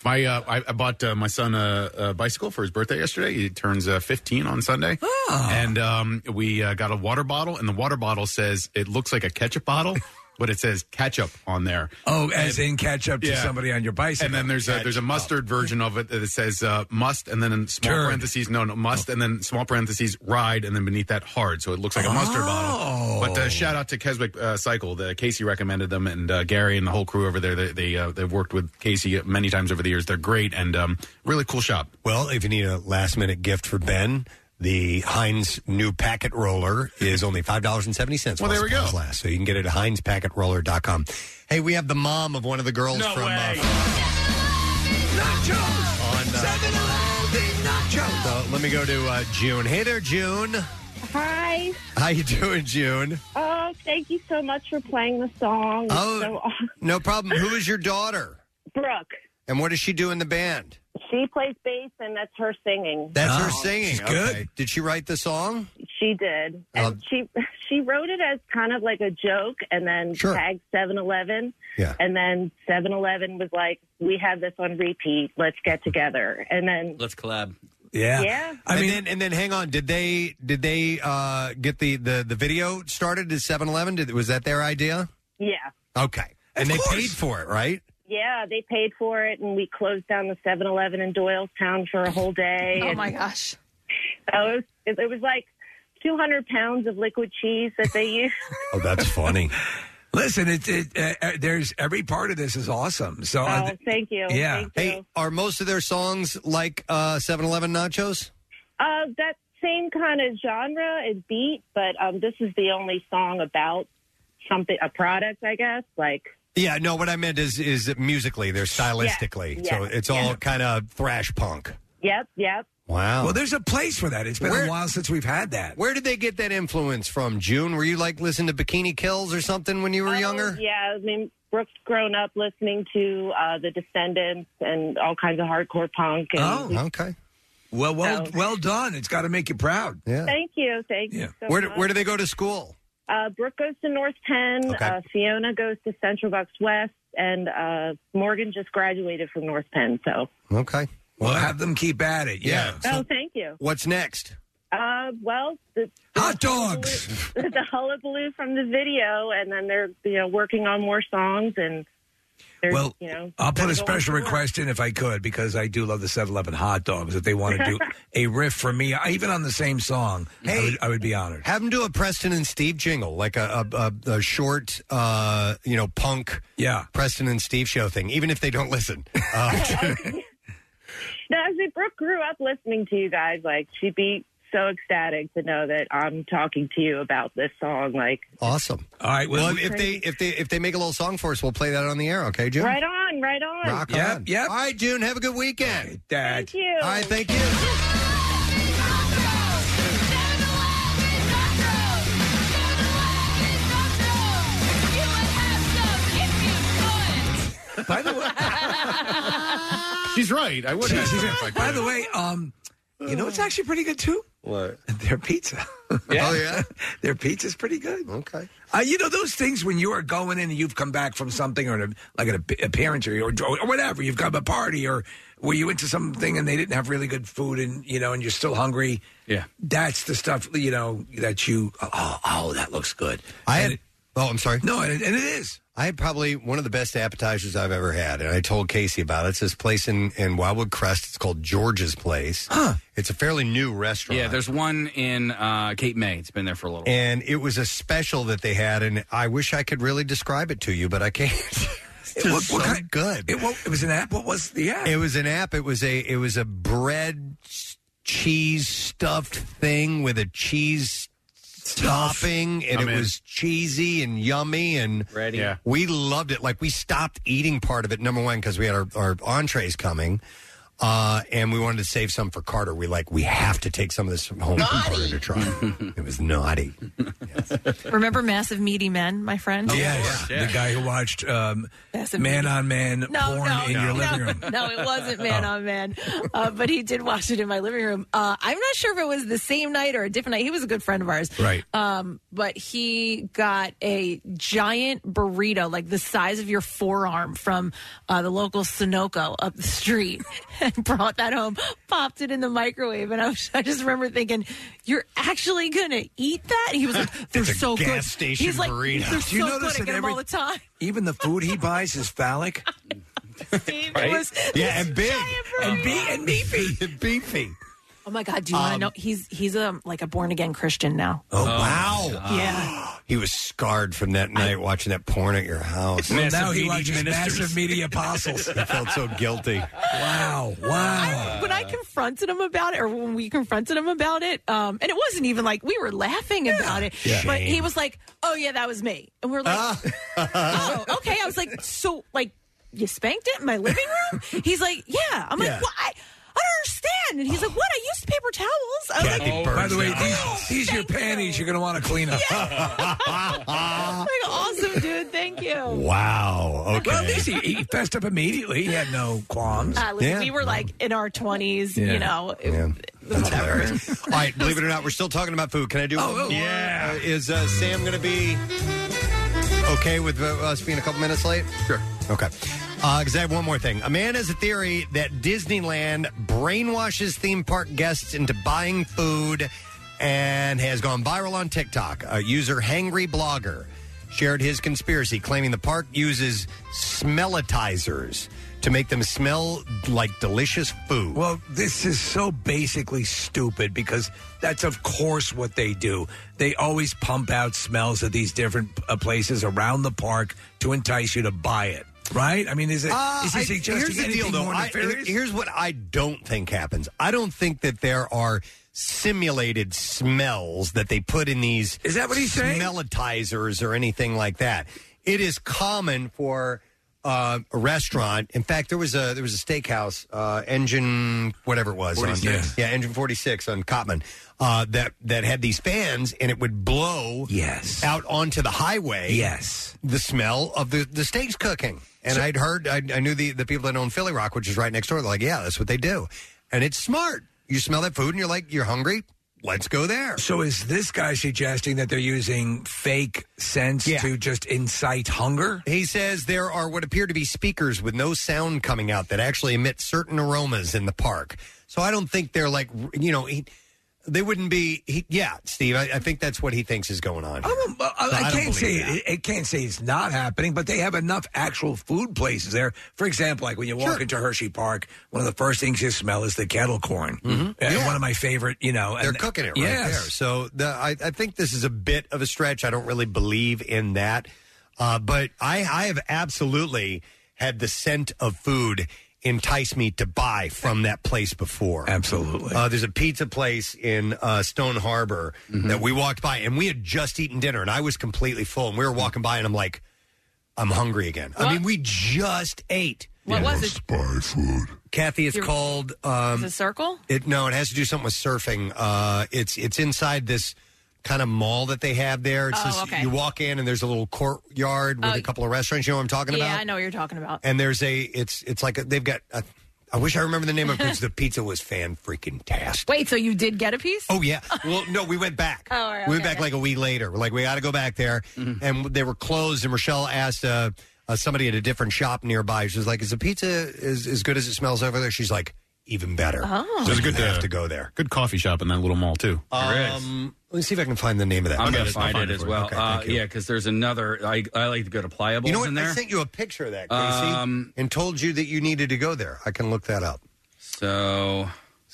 My, uh, I, I bought uh, my son a, a bicycle for his birthday yesterday. He turns uh, 15 on Sunday, and um, we uh, got a water bottle, and the water bottle says it looks like a ketchup bottle, but it says ketchup on there.
Oh, as in ketchup to
Yeah.
somebody on your bicycle.
And then there's a there's a mustard version of it that says uh, must, and then in small
Turd.
parentheses no no must, and then small parentheses ride, and then beneath that hard, so it looks like a mustard bottle.
Oh.
Oh.
But uh, shout out to Keswick uh, Cycle, the Casey recommended them, and uh, Gary and the whole crew over there. They, they uh, they've worked with Casey many times over the years. They're great and um, really cool shop.
Well, if you need a last minute gift for Ben, the Heinz new packet roller is only five dollars and seventy cents.
Well, there we go.
Last, so you can get it at HeinzPacketRoller.com. Hey, we have the mom of one of the girls from. Uh, so uh, let me go to uh, June. Hey there, June.
Hi.
How you doing, June?
Oh, thank you so much for playing the song. It's
Oh.
so awesome.
No problem. Who is your daughter?
Brooke.
And what does she do in the band?
She plays bass, and that's her singing.
That's her singing. Okay. Did she write the song?
She did, and
Um,
she she wrote it as kind of like a joke, and then tagged Seven Eleven.
Yeah.
And then Seven Eleven was like, "We have this on repeat. Let's get together." And then
Let's collab.
Yeah.
I mean, and then, and then hang on. Did they did they uh, get the, the, the video started at 7-Eleven? Did, was that their idea?
Yeah.
Okay, and they paid for it, right?
Yeah, they paid for it, and we closed down the 7 Eleven in Doylestown for a whole day.
Oh,
and-
my gosh.
So it was, it, it was like 200 pounds of liquid cheese that they used.
Oh, that's funny.
Listen, it, it uh, uh, there's every part of this is awesome. So uh,
oh, thank you. Thank you.
Hey, are most of their songs like uh, 7-Eleven nachos?
Uh, that same kind of genre and beat, but um, this is the only song about something, a product, I guess. Like,
Yeah, no. What I meant is is musically, they're stylistically.
Yeah,
So
yeah,
it's all kind of thrash punk.
yep, yep.
Wow.
Well, there's a place for that. It's been
Where-
a while since we've had that.
Where did they get that influence from, June? Were you like listening to Bikini Kills or something when you were younger?
Yeah, I mean, Brooks grown up listening to uh, The Descendants and all kinds of hardcore punk. And
Oh,
okay.
Well, well, well done. It's got to make you proud.
Yeah.
Oh. Thank you. Thank you. So
Where do,
much.
where do they go to school?
Uh, Brooke goes to North Penn.
Okay.
Uh, Fiona goes to Central Bucks West, and uh, Morgan just graduated from North Penn. So,
Okay.
Well, have them keep at it. Yeah.
oh, thank you.
What's next?
Uh, well, the,
hot dogs,
the hullabaloo from the video, and then they're you know working on more songs, and they're,
Well,
you know,
I'll put
they're
a
going
special
to work.
request in if I could because I do love the 7-Eleven hot dogs. If they want to do a riff for me, I- even on the same song, I, would, I would be honored.
Have them do a Preston and Steve jingle, like a a, a, a short, uh, you know, punk,
yeah,
Preston and Steve show thing. Even if they don't listen, uh,
No, I mean, Brooke grew up listening to you guys. Like, she'd be so ecstatic to know that I'm talking to you about this song. Like,
awesome.
All right.
Well,
well-
if they if they if they make a little song for us, we'll play that on the air. Okay, June.
right on, right on.
Rock on. All right, June. Have a good weekend.
Dad.
Thank you.
All right, thank you.
By the way,
She's right. I would.
She's right. By the way, um, you know it's actually pretty good too.
What?
Their pizza.
Oh yeah.
Their pizza's pretty good.
Okay.
Uh, you know those things when you are going in and you've come back from something or an, like an ap- appearance or, or or whatever you've got a party or were you into something and they didn't have really good food and you know and you're still hungry.
Yeah.
That's the stuff you know that you oh, oh that looks good.
I had. Oh, I'm sorry.
No, and, and it is.
I had probably one of the best appetizers I've ever had, and I told Casey about it. It's this place in, in Wildwood Crest. It's called George's Place. Huh. It's a fairly new restaurant.
Yeah, there's one in uh, Cape May. It's been there for a little.
and it was a special that they had, and I wish I could really describe it to you, but I can't. It's just so good.
It, wa- it was an app. What was the app?
It was an app. It was a it was a bread s- cheese stuffed thing with a cheese topping, and
I'm
it
in.
was cheesy and yummy and
Ready.
Yeah.
We loved it. Like we stopped eating part of it. Number one, because we had our, our entrees coming. Uh, and we wanted to save some for Carter. We like we have to take some of this from home for Carter to try. it was naughty.
Remember Massive Meaty Men, my
Oh,
friend?
Yes, the guy who watched um, man on man
No,
porn
no,
in
no,
your
no,
living room. Oh.
no, it wasn't man on man, uh, but he did watch it in my living room. Uh, I'm not sure if it was the same night or a different night. He was a good friend of ours,
Right.
Um, but he got a giant burrito, like the size of your forearm, from uh, the local Sunoco up the street, and brought that home, popped it in the microwave, and I, was, I just remember thinking, "You're actually gonna eat that?" And he was like, "They're
It's a
so
gas
good."
station
He's like,
burrito.
"They're
Do you
so
notice
good. I
that
get them
every-
all the time."
Even the food he buys is phallic.
It was-
yeah, and big
and, be- and beefy,
beefy.
Oh my God! Do you want to
Um,
know? He's he's um like a born again Christian now.
Oh, wow!
Yeah.
He was scarred from that night watching that porn at your house.
Well, now he watches massive media apostles.
I felt so guilty.
Wow! Wow!
When I confronted him about it, or when we confronted him about it, um, and it wasn't even like we were laughing about it,
Yeah.
but he
Shame.
was like, "Oh yeah, that was me," and we are like,
Ah.
"Oh okay." I was like, "So like you spanked it in my living room?" He's like, "Yeah." I'm
Yeah.
like, "Well, I." I don't understand. And he's like, "What? I used paper towels." I was like,
By the way,
"Oh,
these, these are your panties. You're going to want to clean up.
like, awesome, dude. Thank you.
Wow. Okay.
Well, at least he, he fessed up immediately. He had no qualms.
Uh, listen, We were like in our twenties,
Yeah.
you know.
All right, believe it or not, we're still talking about food. Can I do
Oh,
one more? Yeah. is uh, Sam going to be okay with uh, us being a couple minutes late? Sure. Okay. Because I have one more thing. A man has a theory that Disneyland brainwashes theme park guests into buying food and has gone viral on TikTok. A user, Hangry Blogger, shared his conspiracy, claiming the park uses smellitizers to make them smell like delicious food.
Well, this is so basically stupid because that's of course what they do. They always pump out smells at these different uh, places around the park to entice you to buy it. Right? I mean, is it? Is
Uh,
he
I-
suggesting
here's the
anything
deal, though.
more
I-
nefarious?
here's what I don't think happens. I don't think that there are simulated smells that they put in these.
Is that what he's saying?
Smellitizers or anything like that. It is common for uh, a restaurant. In fact, there was a there was a steakhouse, uh, Engine whatever it was, on-
46.
yeah, Engine Forty Six on Cotman, uh, that that had these fans and it would blow
yes
out onto the highway
yes
the smell of the the steaks cooking. And I'd heard, I, I knew the, the people that own Philly Rock, which is right next door. They're like, yeah, that's what they do. And it's smart. You smell that food and you're like, you're hungry. Let's go there.
So is this guy suggesting that they're using fake scents to just incite hunger?
He says there are what appear to be speakers with no sound coming out that actually emit certain aromas in the park. So I don't think they're like, you know, he, they wouldn't be. He, yeah, Steve, I, I think that's what he thinks is going on.
I'm a, I,
But I
I
don't
can't
believe
say it, I can't say it's not happening, but they have enough actual food places there. For example, like when you walk into Hershey Park, one of the first things you smell is the kettle corn. Uh, One of my favorite, you know, and-
Mm-hmm. They're cooking it right
Yes.
there. So the, I, I think this is a bit of a stretch. I don't really believe in that. Uh, but I, I have absolutely had the scent of food entice me to buy from that place before.
Absolutely.
Uh, there's a pizza place in uh, Stone Harbor
Mm-hmm.
that we walked by, and we had just eaten dinner, and I was completely full. And we were walking by, and I'm like, I'm hungry again. I mean, we just ate.
What was it?
Kathy, it's
Your-
called. Um,
Is it circle?
it no, it has to do something with surfing. Uh, it's it's inside this kind of mall that they have there. It's
Oh,
this,
okay.
You walk in and there's a little courtyard with
Oh,
a couple of restaurants. You know what I'm talking
Yeah,
about?
I know what you're talking about.
And there's a it's it's like a, they've got. A, I wish I remember the name of it because the pizza was fan freaking tastic.
Wait, so you did get a piece?
Oh yeah. Well, no, we went back.
Oh, all right,
we
okay,
went back
okay.
like a week later. We're like, we got to go back there, and they were closed. And Rochelle asked uh, uh, somebody at a different shop nearby. She was like, "Is the pizza as, as good as it smells over there?" She's like, "Even better."
Oh.
so
There's a
you
good, uh,
have to go there.
Good coffee shop in that little mall too.
uh,
Um, let me see if I can find the name of that.
I'm
place.
going to find it as
for you.
well.
Okay,
uh,
thank you.
yeah, because there's another. I, I like to go to Pliables
You know what?
in there.
I sent you a picture of that, Casey,
Um,
and told you that you needed to go there. I can look that up.
So uh,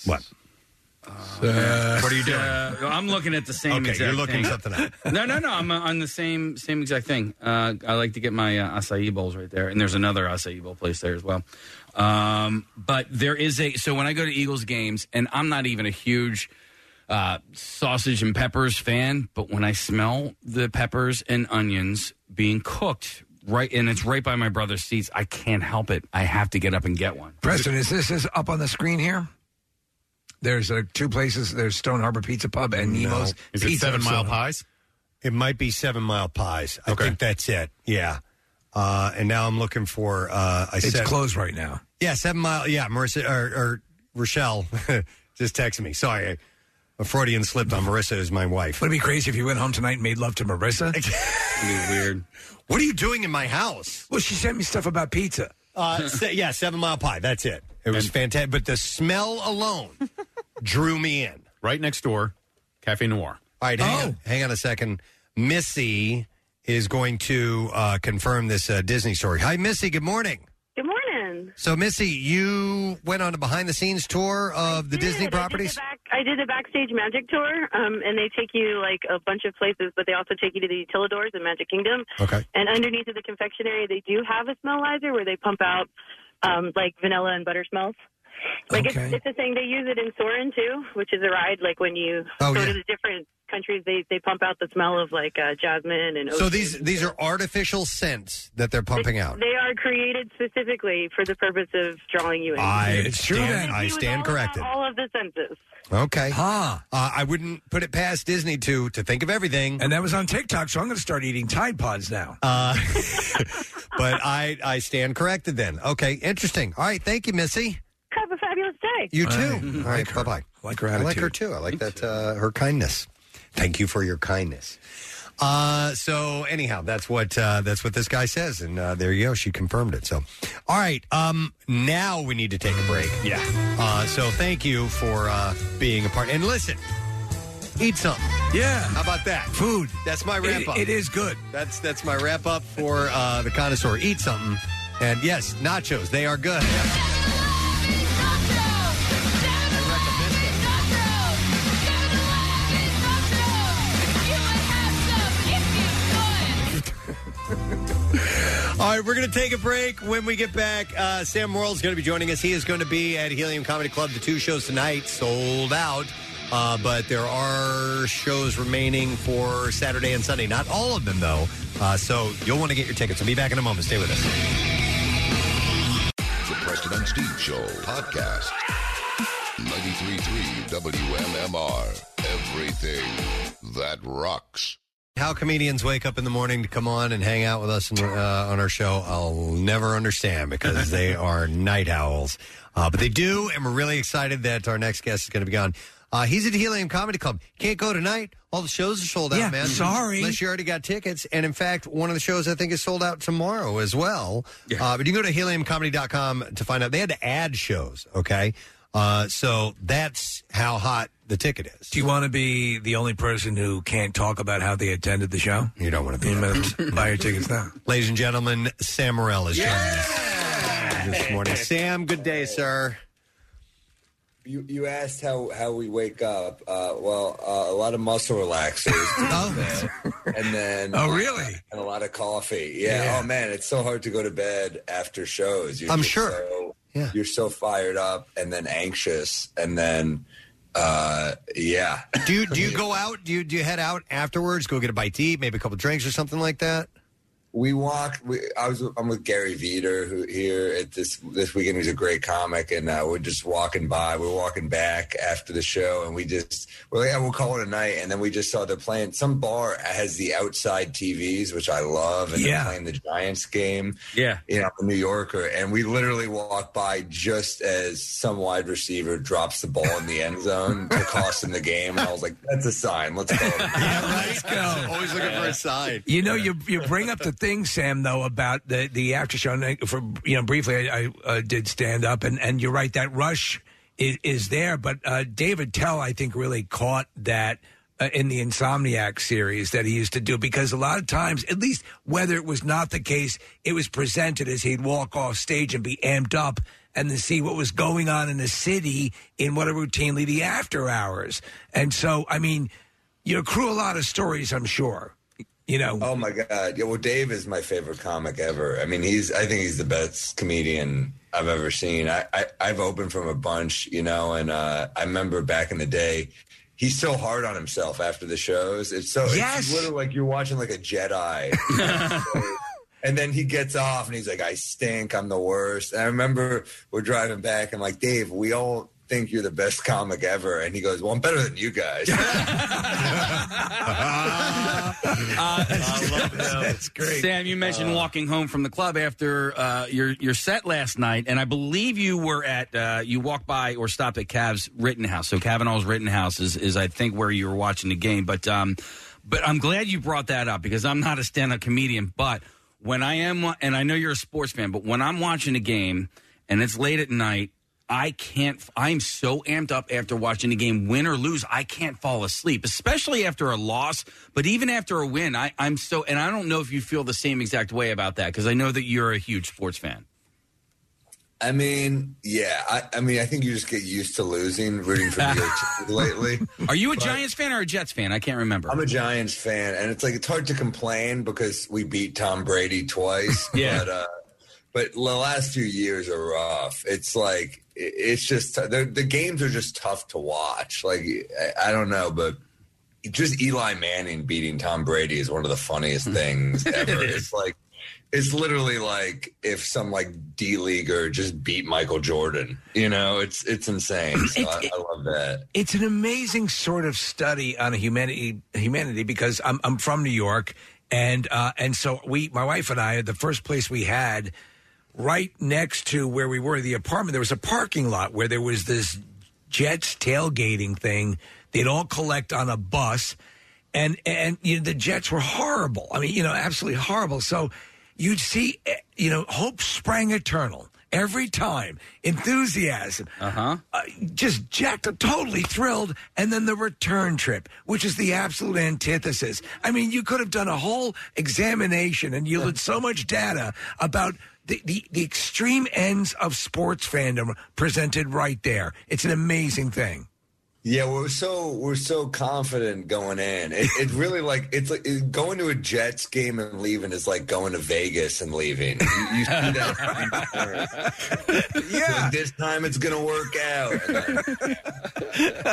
what?
what are you doing? I'm looking at the same.
Okay,
exact
you're looking
thing.
something up.
No, no, no. I'm uh, on the same same exact thing. Uh, I like to get my uh, acai bowls right there, and there's another acai bowl place there as well. Um, but there is a so when I go to Eagles games, and I'm not even a huge uh, sausage and peppers fan, but when I smell the peppers and onions being cooked right, and it's right by my brother's seats, I can't help it. I have to get up and get one.
Preston, is this is up on the screen here? There's uh, two places. There's Stone Harbor Pizza Pub and Nemo's. Pizza and Soda.
Pies? It might be Seven Mile Pies. I think that's it. Yeah. Uh, and now I'm looking for. Uh, I
It's
said,
closed right now.
Yeah, Seven Mile. Yeah, Marissa or, or Rochelle just texted me. Sorry, I- a Freudian slipped on Marissa is my wife.
Would it be crazy if you went home tonight and made love to Marissa?
It'd be weird.
What are you doing in my house?
Well, she sent me stuff about pizza.
Uh, se- yeah, Seven Mile Pie. That's it. It was fantastic. But the smell alone drew me in.
Right next door, Cafe Noir.
All right,
Oh.
hang, on, hang on a second. Missy is going to uh, confirm this uh, Disney story. Hi, Missy. Good morning.
Good morning.
So, Missy, you went on a behind the scenes tour of the Disney properties.
I did a backstage magic tour, um, and they take you like a bunch of places, but they also take you to the Utilidors in Magic Kingdom.
Okay.
And underneath of the confectionery, they do have a smellizer where they pump out um, like vanilla and butter smells. Like
Okay.
it's, it's a thing. They use it in Soarin' too, which is a ride. Like when you
Oh,
go
yeah.
to the different countries, they they pump out the smell of like uh, jasmine and.
So
ocean.
these these are artificial scents that they're pumping out.
They are created specifically for the purpose of drawing you in.
I It's true stand- then. I
It was
stand
all about
corrected.
All of the senses.
Okay.
Ah.
Huh. Uh, I wouldn't put it past Disney to to think of everything.
And that was on TikTok, so I'm going to start eating Tide Pods now.
Uh, but I I stand corrected then. Okay, interesting. All right, thank you, Missy.
Have a fabulous day.
You too. All right, bye bye.
like her
I like her too. I like that uh, her kindness. Thank you for your kindness. Uh, so anyhow, that's what uh, that's what this guy says, and uh, there you go. She confirmed it. So, all right. Um, now we need to take a break. Yeah. Uh, so thank you for uh, being a part. And listen, eat something.
Yeah.
How about that?
Food.
That's my
It-
wrap up.
it is good.
That's that's my wrap up for uh, the connoisseur. Eat something. And yes, nachos. They are good. All right, we're going to take a break. When we get back, uh, Sam Worrell's going to be joining us. He is going to be at Helium Comedy Club. The two shows tonight sold out, uh, but there are shows remaining for Saturday and Sunday. Not all of them, though. Uh, so you'll want to get your tickets. We'll be back in a moment. Stay with us.
The Preston and Steve Show podcast. 93.3 WMMR. Everything that rocks.
How comedians wake up in the morning to come on and hang out with us in, uh, on our show, I'll never understand because they are night owls. Uh, but they do, and we're really excited that our next guest is going to be on. Uh, he's at Helium Comedy Club. Can't go tonight. All the shows are sold out,
Yeah,
man.
sorry.
Unless you already got tickets. And in fact, one of the shows I think is sold out tomorrow as well. Uh, but you can go to heliumcomedy.com to find out. They had to add shows, okay? Uh, so that's how hot the ticket is.
Do you want to be the only person who can't talk about how they attended the show?
You don't want to be.
buy your tickets now.
Ladies and gentlemen, Sam Morrell is joining us this morning. Sam, good day, sir.
You, you asked how, how we wake up. Uh, well, uh, a lot of muscle relaxers.
Oh.
and then. uh,
Oh, really?
and a lot of coffee. Yeah.
Yeah.
Oh, man. It's so hard to go to bed after shows.
I'm
just
sure.
So, You're so fired up and then anxious. And then, uh, yeah.
Do you do you go out? Do you do you head out afterwards? Go get a bite to eat, maybe a couple drinks or something like that.
we walked. We, I was. I'm with Gary Veter who, here at this this weekend. He's a great comic, and uh, we're just walking by. We're walking back after the show, and we just we're like, yeah, we'll call it a night. And then we just saw they're playing. Some bar has the outside TVs, which I love, and
Yeah.
they're playing the Giants game.
Yeah.
You know, I'm a New Yorker, and we literally walked by just as some wide receiver drops the ball in the end zone to cost him the game. And I was like, that's a sign. Let's go.
Let's go.
Always looking for a sign.
You know, you you bring up the thing, Sam, though, about the the after show. And I- for you know, briefly, I, I uh, did stand up, and and you're right, that rush is is there. But uh, David Tell, I think, really caught that. Uh, in the Insomniac series that he used to do, because a lot of times, at least whether it was not the case, it was presented as he'd walk off stage and be amped up and to see what was going on in the city in what are routinely the after hours. And so, I mean, you accrue a lot of stories, I'm sure. You know.
Oh my God. Yeah. Well, Dave is my favorite comic ever. I mean, he's. I think he's the best comedian I've ever seen. I, I I've opened from a bunch, you know, and uh, I remember back in the day. He's so hard on himself after the shows. It's so
Yes.
it's literally like you're watching like a Jedi. and then he gets off and he's like, I stink, I'm the worst. And I remember we're driving back, I'm like, Dave, we all think you're the best comic ever. And he goes, Well, I'm better than you guys.
That's great. Uh, Sam, you mentioned walking home from the club after uh, your your set last night, and I believe you were at uh, you walked by or stopped at Cavs Rittenhouse. So Cavanaugh's Rittenhouse is, is I think where you were watching the game. But um, but I'm glad you brought that up because I'm not a stand up comedian, but when I am, and I know you're a sports fan, but when I'm watching a game and it's late at night. I can't. I'm so amped up after watching the game, win or lose. I can't fall asleep, especially after a loss. But even after a win, I, I'm so. And I don't know if you feel the same exact way about that because I know that you're a huge sports fan.
I mean, yeah. I, I mean, I think you just get used to losing rooting for New York teams lately.
Are you a
But
Giants fan or a Jets fan? I can't remember.
I'm a Giants fan, and it's like it's hard to complain because we beat Tom Brady twice.
Yeah.
But, uh, but the last few years are rough. It's like it- it's just the the games are just tough to watch. Like I, I don't know, but just Eli Manning beating Tom Brady is one of the funniest things ever. It's like it's literally like if some like D leaguer just beat Michael Jordan. You know, it's it's insane. So I, I love that.
It's an amazing sort of study on humanity humanity because I'm I'm from New York and uh, and so we my wife and I the first place we had right next to where we were the apartment there was a parking lot where there was this Jets tailgating thing they'd all collect on a bus and and you know, the Jets were horrible. I mean, you know, absolutely horrible. So you'd see, eh, you know, hope sprang eternal every time, enthusiasm, uh-huh. just jacked, up, totally thrilled, and then the return trip, which is the absolute antithesis. I mean, you could have done a whole examination and yielded so much data about. The, the, the extreme ends of sports fandom presented right there. It's an amazing thing.
Yeah, we're so we're so confident going in. It, it's really like it's like it- going to a Jets game and leaving is like going to Vegas and leaving. You, you see that? yeah, this time it's gonna work out.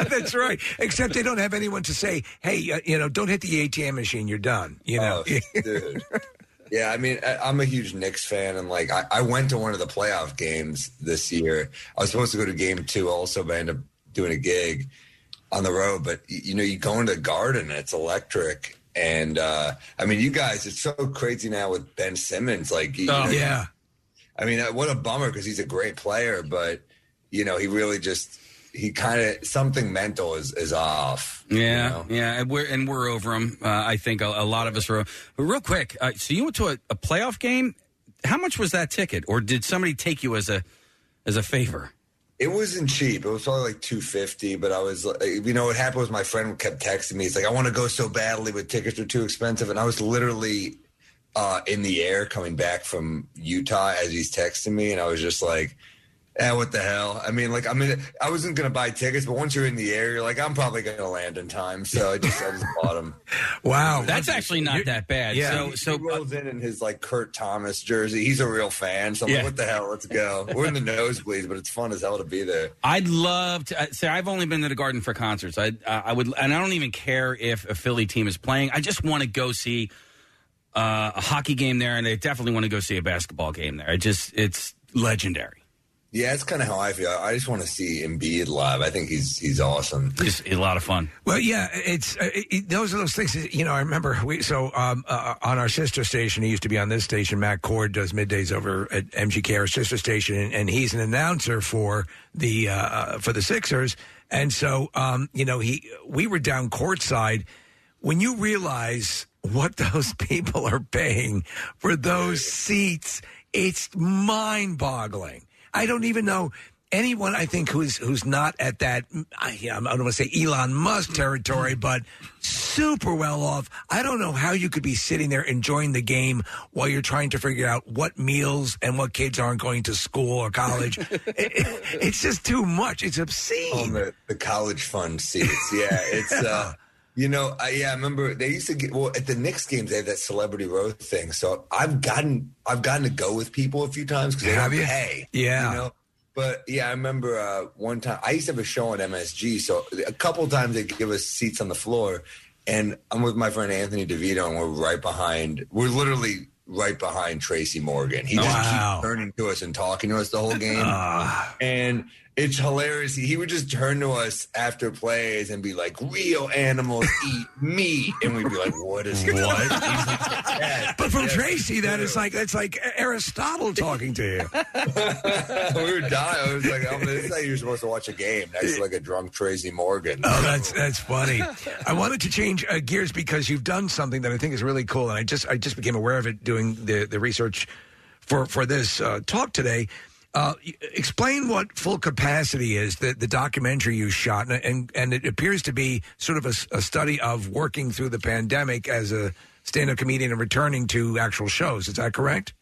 That's right. Except they don't have anyone to say, "Hey, uh, you know, don't hit the ATM machine. You're done." You know.
Oh, dude. Yeah, I mean, I, I'm a huge Knicks fan, and like, I, I went to one of the playoff games this year. I was supposed to go to game two also, but I ended up doing a gig on the road. But y- you know, you go into the garden, and it's electric. And uh, I mean, you guys, it's so crazy now with Ben Simmons. Like, you know,
yeah.
I mean, uh, what a bummer because he's a great player, but you know, he really just he kind of something mental is is off.
Yeah, yeah, and we're and we're over them. Uh, I think a, a lot of us are. o- But real quick, uh, so you went to a, a playoff game. How much was that ticket, or did somebody take you as a as a favor?
It wasn't cheap. It was probably like two fifty. But I was, like, you know, what happened was my friend kept texting me. He's like, "I want to go so badly, but tickets are too expensive." And I was literally uh, in the air coming back from Utah as he's texting me, and I was just like, "Eh, what the hell?" I mean, like, I mean, I wasn't gonna buy tickets, but once you're in the air, you're like, "I'm probably gonna land in time." So I just, I just bought them.
Wow,
that's actually not that bad. So, uh
so he rolls in in his like Kurt Thomas jersey. He's a real fan. So I'm
Yeah.
like, "What the hell? Let's go." We're in the nosebleeds, but it's fun as hell to be there.
I'd love to uh, say I've only been to the Garden for concerts. I uh, I would, and I don't even care if a Philly team is playing. I just want to go see uh, a hockey game there, and I definitely want to go see a basketball game there. It just it's legendary.
Yeah, that's kind of how I feel. I just want to see Embiid live. I think he's he's awesome.
He's a lot of fun.
Well, yeah, it's uh, it, it- those are those things. that, You know, I remember we so um, uh, on our sister station. He used to be on this station. Matt Cord does middays over at MGK, our sister station, and, and he's an announcer for the uh, uh, for the Sixers. And so, um, you know, he we were down courtside when you realize what those people are paying for those seats. It's mind boggling. I don't even know anyone I think who's who's not at that I, I don't want to say Elon Musk territory, but super well off. I don't know how you could be sitting there enjoying the game while you're trying to figure out what meals and what kids aren't going to school or college. It- it- it's just too much. It's obscene.
the, the college fund seats. Yeah, it's uh, you know, I, yeah, I remember they used to get well at the Knicks games. They had that celebrity road thing. So I've gotten I've gotten to go with people a few times because they
Have
don't
you?
pay.
Yeah.
you know. But yeah, I remember uh, one time I used to have a show on MSG. So a couple times they give us seats on the floor, and I'm with my friend Anthony DeVito, and we're right behind. We're literally right behind Tracy Morgan. He just
Wow. Ah.
keeps turning to us and talking to us the whole game, and it's hilarious. He would just turn to us after plays and be like, "Real animals eat meat," and we'd be like, "What is what?"
But from Tracy, that is like that's like er, Aristotle talking to you.
we would die. I was like, I'm, "This is how you're supposed to watch a game." Next, to, like a drunk Tracy Morgan.
Oh, that's that's funny. I wanted to change uh, gears because you've done something that I think is really cool, and I just I just became aware of it doing the the research for for this uh, talk today. Uh, y- explain what full capacity is. The the documentary you shot, and and, and it appears to be sort of a, s- a study of working through the pandemic as a stand up comedian and returning to actual shows. Is that correct?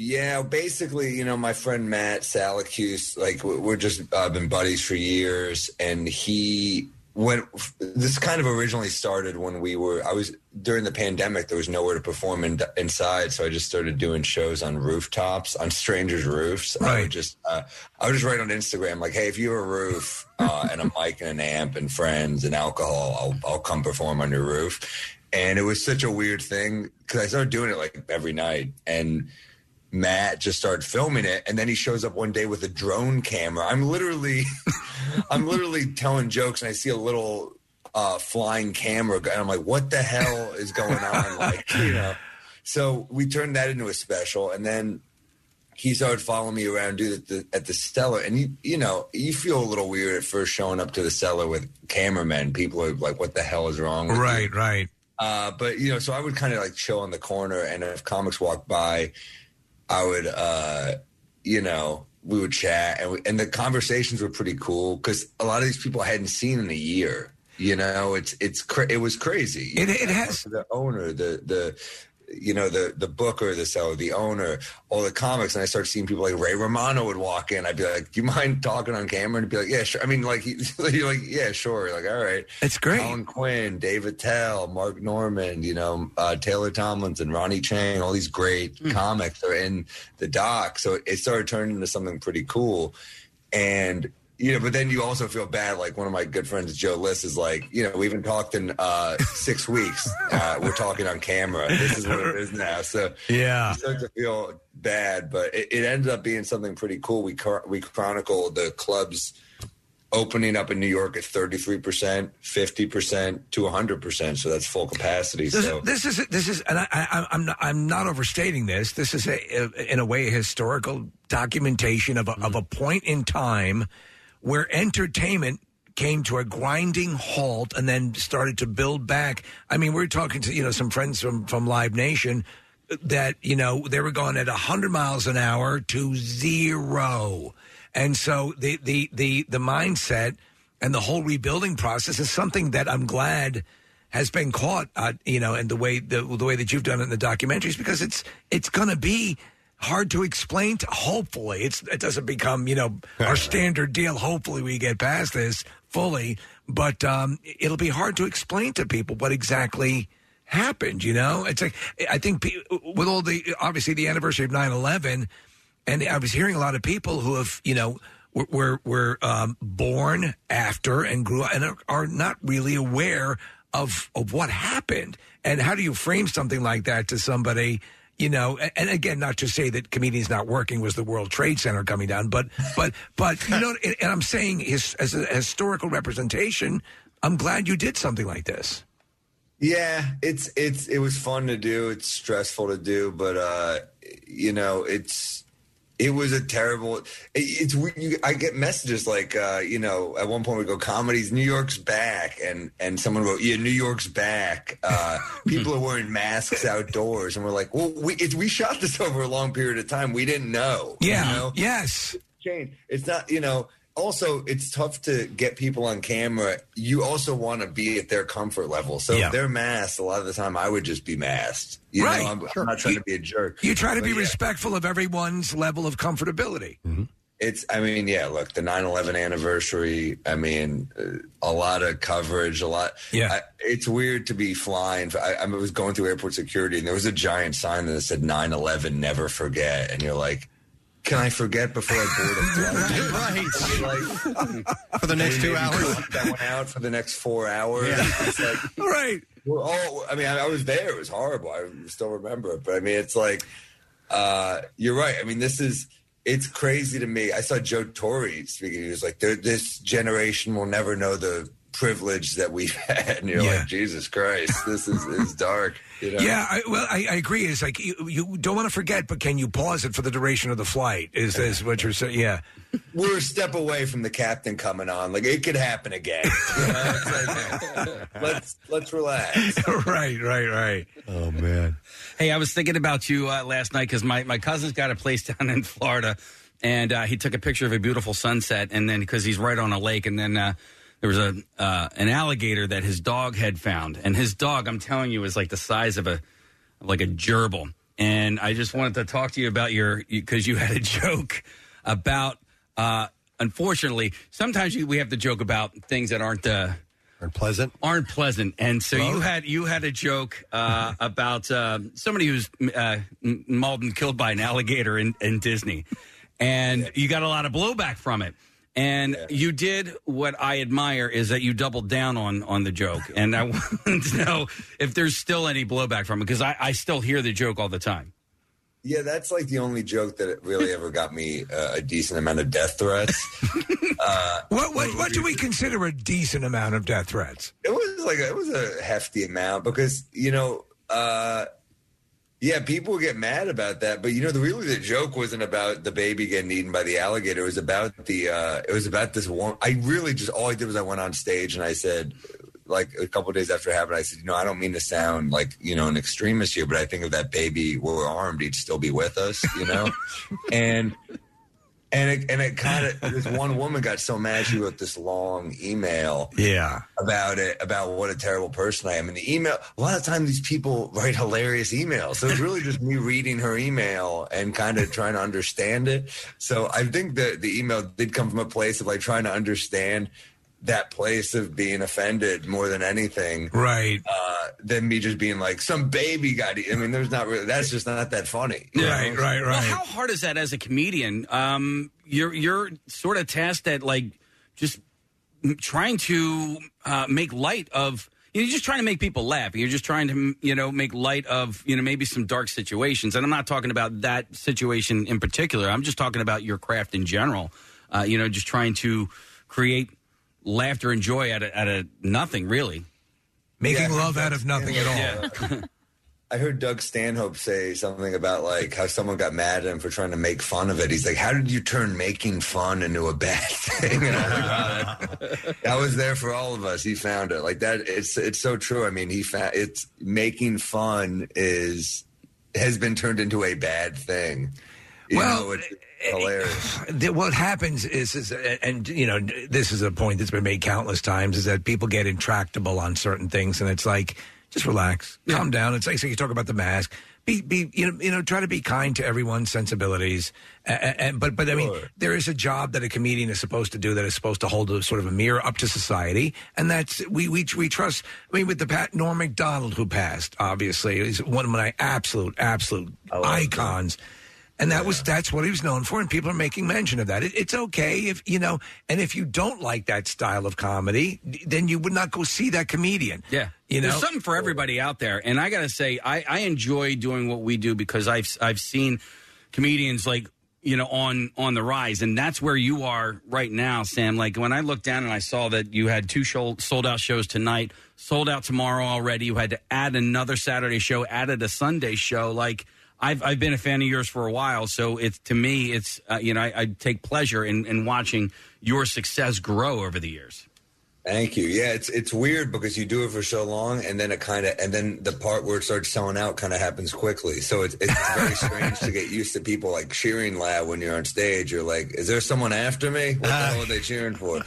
Yeah, basically, you know, my friend Matt Salacuse, like we- we're just uh, been buddies for years, and he went. This kind of originally started when we were. I was during the pandemic. There was nowhere to perform in, inside, so I just started doing shows on rooftops, on strangers' roofs. I would just, uh, I would just write on Instagram like, "Hey, if you have a roof uh, and a mic and an amp and friends and alcohol, I'll I'll come perform on your roof." And it was such a weird thing because I started doing it like every night and. Matt just started filming it, and then he shows up one day with a drone camera. I'm literally, I'm literally telling jokes, and I see a little uh, flying camera, go- and I'm like, "What the hell is going on?" Like, you know. So we turned that into a special, and then he started following me around, dude, at the, at the cellar. And you, you know, you feel a little weird at first showing up to the cellar with cameramen. People are like, "What the hell is wrong?" with you?"
right.
Uh, but you know, so I would kind of like chill in the corner, and if comics walked by, I would, uh, you know, we would chat, and we, and the conversations were pretty cool because a lot of these people I hadn't seen in a year. You know, it's it's cra- it was crazy. It, it has the owner, the the you know the the booker, the seller, the owner, all the comics, and I started seeing people like Ray Romano would walk in. I'd be like, "Do you mind talking on camera?" And he'd be like, "Yeah, sure." I mean, like he, you're like, "Yeah, sure." Like, all right,
it's great.
Alan Quinn, David Tell, Mark Norman, you know, uh, Taylor Tomlinson, Ronnie Chang, all these great
Mm.
comics are in the doc. So it started turning into something pretty cool, and you know, but then you also feel bad. Like one of my good friends, Joe Liss, is like, you know, we haven't talked in uh, six weeks. Uh, we're talking on camera. This is what it is now. So
Yeah.
you start to feel bad, but it, it ended up being something pretty cool. We chro- we chronicled the club's opening up in New York at thirty three percent, fifty percent to hundred percent. So that's full capacity.
This,
So
this is this is, and I, I, I'm not, I'm not overstating this. This is a, in a way a historical documentation of a, of a point in time where entertainment came to a grinding halt and then started to build back. I mean, we're talking to you know some friends from from Live Nation that you know they were going at 100 miles an hour to zero, and so the the the the mindset and the whole rebuilding process is something that I'm glad has been caught, uh, you know, and the way the, the way that you've done it in the documentaries, because it's it's going to be hard to explain. To, hopefully, it's it doesn't become you know our standard deal. Hopefully, we get past this fully, but um, it'll be hard to explain to people what exactly happened. You know, it's like I think pe- with all the obviously the anniversary of 9-11, and I was hearing a lot of people who have you know were were, were um, born after and grew up and are, are not really aware of of what happened. And how do you frame something like that to somebody? You know, a- and again, not to say that comedians not working was the World Trade Center coming down, but but but you know, and and I'm saying his, as a historical representation, I'm glad you did something like this.
Yeah, it's it's it was fun to do. It's stressful to do, but uh you know, it's it was a terrible. It, it's we- you, I get messages like uh, you know at one point we go comedies New York's back and and someone wrote yeah New York's back. Uh, people are wearing masks outdoors and we're like well we it, we shot this over a long period of time we didn't know
Yeah,
you know?
yes
Shane it's not you know. Also, it's tough to get people on camera. You also want to be at their comfort level. So
Yeah.
if they're masked, a lot of the time I would just be masked. You
Right.
know, I'm, I'm
Sure.
not trying to be a jerk.
You try to
But
be
yeah.
respectful of everyone's level of comfortability.
It's, I mean, yeah, look, the 9 11 anniversary, I mean, uh, a lot of coverage, a lot.
Yeah.
I, it's weird to be flying. I, I was going through airport security and there was a giant sign that said 9 11, never forget. And you're like, can I forget before I board a flight?
For the next two
Maybe
hours.
block That one out for the next four hours. It's like,
right.
We're all, I mean, I, I was there. It was horrible. I still remember it. But I mean, it's like, uh, you're right. I mean, this is it's crazy to me. I saw Joe Torre speaking. He was like, "There- "This generation will never know the privilege that we've had." And you're
Yeah.
like, "Jesus Christ, this is is dark." You know?
Yeah, I, well, I, I agree. It's like you, you don't want to forget, but can you pause it for the duration of the flight? Is is what you're saying? Yeah,
we're a step away from the captain coming on. Like it could happen again. You know? It's like, let's let's relax.
right, right, right.
Oh man.
Hey, I was thinking about you uh, last night because my my cousin's got a place down in Florida, and uh, he took a picture of a beautiful sunset, and then because he's right on a lake, and then. Uh, there was a uh, an alligator that his dog had found, and his dog, I'm telling you, is like the size of a like a gerbil. And I just wanted to talk to you about your because you had a joke about. Uh, unfortunately, sometimes you, we have to joke about things that aren't uh,
aren't pleasant.
Aren't pleasant. And so you had you had a joke uh, about uh, somebody who's uh, m- mauled and killed by an alligator in, in Disney, and you got a lot of blowback from it. And you did what I admire is that you doubled down on on the joke, and I wanted to know if there's still any blowback from it because I, I still hear the joke all the time.
Yeah, that's like the only joke that really ever got me uh, a decent amount of death threats. Uh,
What what what do we consider a decent amount of death threats?
it was like a, it was a hefty amount because you know uh yeah people get mad about that but you know the really the joke wasn't about the baby getting eaten by the alligator it was about the uh it was about this one i really just all i did was i went on stage and i said like a couple days after it happened, I said, you know, I don't mean to sound like you know an extremist here, but I think if that baby were armed, he'd still be with us, you know, and. And it, and it kind of this one woman got so mad she wrote this long email
Yeah.
about it about what a terrible person I am. And the email a lot of times these people write hilarious emails. So it's really just me reading her email and kind of trying to understand it. So I think that the email did come from a place of like trying to understand that place of being offended more than anything.
Right.
Uh, than me just being like, some baby got e-" I mean, there's not really that's just not that funny. you know?
Well, how hard is that as a comedian? Um, you're you're sort of tasked at like just m- trying to uh, make light of. You're just trying to make people laugh. You're just trying to, m- you know, make light of, you know, maybe some dark situations. And I'm not talking about that situation in particular. I'm just talking about your craft in general. Uh, you know, just trying to create laughter and joy out of, out of nothing, really.
Making
Yeah.
love out of nothing at all.
I heard Doug Stanhope say something about like how someone got mad at him for trying to make fun of it. He's like, "How did you turn making fun into a bad thing?" And I was, like, that was there for all of us. He found it like that. It's it's so true. I mean, he found it's making fun is has been turned into a bad thing. You
Well,
know, it's hilarious.
that what happens is, is and you know this is a point that's been made countless times is that people get intractable on certain things and it's like just relax calm down it's like so you talk about the mask be, be you know you know try to be kind to everyone's sensibilities A- a- and but but i mean there is a job that a comedian is supposed to do that is supposed to hold a sort of a mirror up to society and that's we we, we trust i mean with the pat norm mcdonald who passed obviously is one of my absolute absolute icons and that was that's what he was known for, and people are making mention of that. It, it's okay if you know, and if you don't like that style of comedy, d- then you would not go see that comedian.
Yeah,
You know?
there's something for everybody out there, and I gotta say, I, I enjoy doing what we do because I've I've seen comedians like you know on on the rise, and that's where you are right now, Sam. Like when I looked down and I saw that you had two shol- sold out shows tonight, sold out tomorrow already. You had to add another Saturday show, added a Sunday show, like. I've I've been a fan of yours for a while, so it's to me it's uh, you know I, I take pleasure in, in watching your success grow over the years.
Thank you. Yeah, it's it's weird because you do it for so long, and then it kind of, and then the part where it starts selling out kind of happens quickly. So it's it's very strange to get used to people like cheering loud when you're on stage. You're like, is there someone after me? What the hell are they cheering for?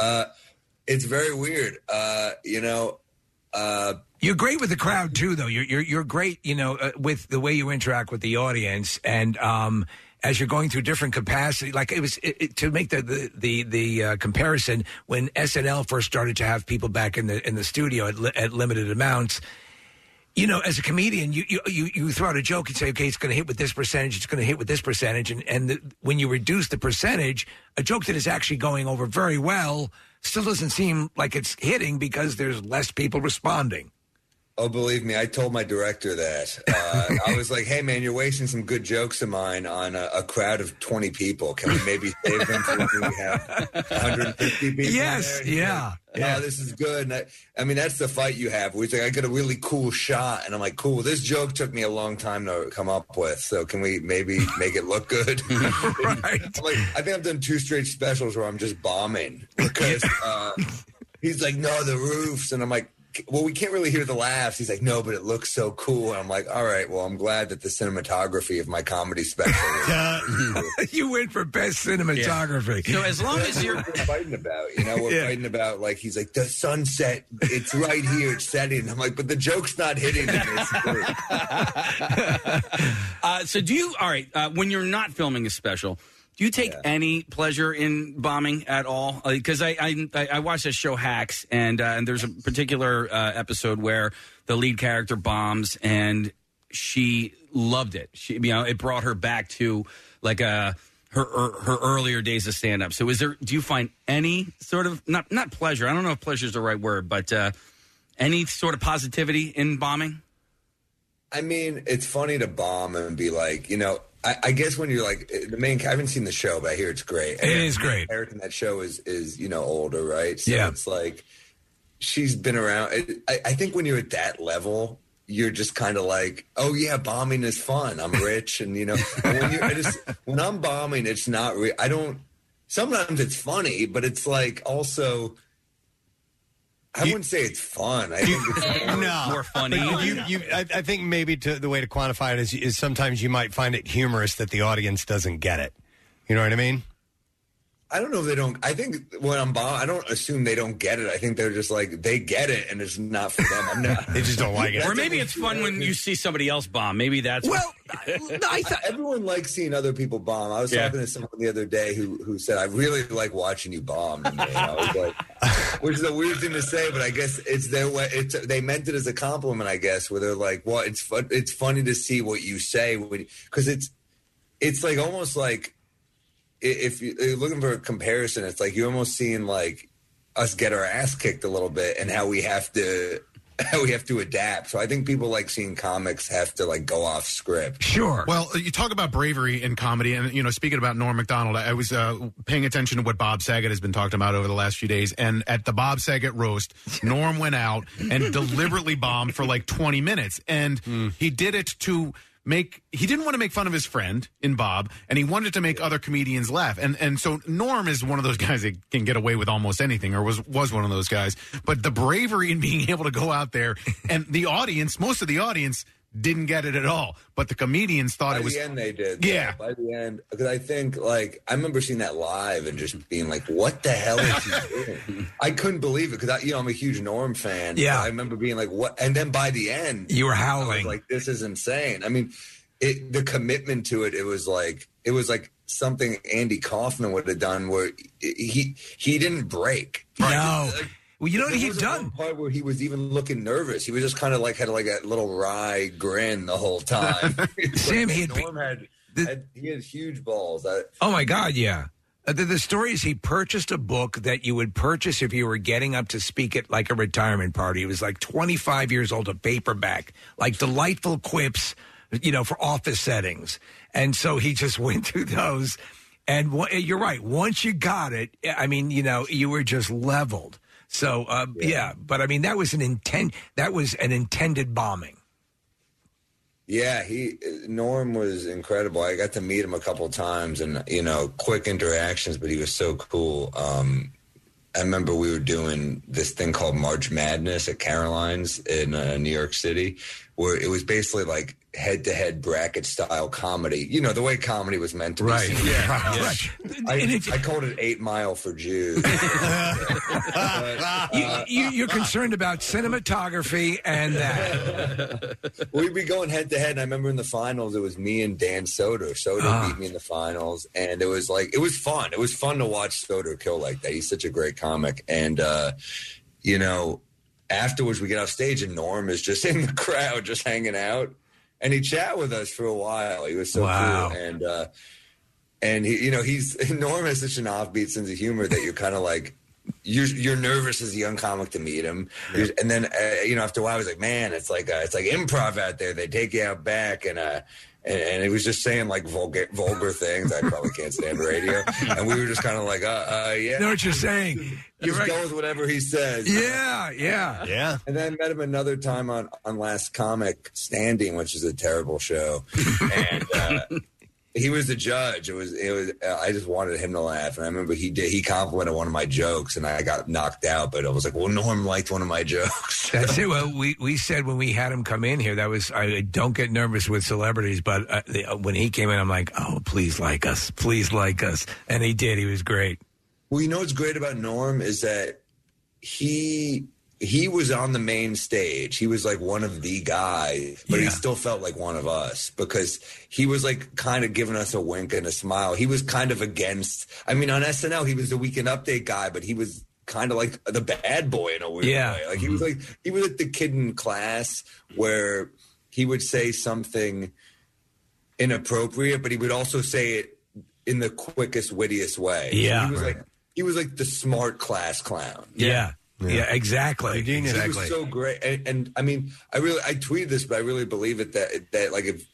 Uh, it's very weird. Uh, you know, uh,
You're great with the crowd too, though. You're you're, you're great, you know, uh, with the way you interact with the audience, and um, as you're going through different capacity, like it was it, it- to make the the the, the uh, comparison when SNL first started to have people back in the in the studio at, li- at limited amounts. You know, as a comedian, you you you, you throw out a joke and say, okay, it's going to hit with this percentage, it's going to hit with this percentage, and and the, when you reduce the percentage, a joke that is actually going over very well still doesn't seem like it's hitting because there's less people responding.
Oh, believe me, I told my director that. Uh, I was like, "Hey, man, you're wasting some good jokes of mine on a, a crowd of 20 people. Can we maybe save them for when we have 150 people?" in
Yes,
there?" And he's
yeah,
like, No, this is good. And I, I mean, that's the fight you have. We like, I got a really cool shot, and I'm like, "Cool, this joke took me a long time to come up with. So can we maybe make it look good?"
right.
I'm like, I think I've done two straight specials where I'm just bombing because. Uh, He's like, no, the roofs. And I'm like, well, we can't really hear the laughs. He's like, no, but it looks so cool. And I'm like, all right, well, I'm glad that the cinematography of my comedy special.
you win for best cinematography.
Yeah. So as long as you're- fighting about, you know, we're
Yeah.
fighting about like, he's like, the sunset, it's right here, it's setting. I'm like, but the joke's not hitting. in this group."
Uh, so do you all right uh, when you're not filming a special do you take any pleasure in bombing at all because I, I i i watched a show hacks and uh, and there's a particular uh, episode where the lead character bombs and she loved it she you know it brought her back to like uh her, her her earlier days of stand up. So is there do you find any sort of not not pleasure? I don't know if pleasure is the right word, but uh any sort of positivity in bombing?
I mean, it's funny to bomb and be like, you know, I, I guess when you're like eh, the main, I haven't seen the show, but I hear it's great.
It is great.
Eric in that show is is you know older, right? So
Yeah.
it's like she's been around. It- I, I think when you're at that level, you're just kind of like, oh yeah, bombing is fun. I'm rich, and you know, and when, you're, I just, when I'm bombing, it's not. Re- I don't. Sometimes it's funny, but it's like also I wouldn't say it's fun. I think it's
no.
more
But You, you, I, I think maybe to, the way to quantify it is, is sometimes you might find it humorous that the audience doesn't get it. You know what I mean?
I don't know if they don't. I think when I'm bomb, I don't assume they don't get it. I think they're just like they get it, and it's not for them. I'm not.
they just don't like
or maybe it's fun when you see somebody else bomb. Maybe that's
Well, everyone likes seeing other people bomb. I was
Yeah.
talking to someone the other day who who said, "I really like watching you bomb," and I was like, which is a weird thing to say, but I guess it's their way. It's they meant it as a compliment, I guess, where they're like, "Well, it's fun. It's funny to see what you say because it's it's like almost like i- if you- you're looking for a comparison, it's like you're almost seeing like us get our ass kicked a little bit and how we have to how we have to adapt. So I think people like seeing comics have to like go off script.
Sure.
Well, you talk about bravery in comedy, and you know, speaking about Norm Macdonald, I I was uh, paying attention to what Bob Saget has been talking about over the last few days. And at the Bob Saget roast, Norm went out and deliberately bombed for like 20 minutes, and he did it to make he didn't want to make fun of his friend in Bob, and he wanted to make other comedians laugh. And and so Norm is one of those guys that can get away with almost anything, or was was one of those guys. But the bravery in being able to go out there and the audience, most of the audience didn't get it at all. But the comedians thought
By
it was
the end, they did.
Yeah.
By the end, because I think like I remember seeing that live and just being like, "What the hell is he doing?" I couldn't believe it because I, you know, I'm a huge Norm fan.
Yeah.
I remember being like, "What?" And then by the end,
You were
I was
howling.
like, "This is insane." I mean, it the commitment to it. It was like it was like something Andy Kaufman would have done, where he he didn't break.
No. Well, you know what
There
he'd
was a one Part where he was even looking nervous. He was just kind of like had like a little wry grin the whole time. Sam, he had, Norm had, had- he had huge balls. I,
Oh my God, yeah. Uh, The, the story is he purchased a book that you would purchase if you were getting up to speak at like a retirement party. It was like 25 years old, a paperback, like delightful quips, you know, for office settings. And so he just went through those. And wha- you're right. Once you got it, eh, I mean, you know, you were just leveled. So uh, yeah. but I mean, that was an intent. That was an intended bombing.
yeah, he Norm was incredible. I got to meet him a couple times, and you know, quick interactions, but he was so cool. Um, I remember we were doing this thing called March Madness at Caroline's in uh, New York City, where it was basically like head-to-head bracket style comedy. You know, the way comedy was meant to
Right.
be. seen.
Yeah.
Um,
Right.
I, I called it Eight Mile for Jews.
You, you, you're concerned about cinematography and that.
We'd be going head to head. And I remember in the finals, it was me and Dan Soder. Soder beat me in the finals. And it was like, it was fun. It was fun to watch Soder kill like that. He's such a great comic. And, uh, you know, afterwards we get off stage and Norm is just in the crowd, just hanging out. And he chat with us for a while. He was so
Wow.
cool. And, uh, and he, you know, he's Norm has such an offbeat sense of humor that you're kind of like, you're you're nervous as a young comic to meet him, You're- and then uh, you know after a while I was like, man, it's like uh, it's like improv out there. They take you out back, and uh, and, and it was just saying like vulgar vulgar things. I probably can't stand radio, and we were just kind of like, uh, uh yeah,
Know what you're saying? You're
just
right.
go with whatever he says.
Yeah, yeah.
Yeah.
And then met him another time on, on Last Comic Standing, which is a terrible show. And uh, he was the judge. It was it was. Uh, I just wanted him to laugh, and I remember he did. He complimented one of my jokes, and I got knocked out. But I was like, well, Norm liked one of my jokes.
That's it. Well, we, we said when we had him come in here, that was I I don't get nervous with celebrities, but uh, the, uh, when he came in, I'm like, oh, please like us, please like us, and he did. He was great.
Well, you know what's great about Norm is that he he was on the main stage. He was like one of the guys, but he still felt like one of us because he was like kind of giving us a wink and a smile. He was kind of against. I mean, on SNL, he was the Weekend Update guy, but he was kind of like the bad boy in a weird
Yeah.
way. Like he was like he was like the kid in class where he would say something inappropriate, but he would also say it in the quickest, wittiest way.
Yeah.
he was like he was like the smart class clown.
Yeah, yeah, exactly,
He was
exactly.
so great, and, and I mean, I really I tweeted this, but I really believe it that that like if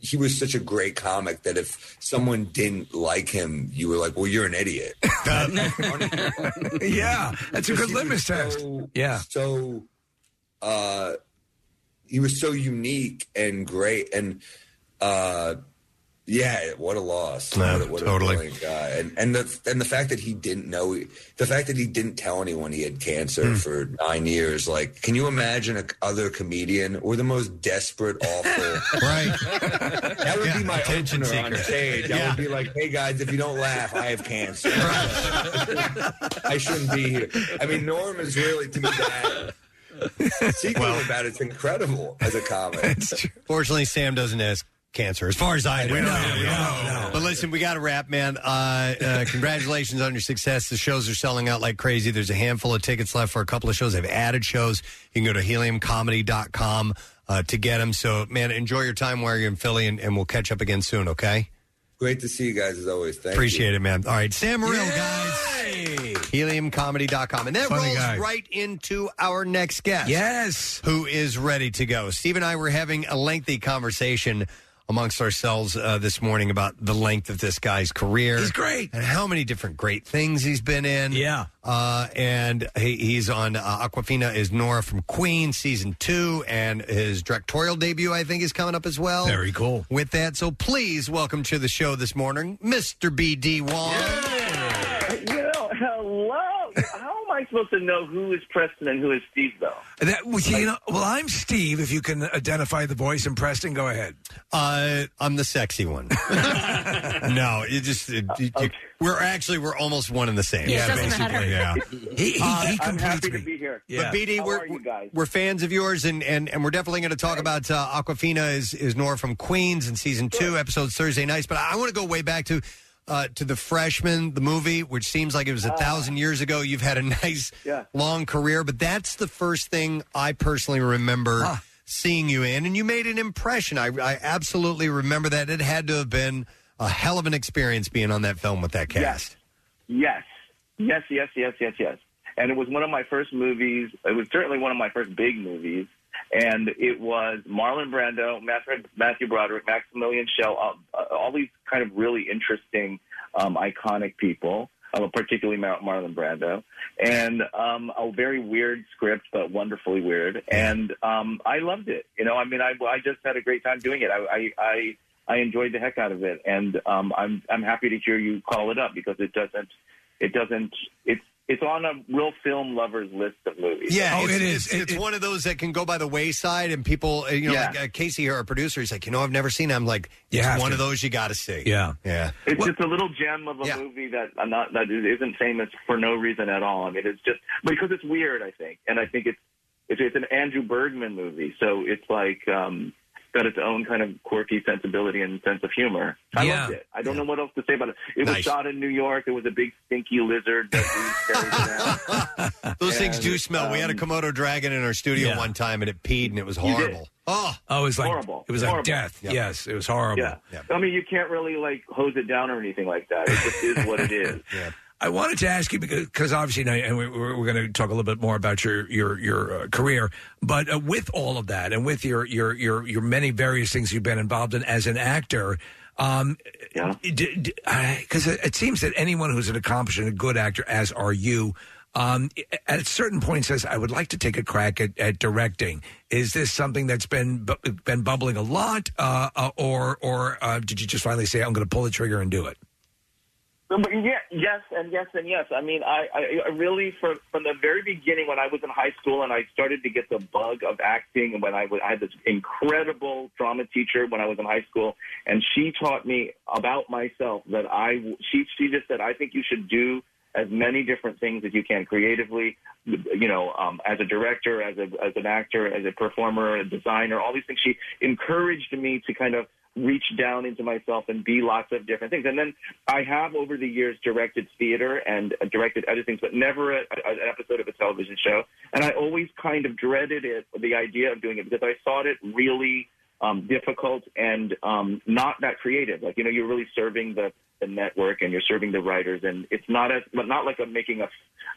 he was such a great comic that if someone didn't like him, you were like, well, you're an idiot.
yeah, that's a
Because
good
he was
litmus test.
so-
Yeah.
So uh he was so unique and great and uh Yeah, what a loss!
No,
what a, what
totally.
a brilliant guy, and and the and the fact that he didn't know, the fact that he didn't tell anyone he had cancer
Hmm.
for nine years. Like, can you imagine a other comedian? We're the most desperate, awful.
right.
That would be my opener on stage. I would be like, "Hey guys, if you don't laugh, I have cancer. I shouldn't be here." I mean, Norm is really to me that. Secret about it's incredible as a comic.
Fortunately, Sam doesn't ask cancer, as far as I know. But listen, we got to wrap, man. Uh, uh, congratulations on your success. The shows are selling out like crazy. There's a handful of tickets left for a couple of shows. They've added shows. You can go to heliumcomedy.com uh, to get them. So, man, enjoy your time while you're in Philly, and, and we'll catch up again soon, okay?
Great to see you guys as always. Thank
Appreciate
you.
it, man. All right, Sam Morril, guys. Heliumcomedy.com. And that
Funny
rolls
guy.
right into our next guest.
Yes.
Who is ready to go. Steve and I were having a lengthy conversation amongst ourselves uh, this morning about the length of this guy's career. He's great. And how many different great things he's been in. Yeah. Uh, and he, he's on uh, Aquafina is Nora from Queen season two, and his directorial debut, I think, is coming up as well.
Very cool.
With that, so please welcome to the show this morning, Mr. B.D. Wong.
Well, hello. How am I supposed to know who is Preston and who is Steve, though?
That well, you know, well, I'm Steve. If you can identify the voice, and Preston, go ahead.
Uh, I'm the sexy one. no, it just it, it- we're actually we're almost one and the same. Uh,
Yeah, it doesn't matter.
Yeah.
He,
Uh, I'm happy to be here.
But BD,
How
we're
are you guys?
we're fans of yours, and and, and we're definitely going to talk about uh, Aquafina is is Nora from Queens in season two, episodes Thursday nights. But I want to go way back to. Uh, to the freshman, the movie, which seems like it
Ah.
was a thousand years ago. You've had a nice, long career, but that's the first thing I personally remember seeing you in, and you made an impression. I, I absolutely remember that. It had to have been a hell of an experience being on that film with that cast.
Yes. Yes, yes, yes, yes, yes. And it was one of my first movies. It was certainly one of my first big movies. And it was Marlon Brando, Matthew- Matthew Broderick, Maximilian Schell, all, all these kind of really interesting, um, iconic people, uh, particularly Mar- Marlon Brando. And um, a very weird script, but wonderfully weird. And um, I loved it. You know, I mean, I, I just had a great time doing it. I, I, I, I enjoyed the heck out of it. And um, I'm, I'm happy to hear you call it up because it doesn't it doesn't it's it's on a real film lovers list of movies.
Yeah, Oh,
Oh,
it's, It's, it's one of those that can go by the wayside, and people, uh, you know,
Yeah.
like, uh, Casey here, our producer, he's like, you know, I've never seen. It. I'm like,
You
it's
have
one
to.
of those you got to see.
Yeah.
yeah.
It's just a little gem of a movie that I'm not that isn't famous for no reason at all. I mean, it's just because it's weird, I think, and I think it's it's, it's an Andrew Bergman movie, so it's like um, got its own kind of quirky sensibility and sense of humor. I
Yeah.
loved it. I don't know what else to say about it. It
Nice.
was shot in New York. It was a big stinky lizard. That we carried around.
Those things do
And,
smell. we had a
um,
Komodo dragon in our studio
Yeah.
one time, and it peed, and it was
You did.
horrible. Oh,
Oh, it was like
Horrible.
It was like
Horrible.
death.
Yeah.
Yes, it was horrible.
Yeah. I mean, you can't really like hose it down or anything like that. It just is what it is.
I wanted to ask you because, because obviously, now, and we, we're, we're going to talk a little bit more about your your your uh, career, but uh, with all of that and with your your your your many various things you've been involved in as an actor, um, because it, it seems that anyone who's an accomplished and a good actor, as are you, um, at certain point says, "I would like to take a crack at, at directing." Is this something that's been bu- been bubbling a lot, uh, uh, or or uh, did you just finally say, "I'm going to pull the trigger and do it"?
But yeah, yes, and yes, and yes. I mean, I, I, I really from from the very beginning when I was in high school and I started to get the bug of acting. When I was, I had this incredible drama teacher when I was in high school, and she taught me about myself that I. She she just said, I think you should do as many different things as you can creatively. You know, um, as a director, as a as an actor, as a performer, a designer, all these things. She encouraged me to kind of reach down into myself and be lots of different things. And then I have over the years directed theater and uh, directed other things, but never a, a, an episode of a television show. And I always kind of dreaded it, the idea of doing it, because I thought it really um, difficult and um, not that creative. Like you know, you're really serving the the network and you're serving the writers, and it's not as but not like a making a,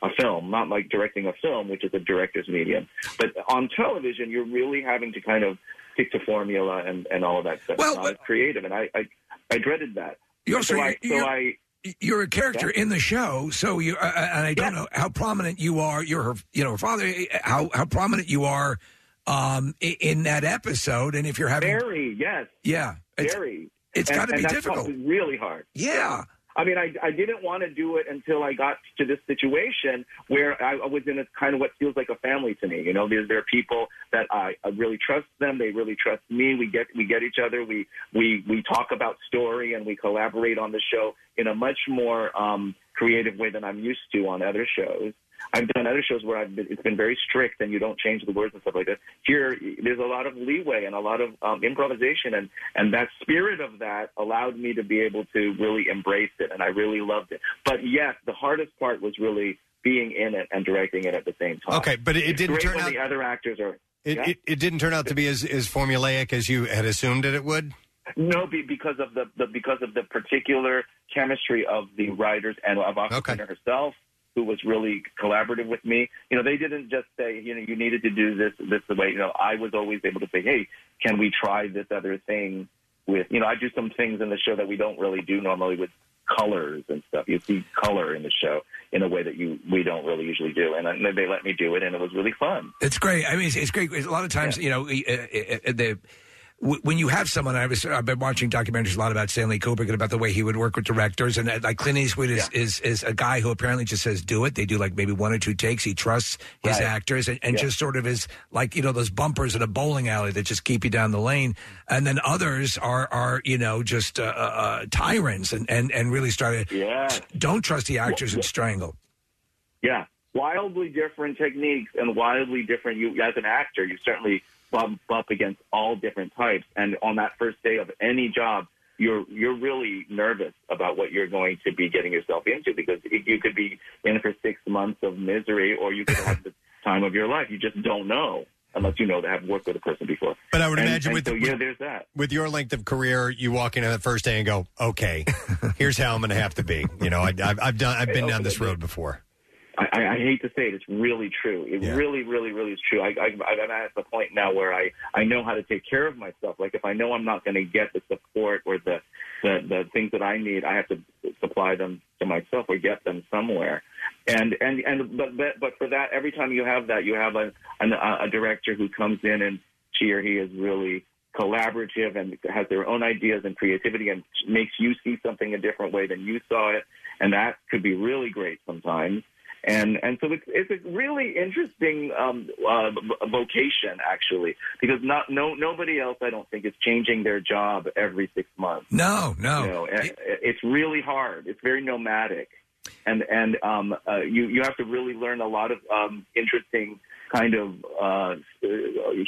a film, not like directing a film, which is a director's medium. But on television, you're really having to kind of stick to formula and, and all of that stuff. Well, not as creative, and I I, I dreaded that.
You also-
so I,
you-
so I
you're a character in the show, so you uh, and I don't know how prominent you are. You're her, you know, her father. uh, How how prominent you are um, i- in that episode, and if you're having
very yes
yeah, it's-
very.
It's
And-
gotta
and
be
that's what
difficult.
was really hard.
Yeah.
I mean, I, I didn't want to do it until I got to this situation where I, I was in a kind of what feels like a family to me. You know, there, there are people that I, I really trust them. They really trust me. We get we get each other. We we we talk about story and we collaborate on the show in a much more um, creative way than I'm used to on other shows. I've done other shows where I've been, it's been very strict and you don't change the words and stuff like that. Here, there's a lot of leeway and a lot of um, improvisation, and and that spirit of that allowed me to be able to really embrace it, and I really loved it. But yes, the hardest part was really being in it and directing it at the same time.
Okay, but it
It's
didn't
great
turn
when
out-
the other actors are.
It,
Yeah?
it, it didn't turn out to be as, as formulaic as you had assumed that it would.
No, be, because of the, the because of the particular chemistry of the writers and of Aquafina herself, who was really collaborative with me. You know, they didn't just say, you know, you needed to do this this the way. You know, I was always able to say, hey, can we try this other thing with? You know, I do some things in the show that we don't really do normally with colors and stuff. You see color in the show in a way that you we don't really usually do, and uh, they let me do it, and it was really fun.
It's great. I mean, it's, it's great. It's a lot of times, you know, uh, uh, uh, the. w- When you have someone, I was, I've been watching documentaries a lot about Stanley Kubrick and about the way he would work with directors. And uh, like Clint Eastwood is, is, is a guy who apparently just says, do it. They do like maybe one or two takes. He trusts his
Right.
actors and, and
Yeah.
just sort of is like, you know, those bumpers in a bowling alley that just keep you down the lane. And then others are, are you know, just uh, uh, uh, tyrants and, and, and really start to don't trust the actors and strangle.
Yeah, wildly different techniques and wildly different. You as an actor, you certainly bump up against all different types. And on that first day of any job, you're you're really nervous about what you're going to be getting yourself into because it, you could be in for six months of misery, or you could have the time of your life. You just don't know unless you know that have worked with a person before.
But I would
And-
imagine
and
with-
so yeah,
with-
there's that.
With your length of career, you walk into the first day and go, "Okay, here's how I'm going to have to be." You know, I, I've, I've done, I've been down this road before.
I, I I hate to say it, it's really true. It really, really, really is true. I, I, I'm at the point now where I, I know how to take care of myself. Like if I know I'm not going to get the support or the, the, the things that I need, I have to supply them to myself or get them somewhere. And, and, and, but, but, but for that, every time you have that, you have a, an, a director who comes in and she or he is really collaborative and has their own ideas and creativity and makes you see something a different way than you saw it. And that could be really great sometimes and and so it's it's a really interesting um, uh, v- vocation actually because not no nobody else I don't think is changing their job every six months.
No, no.
you know, and it's really hard. It's very nomadic, and and um, uh, you you have to really learn a lot of um, interesting kind of uh, uh,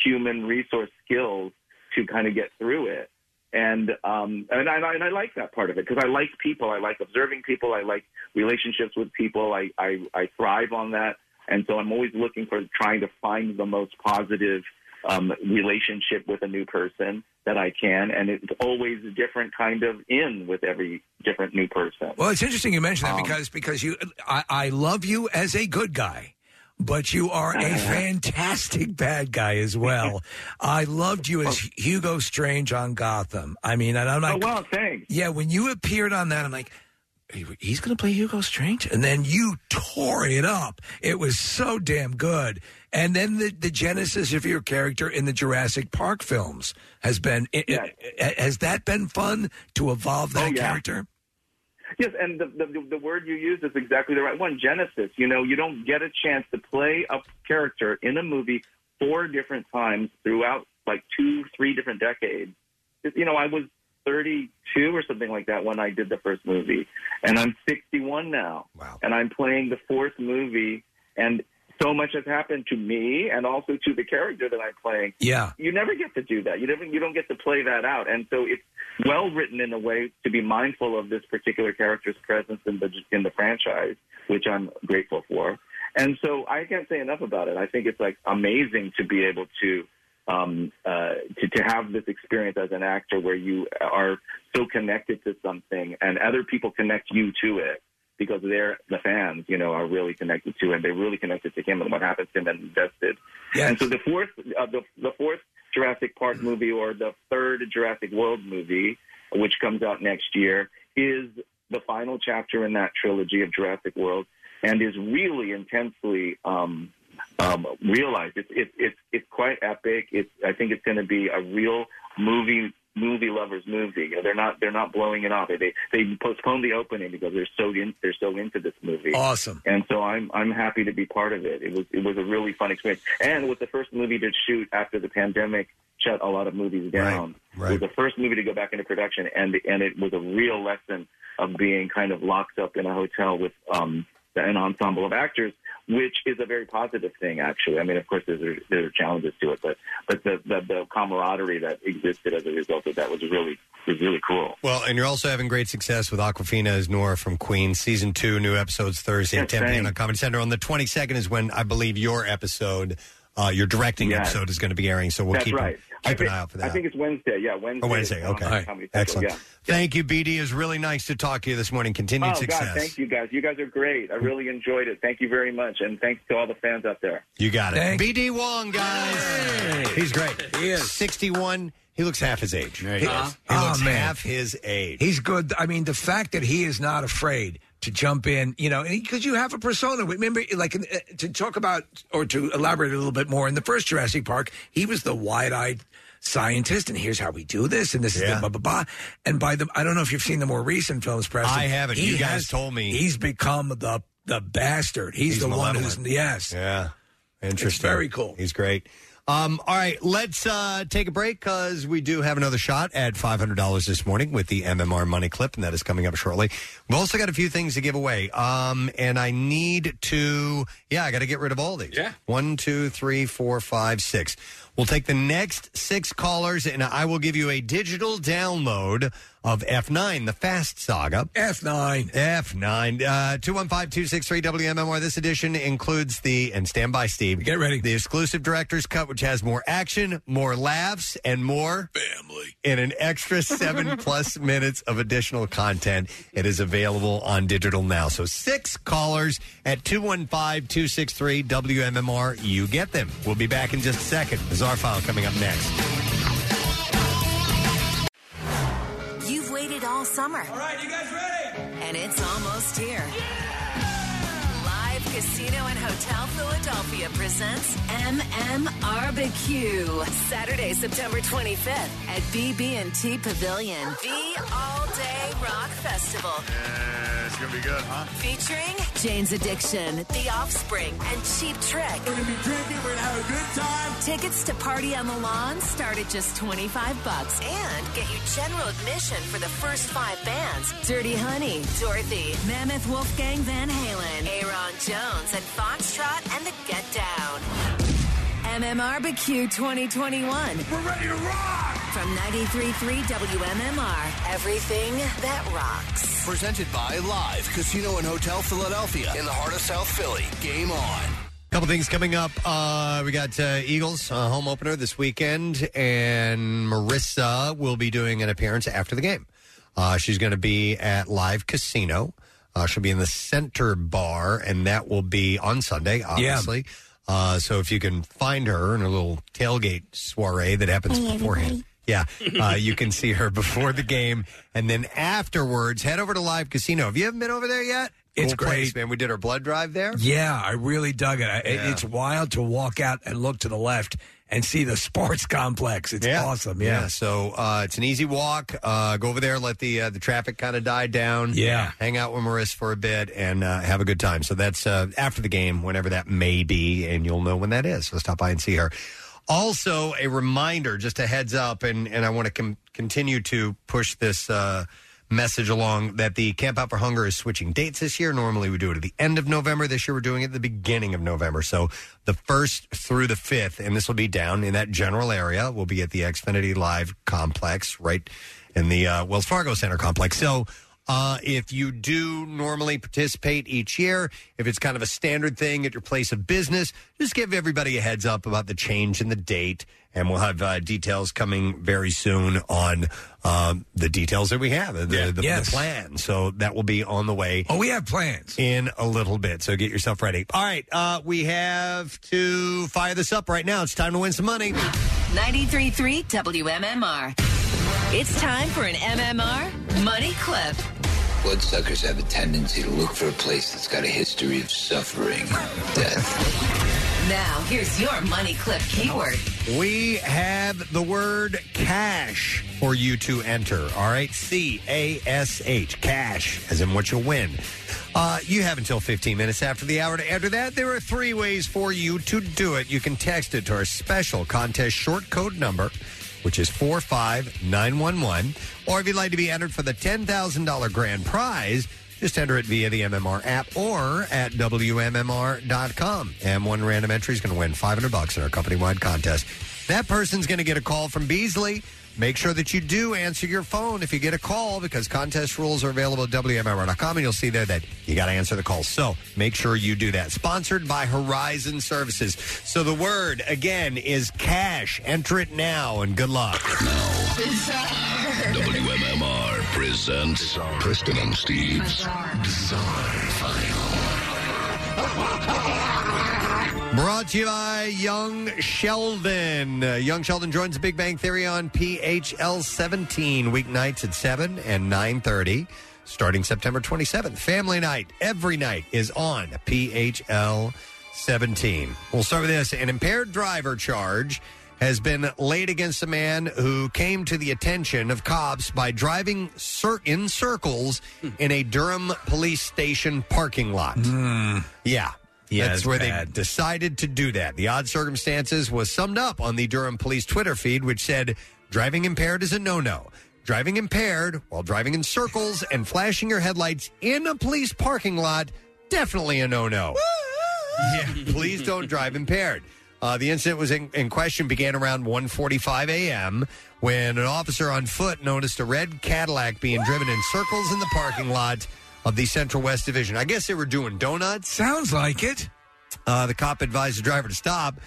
human resource skills to kind of get through it. And um, and I and I like that part of it because I like people. I like observing people. I like relationships with people. I, I I thrive on that, and so I'm always looking for trying to find the most positive um, relationship with a new person that I can. And it's always a different kind of in with every different new person.
Well, it's interesting you mention that
Um,
because because you, I, I love you as a good guy, but you are a fantastic bad guy as well. I loved you as Hugo Strange on Gotham. I mean, and I'm like,
oh wow, thanks.
Yeah, when you appeared on that, I'm like. He's going to play Hugo Strange, and then you tore it up. It was so damn good. And then the, the genesis of your character in the Jurassic Park films has been. i- i- has that been fun to evolve
Oh,
that character?
Yes, and the, the the word you used is exactly the right one. Genesis. You know, you don't get a chance to play a character in a movie four different times throughout like two, three different decades. You know, I was 32 or something like that when I did the first movie, and I'm 61 now. Wow. And I'm playing the fourth movie, and so much has happened to me and also to the character that I'm playing
Yeah.
you never get to do that. You never you don't get to play that out, and so it's well written in a way to be mindful of this particular character's presence in the in the franchise, which I'm grateful for. And so I can't say enough about it. I think it's like amazing to be able to um, uh, to to have this experience as an actor where you are so connected to something, and other people connect you to it because they're the fans, you know, are really connected to him. They're really connected to him and what happens to him and invested. And so the fourth, uh, the, the fourth Jurassic Park movie or the third Jurassic World movie, which comes out next year, is the final chapter in that trilogy of Jurassic World and is really intensely um, um, realized. It's it's it's it's quite epic. It's I think it's going to be a real movie movie lovers movie. You know, they're not they're not blowing it off. They they, they postponed the opening because they're so in, they're so into this movie.
Awesome.
And so I'm I'm happy to be part of it. It was it was a really fun experience, and it was the first movie to shoot after the pandemic shut a lot of movies down.
Right.
It was the first movie to go back into production, and and it was a real lesson of being kind of locked up in a hotel with um, an ensemble of actors, which is a very positive thing, actually. I mean, of course, there's there are challenges to it, but but the, the the camaraderie that existed as a result of that was really was really cool.
Well, and you're also having great success with Aquafina as Nora from Queens. Season two, new episodes Thursday at 10
Yes,
p.m.
thanks.
on Comedy Center. On the 22nd is when I believe your episode, uh, your directing
Yes.
episode, is going to be airing. So we'll
That's
keep,
right. I
keep
think,
an eye out for
I
that.
think it's Wednesday. Yeah, Wednesday. um,
Oh, Wednesday.
It's on
Okay.
Comedy Central,
Excellent.
yeah.
Thank you, BD. It was really nice to talk to you this morning. Continued
oh,
success.
God, thank you guys. You guys are great. I really enjoyed it. Thank you very much. And thanks to all the fans out there.
You got it.
Thank-
BD Wong, guys. He's great. He is. 61. He looks half his age. He,
does.
he
Oh,
looks
man.
half his age.
He's good. I mean, the fact that he is not afraid to jump in, you know, because you have a persona. Remember, like uh, to talk about or to elaborate a little bit more in the first Jurassic Park, he was the wide-eyed scientist, and here's how we do this, and this is the blah blah blah. And by the, I don't know if you've seen the more recent films, Preston.
I haven't.
He
You guys
has-
told me.
he's become the the bastard. He's, the one who's yes,
Yeah. Interesting.
very cool.
He's great. Um, all right, let's uh, take a break because we do have another shot at $500 this morning with the MMR money clip, and that is coming up shortly. We've also got a few things to give away. Um, and I need to, yeah, I got to get rid of all these. Yeah. One, two, three, four, five, six. We'll take the next six callers, and I will give you a digital download of F9, the Fast Saga.
F9.
F9. Uh, 215-263-WMMR. This edition includes the, and stand by, Steve. Get ready. The exclusive director's cut, which has more action, more laughs, and more family in an extra seven plus minutes of additional content. It is available on digital now. So six callers at 215-263-WMMR. You get them. We'll be back in just a second. Bizarre File coming up next.
You've waited all summer. All right, you guys ready? And it's almost here. Live Casino and Hotel Philadelphia presents MMRBQ Saturday, September 25th at BB&T Pavilion. The all-day rock festival.
Yeah, it's gonna be good, huh?
Featuring Jane's Addiction, The Offspring, and Cheap Trick. We're gonna be drinking, we're gonna have a good time. Tickets to Party on the Lawn start at just 25 bucks and get you general admission for the first five bands. Dirty Honey, Dorothy, Mammoth Wolfgang Van Halen, Aaron Jones, and Foxtrot and the Get Down. MMRBQ 2021. We're ready to rock! From 93.3 WMMR, everything that rocks.
Presented by Live Casino and Hotel Philadelphia in the heart of South Philly. Game on.
Couple things coming up. Uh, we got uh, Eagles uh, home opener this weekend, and Marissa will be doing an appearance after the game. Uh, she's going to be at Live Casino. Uh, she'll be in the center bar, and that will be on Sunday, obviously. Uh, so if you can find her in a little tailgate soiree that happens
Hi,
beforehand. Yeah, uh, you can see her before the game, and then afterwards, head over to Live Casino. Have you haven't been over there yet?
It's
Cool place,
great.
man. We did our blood drive there.
Yeah, I really dug it. I, it-
Yeah.
It's wild to walk out and look to the left and see the sports complex. It's awesome. Yeah.
So uh, it's an easy walk. Uh, go over there, let the uh, the traffic kind of die down.
Yeah.
Hang out with Marissa for a bit and uh, have a good time. So that's uh, after the game, whenever that may be, and you'll know when that is. So stop by and see her. Also, a reminder, just a heads up, and, and I want to com- continue to push this uh, message along that the Camp Out for Hunger is switching dates this year. Normally, we do it at the end of November. This year, we're doing it at the beginning of November. So the 1st through the 5th, and this will be down in that general area, will be at the Xfinity Live Complex, right in the uh, Wells Fargo Center Complex. So uh, if you do normally participate each year, if it's kind of a standard thing at your place of business, just give everybody a heads up about the change in the date. And we'll have uh, details coming very soon on um, the details that we have, the, the, the
Yes.
plan. So that will be on the way.
Oh, we have plans.
In a little bit. So get yourself ready. All right. Uh, we have to fire this up right now. It's time to win some money.
93.3 WMMR. It's time for an MMR money clip
Bloodsuckers have a tendency to look for a place that's got a history of suffering and death.
Now, here's your money clip keyword.
We have the word cash for you to enter. All right. C A S H. Cash, as in what you'll win. Uh, you have until 15 minutes after the hour to enter that. There are three ways for you to do it. You can text it to our special contest short code number, which is 45911. Or if you'd like to be entered for the $10,000 grand prize, just enter it via the MMR app or at WMMR.com. And one random entry is going to win 500 bucks in our company wide contest. That person's going to get a call from Beasley. Make sure that you do answer your phone if you get a call because contest rules are available at WMMR.com and you'll see there that you got to answer the call. So make sure you do that. Sponsored by Horizon Services. So the word again is cash. Enter it now and good luck.
WMMR presents Preston and Steve's Bizarre
Brought to you by Young Sheldon. Uh, Young Sheldon joins Big Bang Theory on PHL 17 weeknights at 7 and 9:30 starting September 27th. Family night every night is on PHL 17. We'll start with this. An impaired driver charge has been laid against a man who came to the attention of cops by driving cir- in circles in a Durham police station parking lot. Yeah.
Hmm. Yeah,
That's
it's
where
bad.
they decided to do that. The odd circumstances was summed up on the Durham police Twitter feed, which said driving impaired is a no no. Driving impaired while driving in circles and flashing your headlights in a police parking lot, definitely a no no. yeah, please don't drive impaired. Uh, the incident was in, in question began around 1:45 a.m. when an officer on foot noticed a red Cadillac being driven in circles in the parking lot of the Central West Division. I guess they were doing donuts. Sounds like it. Uh, the cop advised the driver to stop.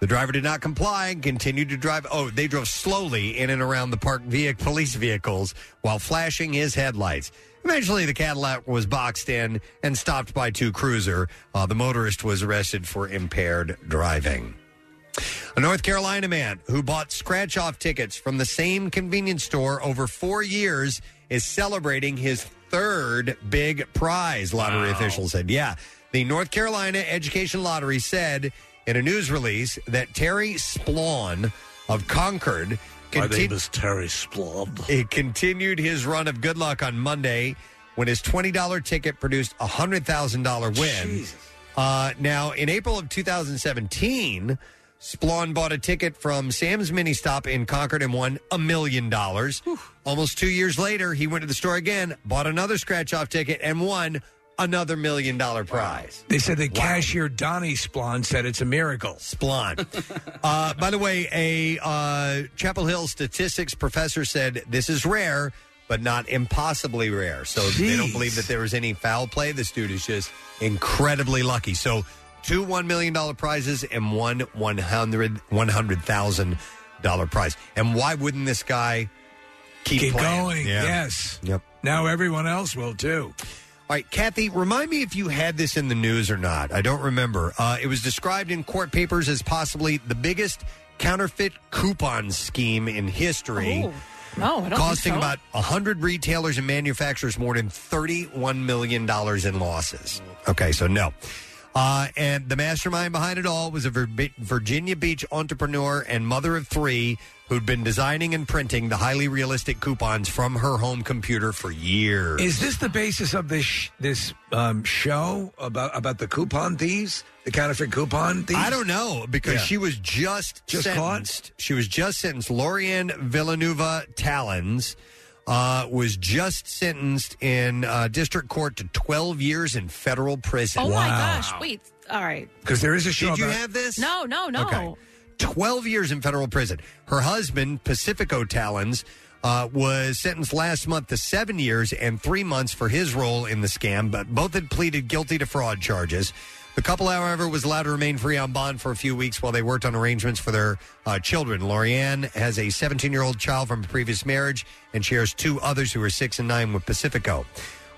The driver did not comply and continued to drive. Oh, they drove slowly in and around the parked vehicle, police vehicles while flashing his headlights. Eventually, the Cadillac was boxed in and stopped by two cruiser. Uh, the motorist was arrested for impaired driving. A North Carolina man who bought scratch off tickets from the same convenience store over four years is celebrating his third big prize, lottery officials said. Yeah. The North Carolina Education Lottery said in a news release that Terry Splawn of Concord.
My
contin-
name is Terry Splawn.
it continued his run of good luck on Monday when his $20 ticket produced a $100,000 win. Uh, now, in April of 2017, Splawn bought a ticket from Sam's Mini Stop in Concord and won a million dollars. Almost two years later, he went to the store again, bought another scratch off ticket, and won another million dollar prize.
They said that cashier Donnie Splon said it's a miracle.
Splon. uh, by the way, a uh, Chapel Hill statistics professor said this is rare, but not impossibly rare. So they don't believe that there was any foul play. This dude is just incredibly lucky. So two one million dollar prizes and one one hundred one hundred thousand dollar prize. And why wouldn't this guy keep,
Keep
playing?
going, yes.
Yep.
Now everyone else will too.
All right, Kathy, remind me if you had this in the news or not. I don't remember. Uh, it was described in court papers as possibly the biggest counterfeit coupon scheme in history.
No, I don't think
Costing
so.
about 100 retailers and manufacturers more than $31 million in losses. Okay, so no. Uh, and the mastermind behind it all was a Vir- Virginia Beach entrepreneur and mother of three who'd been designing and printing the highly realistic coupons from her home computer for years.
Is this the basis of this sh- this um, show about about the coupon thieves, the counterfeit coupon thieves?
I don't know because she was just,
Just caught?
sentenced. She was just sentenced. Lorian Villanueva Talons uh, was just sentenced in uh, district court to 12 years in federal prison.
Oh my gosh! Wait. All right.
Because there is a show.
Did
Did
you
you have this?
No, no, no.
Okay. 12 years in federal prison. Her husband, Pacifico Talons, uh, was sentenced last month to seven years and three months for his role in the scam, but both had pleaded guilty to fraud charges. The couple, however, was allowed to remain free on bond for a few weeks while they worked on arrangements for their uh, children. Lorianne has a 17 year old child from a previous marriage and shares two others who are six and nine with Pacifico.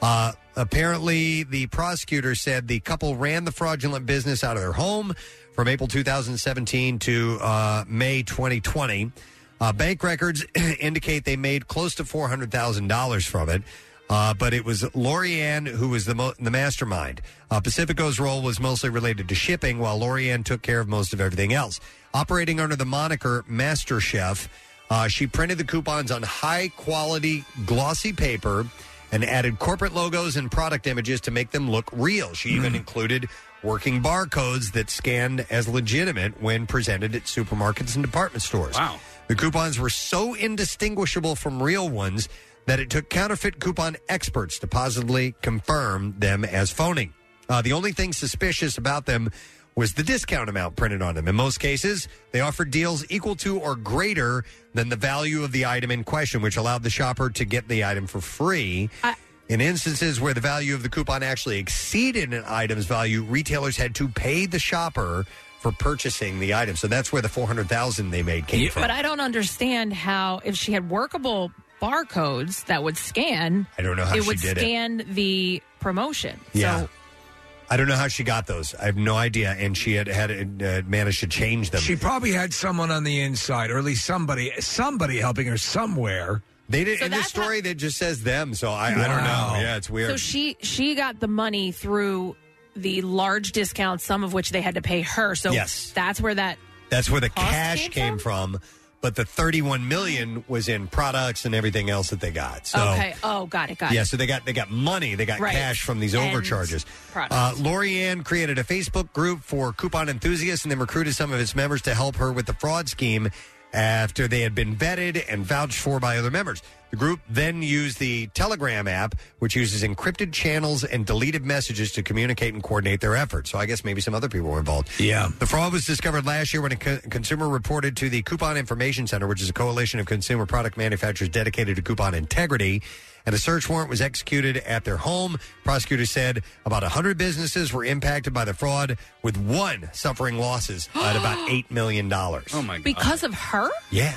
Uh, apparently, the prosecutor said the couple ran the fraudulent business out of their home from April 2017 to uh, May 2020. Uh, bank records indicate they made close to $400,000 from it. Uh, but it was Lori Ann who was the, mo- the mastermind. Uh, Pacifico's role was mostly related to shipping, while Lori Ann took care of most of everything else. Operating under the moniker Master Chef, uh, she printed the coupons on high quality glossy paper and added corporate logos and product images to make them look real. She even included working barcodes that scanned as legitimate when presented at supermarkets and department stores. Wow. The coupons were so indistinguishable from real ones that it took counterfeit coupon experts to positively confirm them as phony. Uh, the only thing suspicious about them was the discount amount printed on them. In most cases, they offered deals equal to or greater than the value of the item in question, which allowed the shopper to get the item for free. in instances where the value of the coupon actually exceeded an item's value, retailers had to pay the shopper for purchasing the item. So that's where the 400,000 they made came from.
But I don't understand how if she had workable barcodes that would scan,
I don't know how
it
she
would
did it.
scan the promotion.
Yeah.
So
I don't know how she got those. I have no idea. And she had had uh, managed to change them.
She probably had someone on the inside, or at least somebody, somebody helping her somewhere.
They did in this story that just says them. So I, I don't
Wow.
know. Yeah, it's weird.
So she she got the money through the large discounts, some of which they had to pay her. So
Yes.
that's where that
That's where the cash came, from? but the 31 million was in products and everything else that they got. So
okay. Oh, got it, got
yeah,
it.
so they got they got money, they got
Right.
cash from these
And
overcharges.
products.
Uh, Lori Ann created a Facebook group for coupon enthusiasts and then recruited some of its members to help her with the fraud scheme after they had been vetted and vouched for by other members. The group then used the Telegram app, which uses encrypted channels and deleted messages to communicate and coordinate their efforts. So I guess maybe some other people were involved.
Yeah.
The fraud was discovered last year when a co- consumer reported to the Coupon Information Center, which is a coalition of consumer product manufacturers dedicated to coupon integrity. And a search warrant was executed at their home. Prosecutors said about 100 businesses were impacted by the fraud, with one suffering losses at about $8 million. Oh, my
Because of her?
Yeah.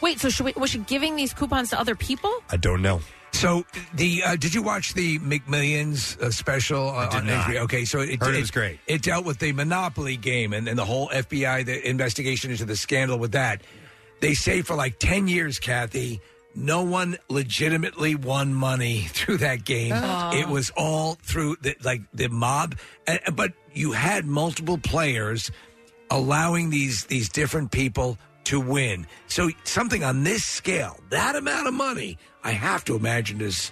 Wait, so she, was she giving these coupons to other people?
I don't know.
So the uh, did you watch the McMillions uh, special uh,
did
on
not.
HBO? Okay, so it,
Heard it
it
was great.
It dealt with the Monopoly game and, and the whole FBI the investigation into the scandal with that. They say for like ten years, Kathy, no one legitimately won money through that game.
Oh.
It was all through the, like the mob, And- but you had multiple players allowing these these different people to win. So something on this scale, that amount of money, I have to imagine is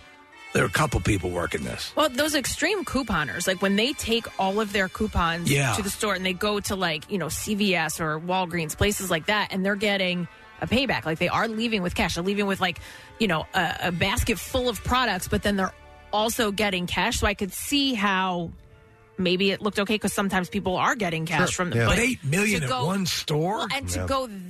there are a couple people working this.
Well, those extreme couponers, like when they take all of their coupons
Yeah.
to the store and they go to like, you know, CVS or Walgreens, places like that, and they're getting a payback. Like they are leaving with cash. They're leaving with like, you know, a, a basket full of products, but then they're also getting cash. So I could see how maybe it looked okay because sometimes people are getting cash from the
but, eight million
to
at
go-
one store,
Well, and to go th-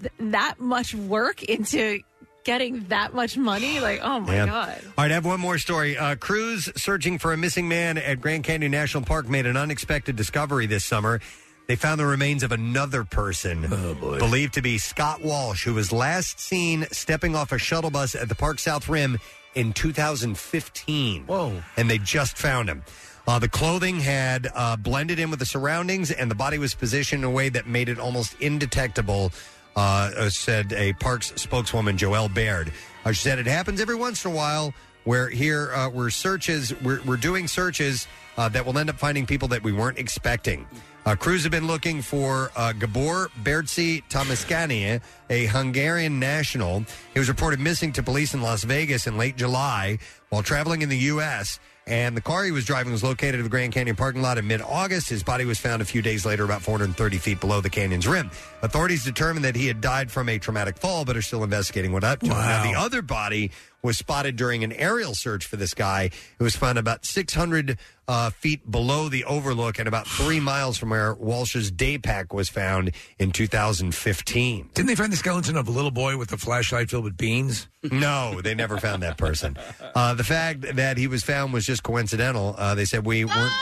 th- that much work into getting that much money, like, oh my
Yeah.
God.
All right, I have one more story. Uh, crews searching for a missing man at Grand Canyon National Park made an unexpected discovery this summer. They found the remains of another person believed to be Scott Walsh, who was last seen stepping off a shuttle bus at the Park South Rim in 2015. Whoa. And they just found him. Uh, the clothing had uh, blended in with the surroundings, and the body was positioned in a way that made it almost indetectable uh, uh, said a parks spokeswoman, Joelle Baird. Uh, she said it happens every once in a while where here uh, we're searches, we're, we're doing searches uh, that will end up finding people that we weren't expecting. Uh, crews have been looking for uh, Gabor Bertsi Tomaskani, a Hungarian national. He was reported missing to police in Las Vegas in late July while traveling in the U.S. And the car he was driving was located at the Grand Canyon parking lot in mid August. His body was found a few days later, about 430 feet below the canyon's rim. Authorities determined that he had died from a traumatic fall, but are still investigating what happened. to him. Now, the other body was spotted during an aerial search for this guy. It was found about 600 uh, feet below the overlook and about three miles from where Walsh's day pack was found in 2015.
Didn't they find the skeleton of a little boy with a flashlight filled with beans?
No, they never found that person. Uh, the fact that he was found was just coincidental. Uh, they said we weren't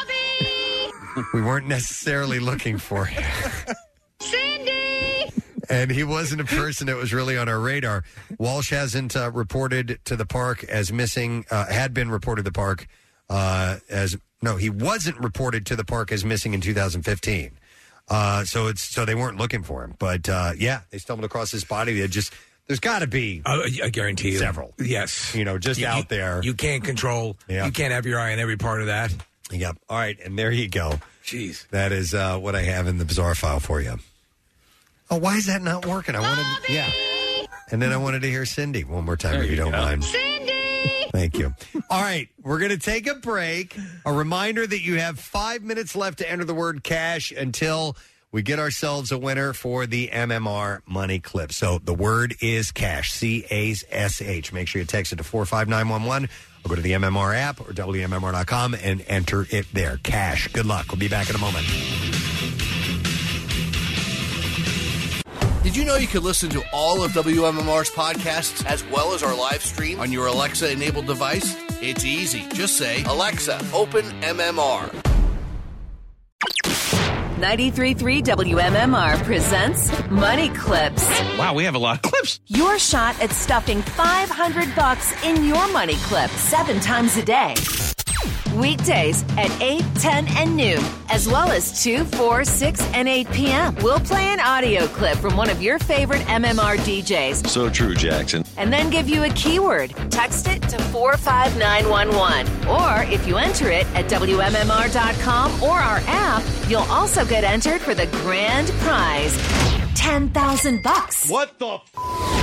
we weren't necessarily looking for him,
Cindy!
and he wasn't a person that was really on our radar. Walsh hasn't uh, reported to the park as missing. Uh, had been reported to the park uh, as no, he wasn't reported to the park as missing in 2015. Uh, so it's so they weren't looking for him, but uh, yeah, they stumbled across his body. They just There's got to be.
I guarantee you
several.
Yes,
you know, just
You-
out there.
You can't control. You can't have your eye on every part of that.
Yep. All right, and there you go.
Jeez,
that is uh, what I have in the bizarre file for you. Oh, why is that not working? I wanted, yeah. And then I wanted to hear Cindy one more time, if you, don't mind. Cindy. Thank you. All right, we're going to take a break. A reminder that you have five minutes left to enter the word cash until we get ourselves a winner for the MMR money clip. So the word is cash, C A S H. Make sure you text it to 45911 or go to the MMR app or WMMR.com and enter it there. Cash. Good luck. We'll be back in a moment.
Did you know you could listen to all of WMMR's podcasts as well as our live stream on your Alexa enabled device? It's easy. Just say, Alexa, open MMR.
93.3 WMMR presents Money Clips.
Wow, we have a lot of clips.
Your shot at stuffing 500 bucks in your money clip seven times a day. Weekdays at 8, 10, and noon, as well as 2, 4, 6, and 8 p.m. We'll play an audio clip from one of your favorite MMR DJs
So true, Jackson.
and then give you a keyword. Text it to 45911. Or if you enter it at WMMR.com or our app, you'll also get entered for the grand prize 10,000 bucks.
What the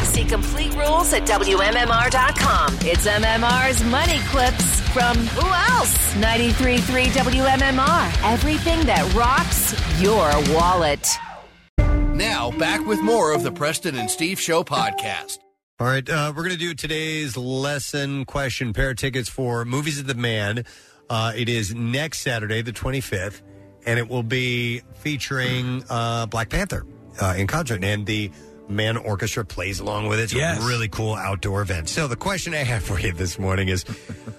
See complete rules at WMMR.com. It's MMR's Money Clips from who else? 93.3 WMMR. Everything that rocks your wallet.
Now, back with more of the Preston and Steve Show podcast.
All right, uh, we're going to do today's lesson question pair of tickets for Movies of the Man. Uh, it is next Saturday, the 25th, and it will be featuring uh, Black Panther uh, in concert. And the Man Orchestra plays along with it. It's
Yes.
a really cool outdoor event. So, the question I have for you this morning is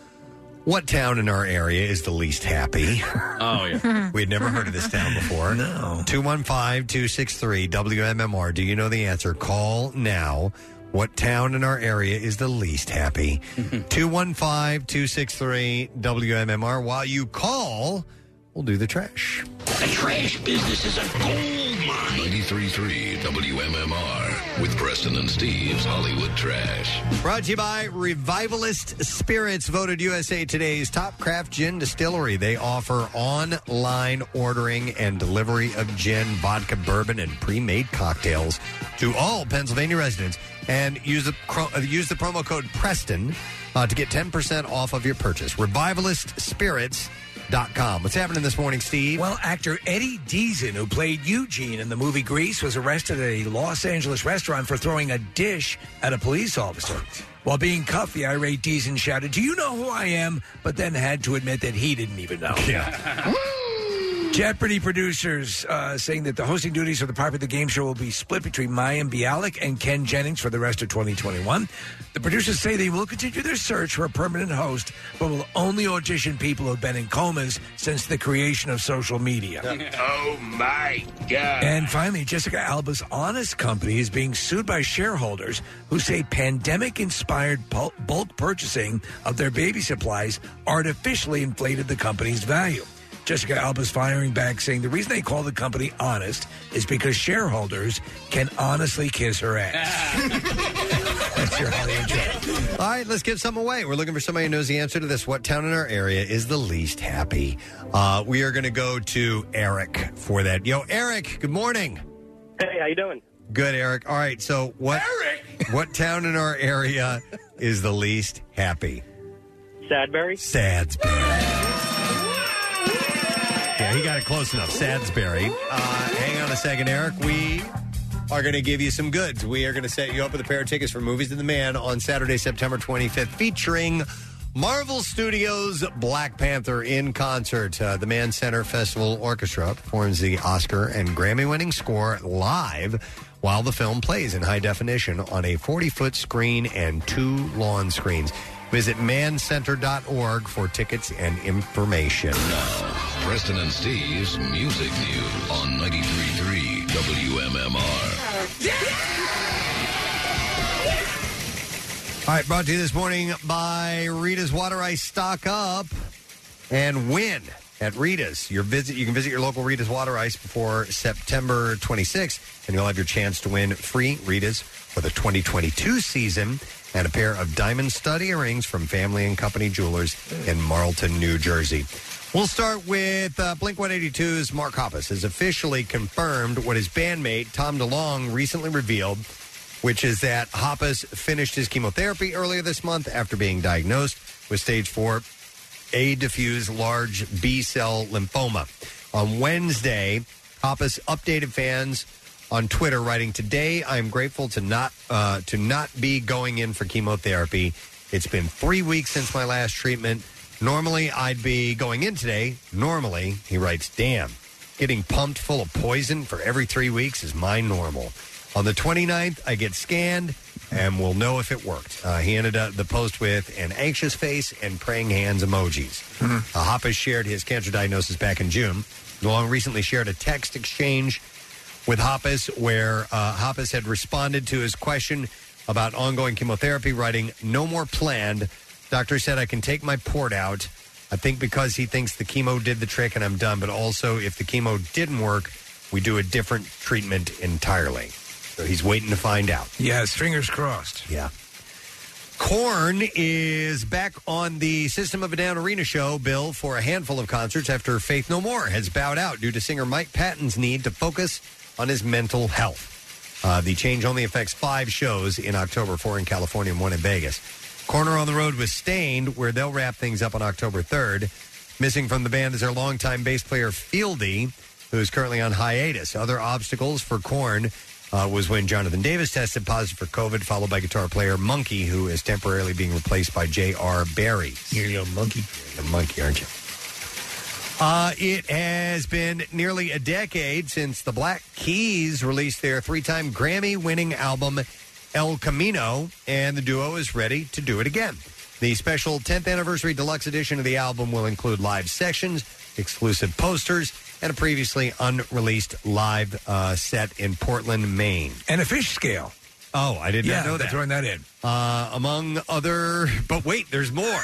what town in our area is the least happy?
Oh, yeah.
we had never heard of this town before. No. 215 263 WMMR. Do you know the answer? Call now. What town in our area is the least happy? 215 263 WMMR. While you call, we'll do the trash.
The trash business is a gold mine. 93.3 WMMR with Preston and Steve's Hollywood Trash.
Brought to you by Revivalist Spirits, voted USA Today's top craft gin distillery. They offer online ordering and delivery of gin, vodka, bourbon, and pre-made cocktails to all Pennsylvania residents. And use the cro- uh, use the promo code Preston uh, to get ten percent off of your purchase. RevivalistSpirits.com. What's happening this morning, Steve?
Well, actor Eddie Deason, who played Eugene in the movie Grease, was arrested at a Los Angeles restaurant for throwing a dish at a police officer. While being cuffed, the irate Deason shouted, Do you know who I am? But then had to admit that he didn't even know.
Yeah.
Jeopardy producers uh, saying that the hosting duties for the popular game show will be split between Mayim Bialik and Ken Jennings for the rest of 2021. The producers say they will continue their search for a permanent host, but will only audition people who have been in comas since the creation of social media.
oh my god.
And finally, Jessica Alba's Honest Company is being sued by shareholders who say pandemic inspired bulk purchasing of their baby supplies artificially inflated the company's value. Jessica Alba's firing back, saying the reason they call the company honest is because shareholders can honestly kiss her ass. That's your Hollywood joke.
All right, let's give some away. We're looking for somebody who knows the answer to this. What town in our area is the least happy? Uh, we are going to go to Eric for that. Yo, Eric, good morning.
Hey, how you doing?
Good, Eric. All right, so what? Eric, what town in our area is the least happy?
Sadberry.
Sadsbury. Yeah, he got it close enough. Sadsbury. Uh, hang on a second, Eric. We are going to give you some goods. We are going to set you up with a pair of tickets for Movies to the Man on Saturday, September 25th, featuring Marvel Studios' Black Panther in concert. Uh, the Man Center Festival Orchestra performs the Oscar and Grammy winning score live while the film plays in high definition on a 40 foot screen and two lawn screens. Visit mancenter.org for tickets and information.
Preston and Steve's Music News on 93.3 WMMR.
All right, brought to you this morning by Rita's Water Ice Stock Up and Win at Rita's. Your visit, you can visit your local Rita's Water Ice before September 26th, and you'll have your chance to win free Rita's for the 2022 season and a pair of diamond stud earrings from Family and Company Jewelers in Marlton, New Jersey. We'll start with uh, Blink 182's Mark Hoppus has officially confirmed what his bandmate Tom DeLong recently revealed, which is that Hoppus finished his chemotherapy earlier this month after being diagnosed with stage four a diffuse large B cell lymphoma. On Wednesday, Hoppus updated fans on Twitter, writing, "Today I am grateful to not uh, to not be going in for chemotherapy. It's been three weeks since my last treatment. Normally I'd be going in today. Normally, he writes, damn, getting pumped full of poison for every three weeks is my normal. On the 29th, I get scanned." And we'll know if it worked. Uh, he ended up the post with an anxious face and praying hands emojis. Uh, Hoppus shared his cancer diagnosis back in June. DeLong recently shared a text exchange with Hoppus where uh, Hoppus had responded to his question about ongoing chemotherapy, writing, No more planned. Doctor said I can take my port out. I think because he thinks the chemo did the trick and I'm done, but also if the chemo didn't work, we do a different treatment entirely. So he's waiting to find out.
Yes, fingers crossed.
Yeah. Corn is back on the System of a Down Arena show, Bill, for a handful of concerts after Faith No More has bowed out due to singer Mike Patton's need to focus on his mental health. Uh, the change only affects five shows in October, four in California and one in Vegas. Corner on the Road was Stained, where they'll wrap things up on October 3rd. Missing from the band is their longtime bass player Fieldy, who is currently on hiatus. Other obstacles for Corn uh, was when Jonathan Davis tested positive for COVID, followed by guitar player Monkey, who is temporarily being replaced by J.R. Barry. You're your monkey. You're a monkey, aren't you? Uh, it has been nearly a decade since the Black Keys released their three time Grammy winning album El Camino, and the duo is ready to do it again. The special 10th anniversary deluxe edition of the album will include live sessions, exclusive posters, and a previously unreleased live uh, set in Portland, Maine.
And a fish scale.
Oh, I did
yeah,
not know
they're
that.
throwing that in.
Uh, among other, but wait, there's more.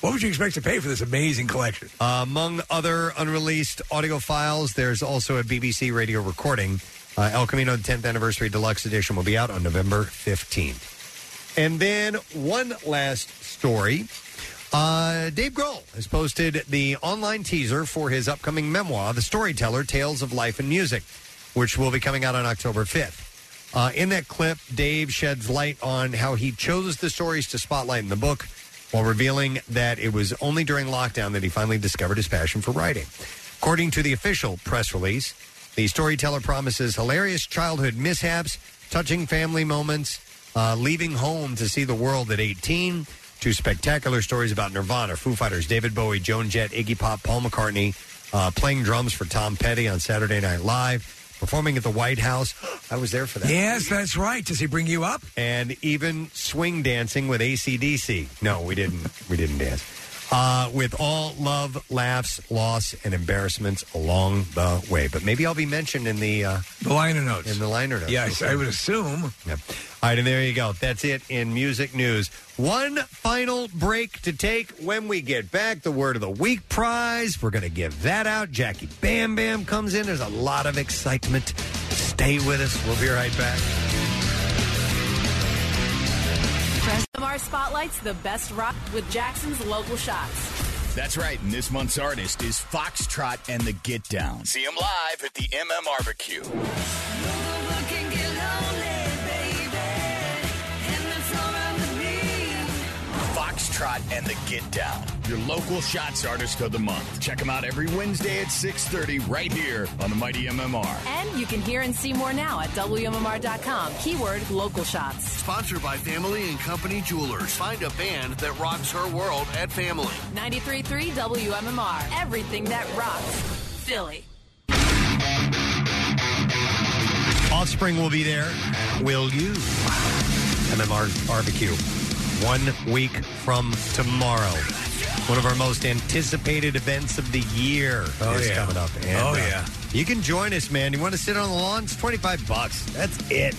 what would you expect to pay for this amazing collection?
Uh, among other unreleased audio files, there's also a BBC radio recording. Uh, El Camino 10th Anniversary Deluxe Edition will be out on November 15th. And then one last story. Uh, Dave Grohl has posted the online teaser for his upcoming memoir, The Storyteller Tales of Life and Music, which will be coming out on October 5th. Uh, in that clip, Dave sheds light on how he chose the stories to spotlight in the book while revealing that it was only during lockdown that he finally discovered his passion for writing. According to the official press release, the storyteller promises hilarious childhood mishaps, touching family moments, uh, leaving home to see the world at 18, to spectacular stories about Nirvana, Foo Fighters, David Bowie, Joan Jett, Iggy Pop, Paul McCartney, uh, playing drums for Tom Petty on Saturday Night Live, performing at the White House. I was there for that.
Yes, that's right. Does he bring you up?
And even swing dancing with ACDC. No, we didn't. we didn't dance. Uh, with all love, laughs, loss, and embarrassments along the way. But maybe I'll be mentioned in the uh,
The liner notes.
in the liner notes.
Yes, I would assume.
Yep. All right, and there you go. That's it in music news. One final break to take when we get back. The word of the week prize. We're going to give that out. Jackie Bam Bam comes in. There's a lot of excitement. Stay with us. We'll be right back.
Presmar spotlights the best rock with Jackson's local shots.
That's right, and this month's artist is Foxtrot and the Get Down. See him live at the MM Barbecue. Foxtrot and the Get Down, your local shots artist of the month. Check them out every Wednesday at 6:30 right here on the Mighty MMR.
And you can hear and see more now at WMMR.com. Keyword local shots.
Sponsored by Family and Company Jewelers. Find a band that rocks her world at Family.
93.3 WMMR. Everything that rocks. Philly.
Offspring will be there. Will you? MMR Barbecue. One week from tomorrow. One of our most anticipated events of the year
Oh,
is
yeah.
coming up. uh,
Oh, yeah.
You can join us, man. You want to sit on the lawn? It's 25 bucks. That's it.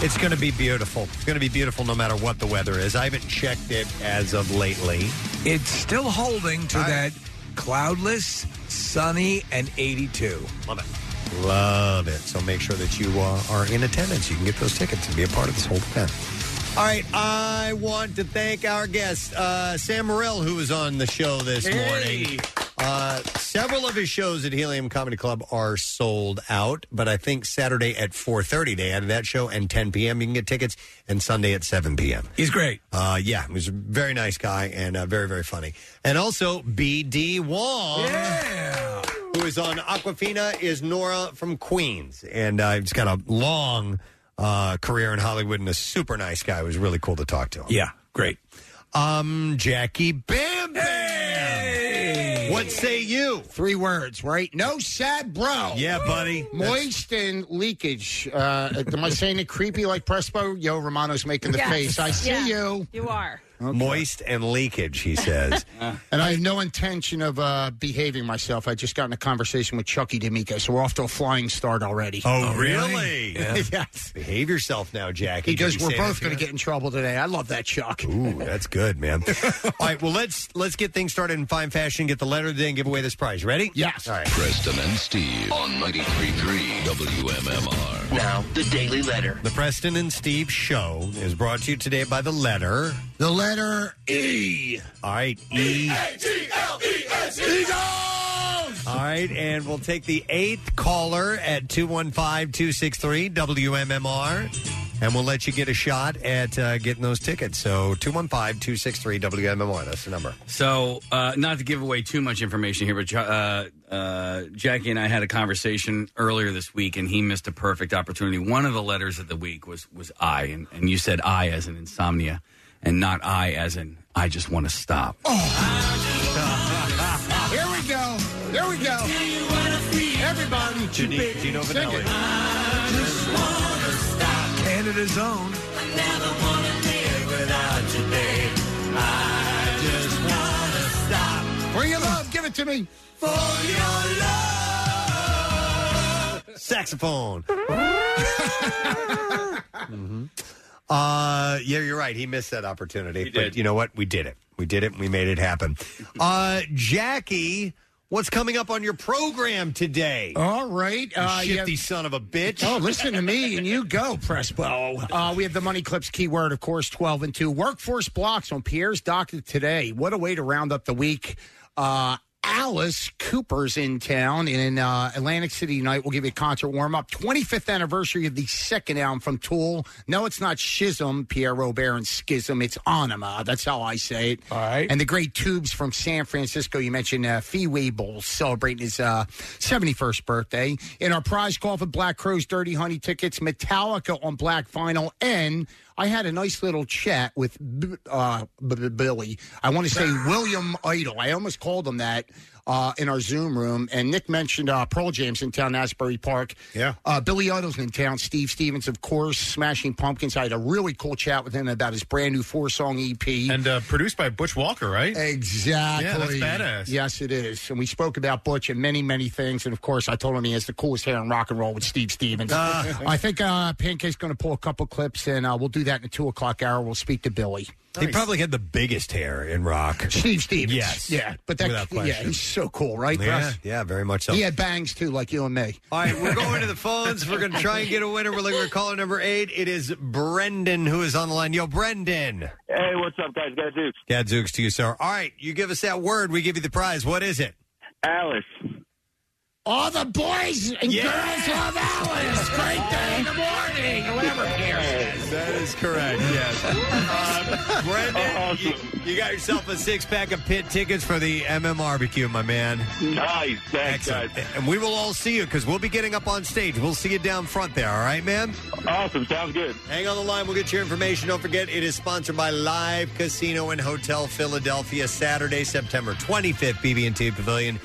It's going to be beautiful. It's going to be beautiful no matter what the weather is. I haven't checked it as of lately.
It's still holding to that cloudless, sunny, and 82.
Love it. Love it. So make sure that you uh, are in attendance. You can get those tickets and be a part of this whole event. All right, I want to thank our guest, uh, Sam Morrell, who was on the show this
Hey.
morning. Uh, several of his shows at Helium Comedy Club are sold out, but I think Saturday at 4.30, they added that show, and 10 p.m. you can get tickets, and Sunday at 7 p.m.
He's great.
Uh, yeah, he was a very nice guy and uh, very, very funny. And also B.D. Wong, who is on Aquafina, is Nora from Queens. And uh, he's got a long uh, career in Hollywood and a super nice guy. It was really cool to talk to him.
Yeah, great.
Um, Jackie Bam Bam. What say you?
Three words, right? No sad bro.
Yeah, buddy.
Moist and leakage. Uh, am I saying it creepy like Prespo? Yo, Romano's making the
Yes.
face. I see
Yeah.
you.
You are.
Moist and leakage, he says.
And I have no intention of uh, behaving myself. I just got in a conversation with Chucky D'Amico, so we're off to a flying start already.
oh, really?
yes.
Behave yourself now, Jackie.
He goes,
Did we
"We're
say
both
that
going to
here?"
get in trouble today." I love that Chuck.
Ooh, that's good, man. All right, well let's let's get things started in fine fashion. Get the letter today and give away this prize. Ready? Yes. All right.
Preston and Steve on 93.3 WMMR.
Now, the Daily Letter. The Preston and Steve Show is brought to you today by the letter.
The letter
E. All right, E.
Eagles!
All right, and we'll take the eighth caller at 215 263 WMMR, and we'll let you get a shot at uh, getting those tickets. So 215 263 WMMR, that's the number.
So, uh, not to give away too much information here, but Jo- uh, uh, Jackie and I had a conversation earlier this week, and he missed a perfect opportunity. One of the letters of the week was was I, and, and you said I as in insomnia, and not I as in I just want to stop.
Here we go. Here we go. Everybody,
Gene- Gino
sing
Vanelli.
it.
Canada's own.
For your love, give it to me. For your
love. Saxophone. Mm-hmm. Uh, yeah, you're right. He missed that opportunity. but you know what? We did it. We did it. and We made it happen. Uh, Jackie, what's coming up on your program today?
All right. Uh,
you shifty
yeah.
son of a bitch.
Oh, listen to me, and you go, Prespo. Uh, we have the money clips keyword, of course, 12 and 2. Workforce blocks on Pierre's docket today. What a way to round up the week. Uh, Alice Cooper's in town in uh, Atlantic City tonight. We'll give you a concert warm up. 25th anniversary of the second album from Tool. No, it's not Schism, Pierre Robert and Schism. It's Anima. That's how I say it. All right. And the great tubes from San Francisco. You mentioned uh, Fee Weebles celebrating his uh, 71st birthday. In our prize call for Black Crowes Dirty Honey tickets, Metallica on black vinyl. And I had a nice little chat with B- uh, B- B- Billy. I want to say William Idol. I almost called him that uh, in our Zoom room. And Nick mentioned uh, Pearl Jam's in town, Asbury Park. Yeah. Uh, Billy Idol's in town. Steve Stevens, of course, Smashing Pumpkins. I had a really cool chat with him about his brand new E four song EP.
And uh, produced by Butch Walker, right?
Exactly.
Yeah, that's badass.
Yes, it is. And we spoke about Butch and many, many things. And of course, I told him he has the coolest hair in rock and roll with Steve Stevens.
Ah.
I think uh, Pancake's going to pull a couple clips, and uh, we'll do that in the two o'clock hour. We'll speak to Billy.
He probably had the biggest hair in rock.
Steve Stevens.
Yes.
Yeah. But that,
Without
yeah,
question.
he's so cool, right?
Yeah,
Russ?
yeah, very much so.
He had bangs too, like you and me.
All right, we're going to the phones. We're going to try and get a winner. We're looking for caller number eight. It is Brendan who is on the line. Yo, Brendan.
Hey, what's up, guys? Gadzooks.
Gadzooks to you, sir. All right, you give us that word. We give you the prize. What is it?
Alice.
All the boys and girls love Alice. Great day in the morning, or whatever.
That is correct, yes. um, Brendan, you, you got yourself a six pack of pit tickets for the MMRBQ, my man.
Ah,
Nice. Thanks,
Excellent. And we will all see you because we'll be getting up on stage. We'll see you down front there, all right, man?
Awesome. Sounds good.
Hang on the line. We'll get your information. Don't forget, it is sponsored by Live Casino and Hotel Philadelphia, Saturday, September 25th, BB&T Pavilion.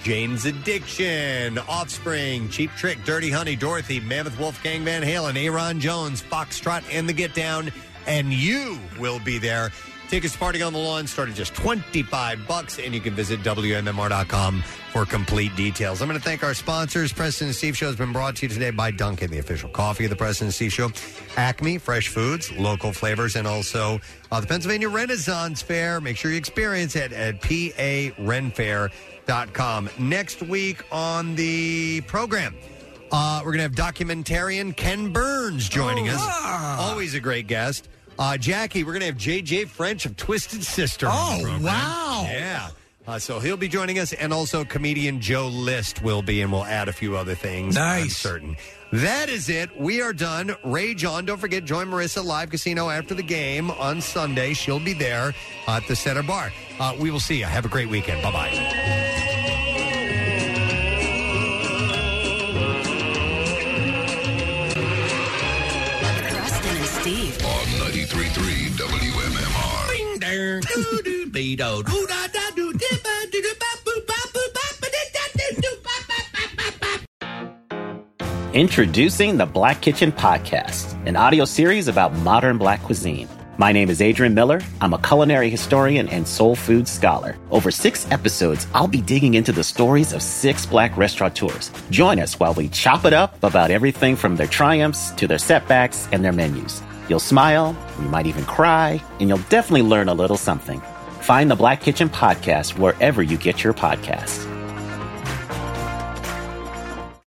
Jane's Addiction, Offspring, Cheap Trick, Dirty Honey, Dorothy, Mammoth Wolfgang Van Halen, Aaron Jones, Foxtrot, and The Get Down. And you will be there. Tickets to Party on the Lawn start at just 25 bucks, and you can visit WMMR.com for complete details. I'm going to thank our sponsors. President Steve Show has been brought to you today by Dunkin', the official coffee of the President Steve Show, Acme, fresh foods, local flavors, and also uh, the Pennsylvania Renaissance Fair. Make sure you experience it at PARenfair.com. Next week on the program, uh, we're going to have documentarian Ken Burns
Oh,
joining us. Always a great guest. Uh, Jackie, we're going to have JJ French of Twisted Sister.
Oh, wow.
Yeah. Uh, so he'll be joining us, and also comedian Joe List will be, and we'll add a few other things. Nice. I'm certain. That is it. We are done. Rage on. Don't forget, join Marissa live casino after the game on Sunday. She'll be there at the center bar. Uh, we will see you. Have a great weekend. Bye bye.
Preston and Steve.
On 93.3 WMMR.
Bing there.
Introducing the Black Kitchen Podcast, an audio series about modern black cuisine. My name is Adrian Miller. I'm a culinary historian and soul food scholar. Over six episodes, I'll be digging into the stories of six black restaurateurs. Join us while we chop it up about everything from their triumphs to their setbacks and their menus. You'll smile, you might even cry, and you'll definitely learn a little something. Find the Black Kitchen Podcast wherever you get your podcasts.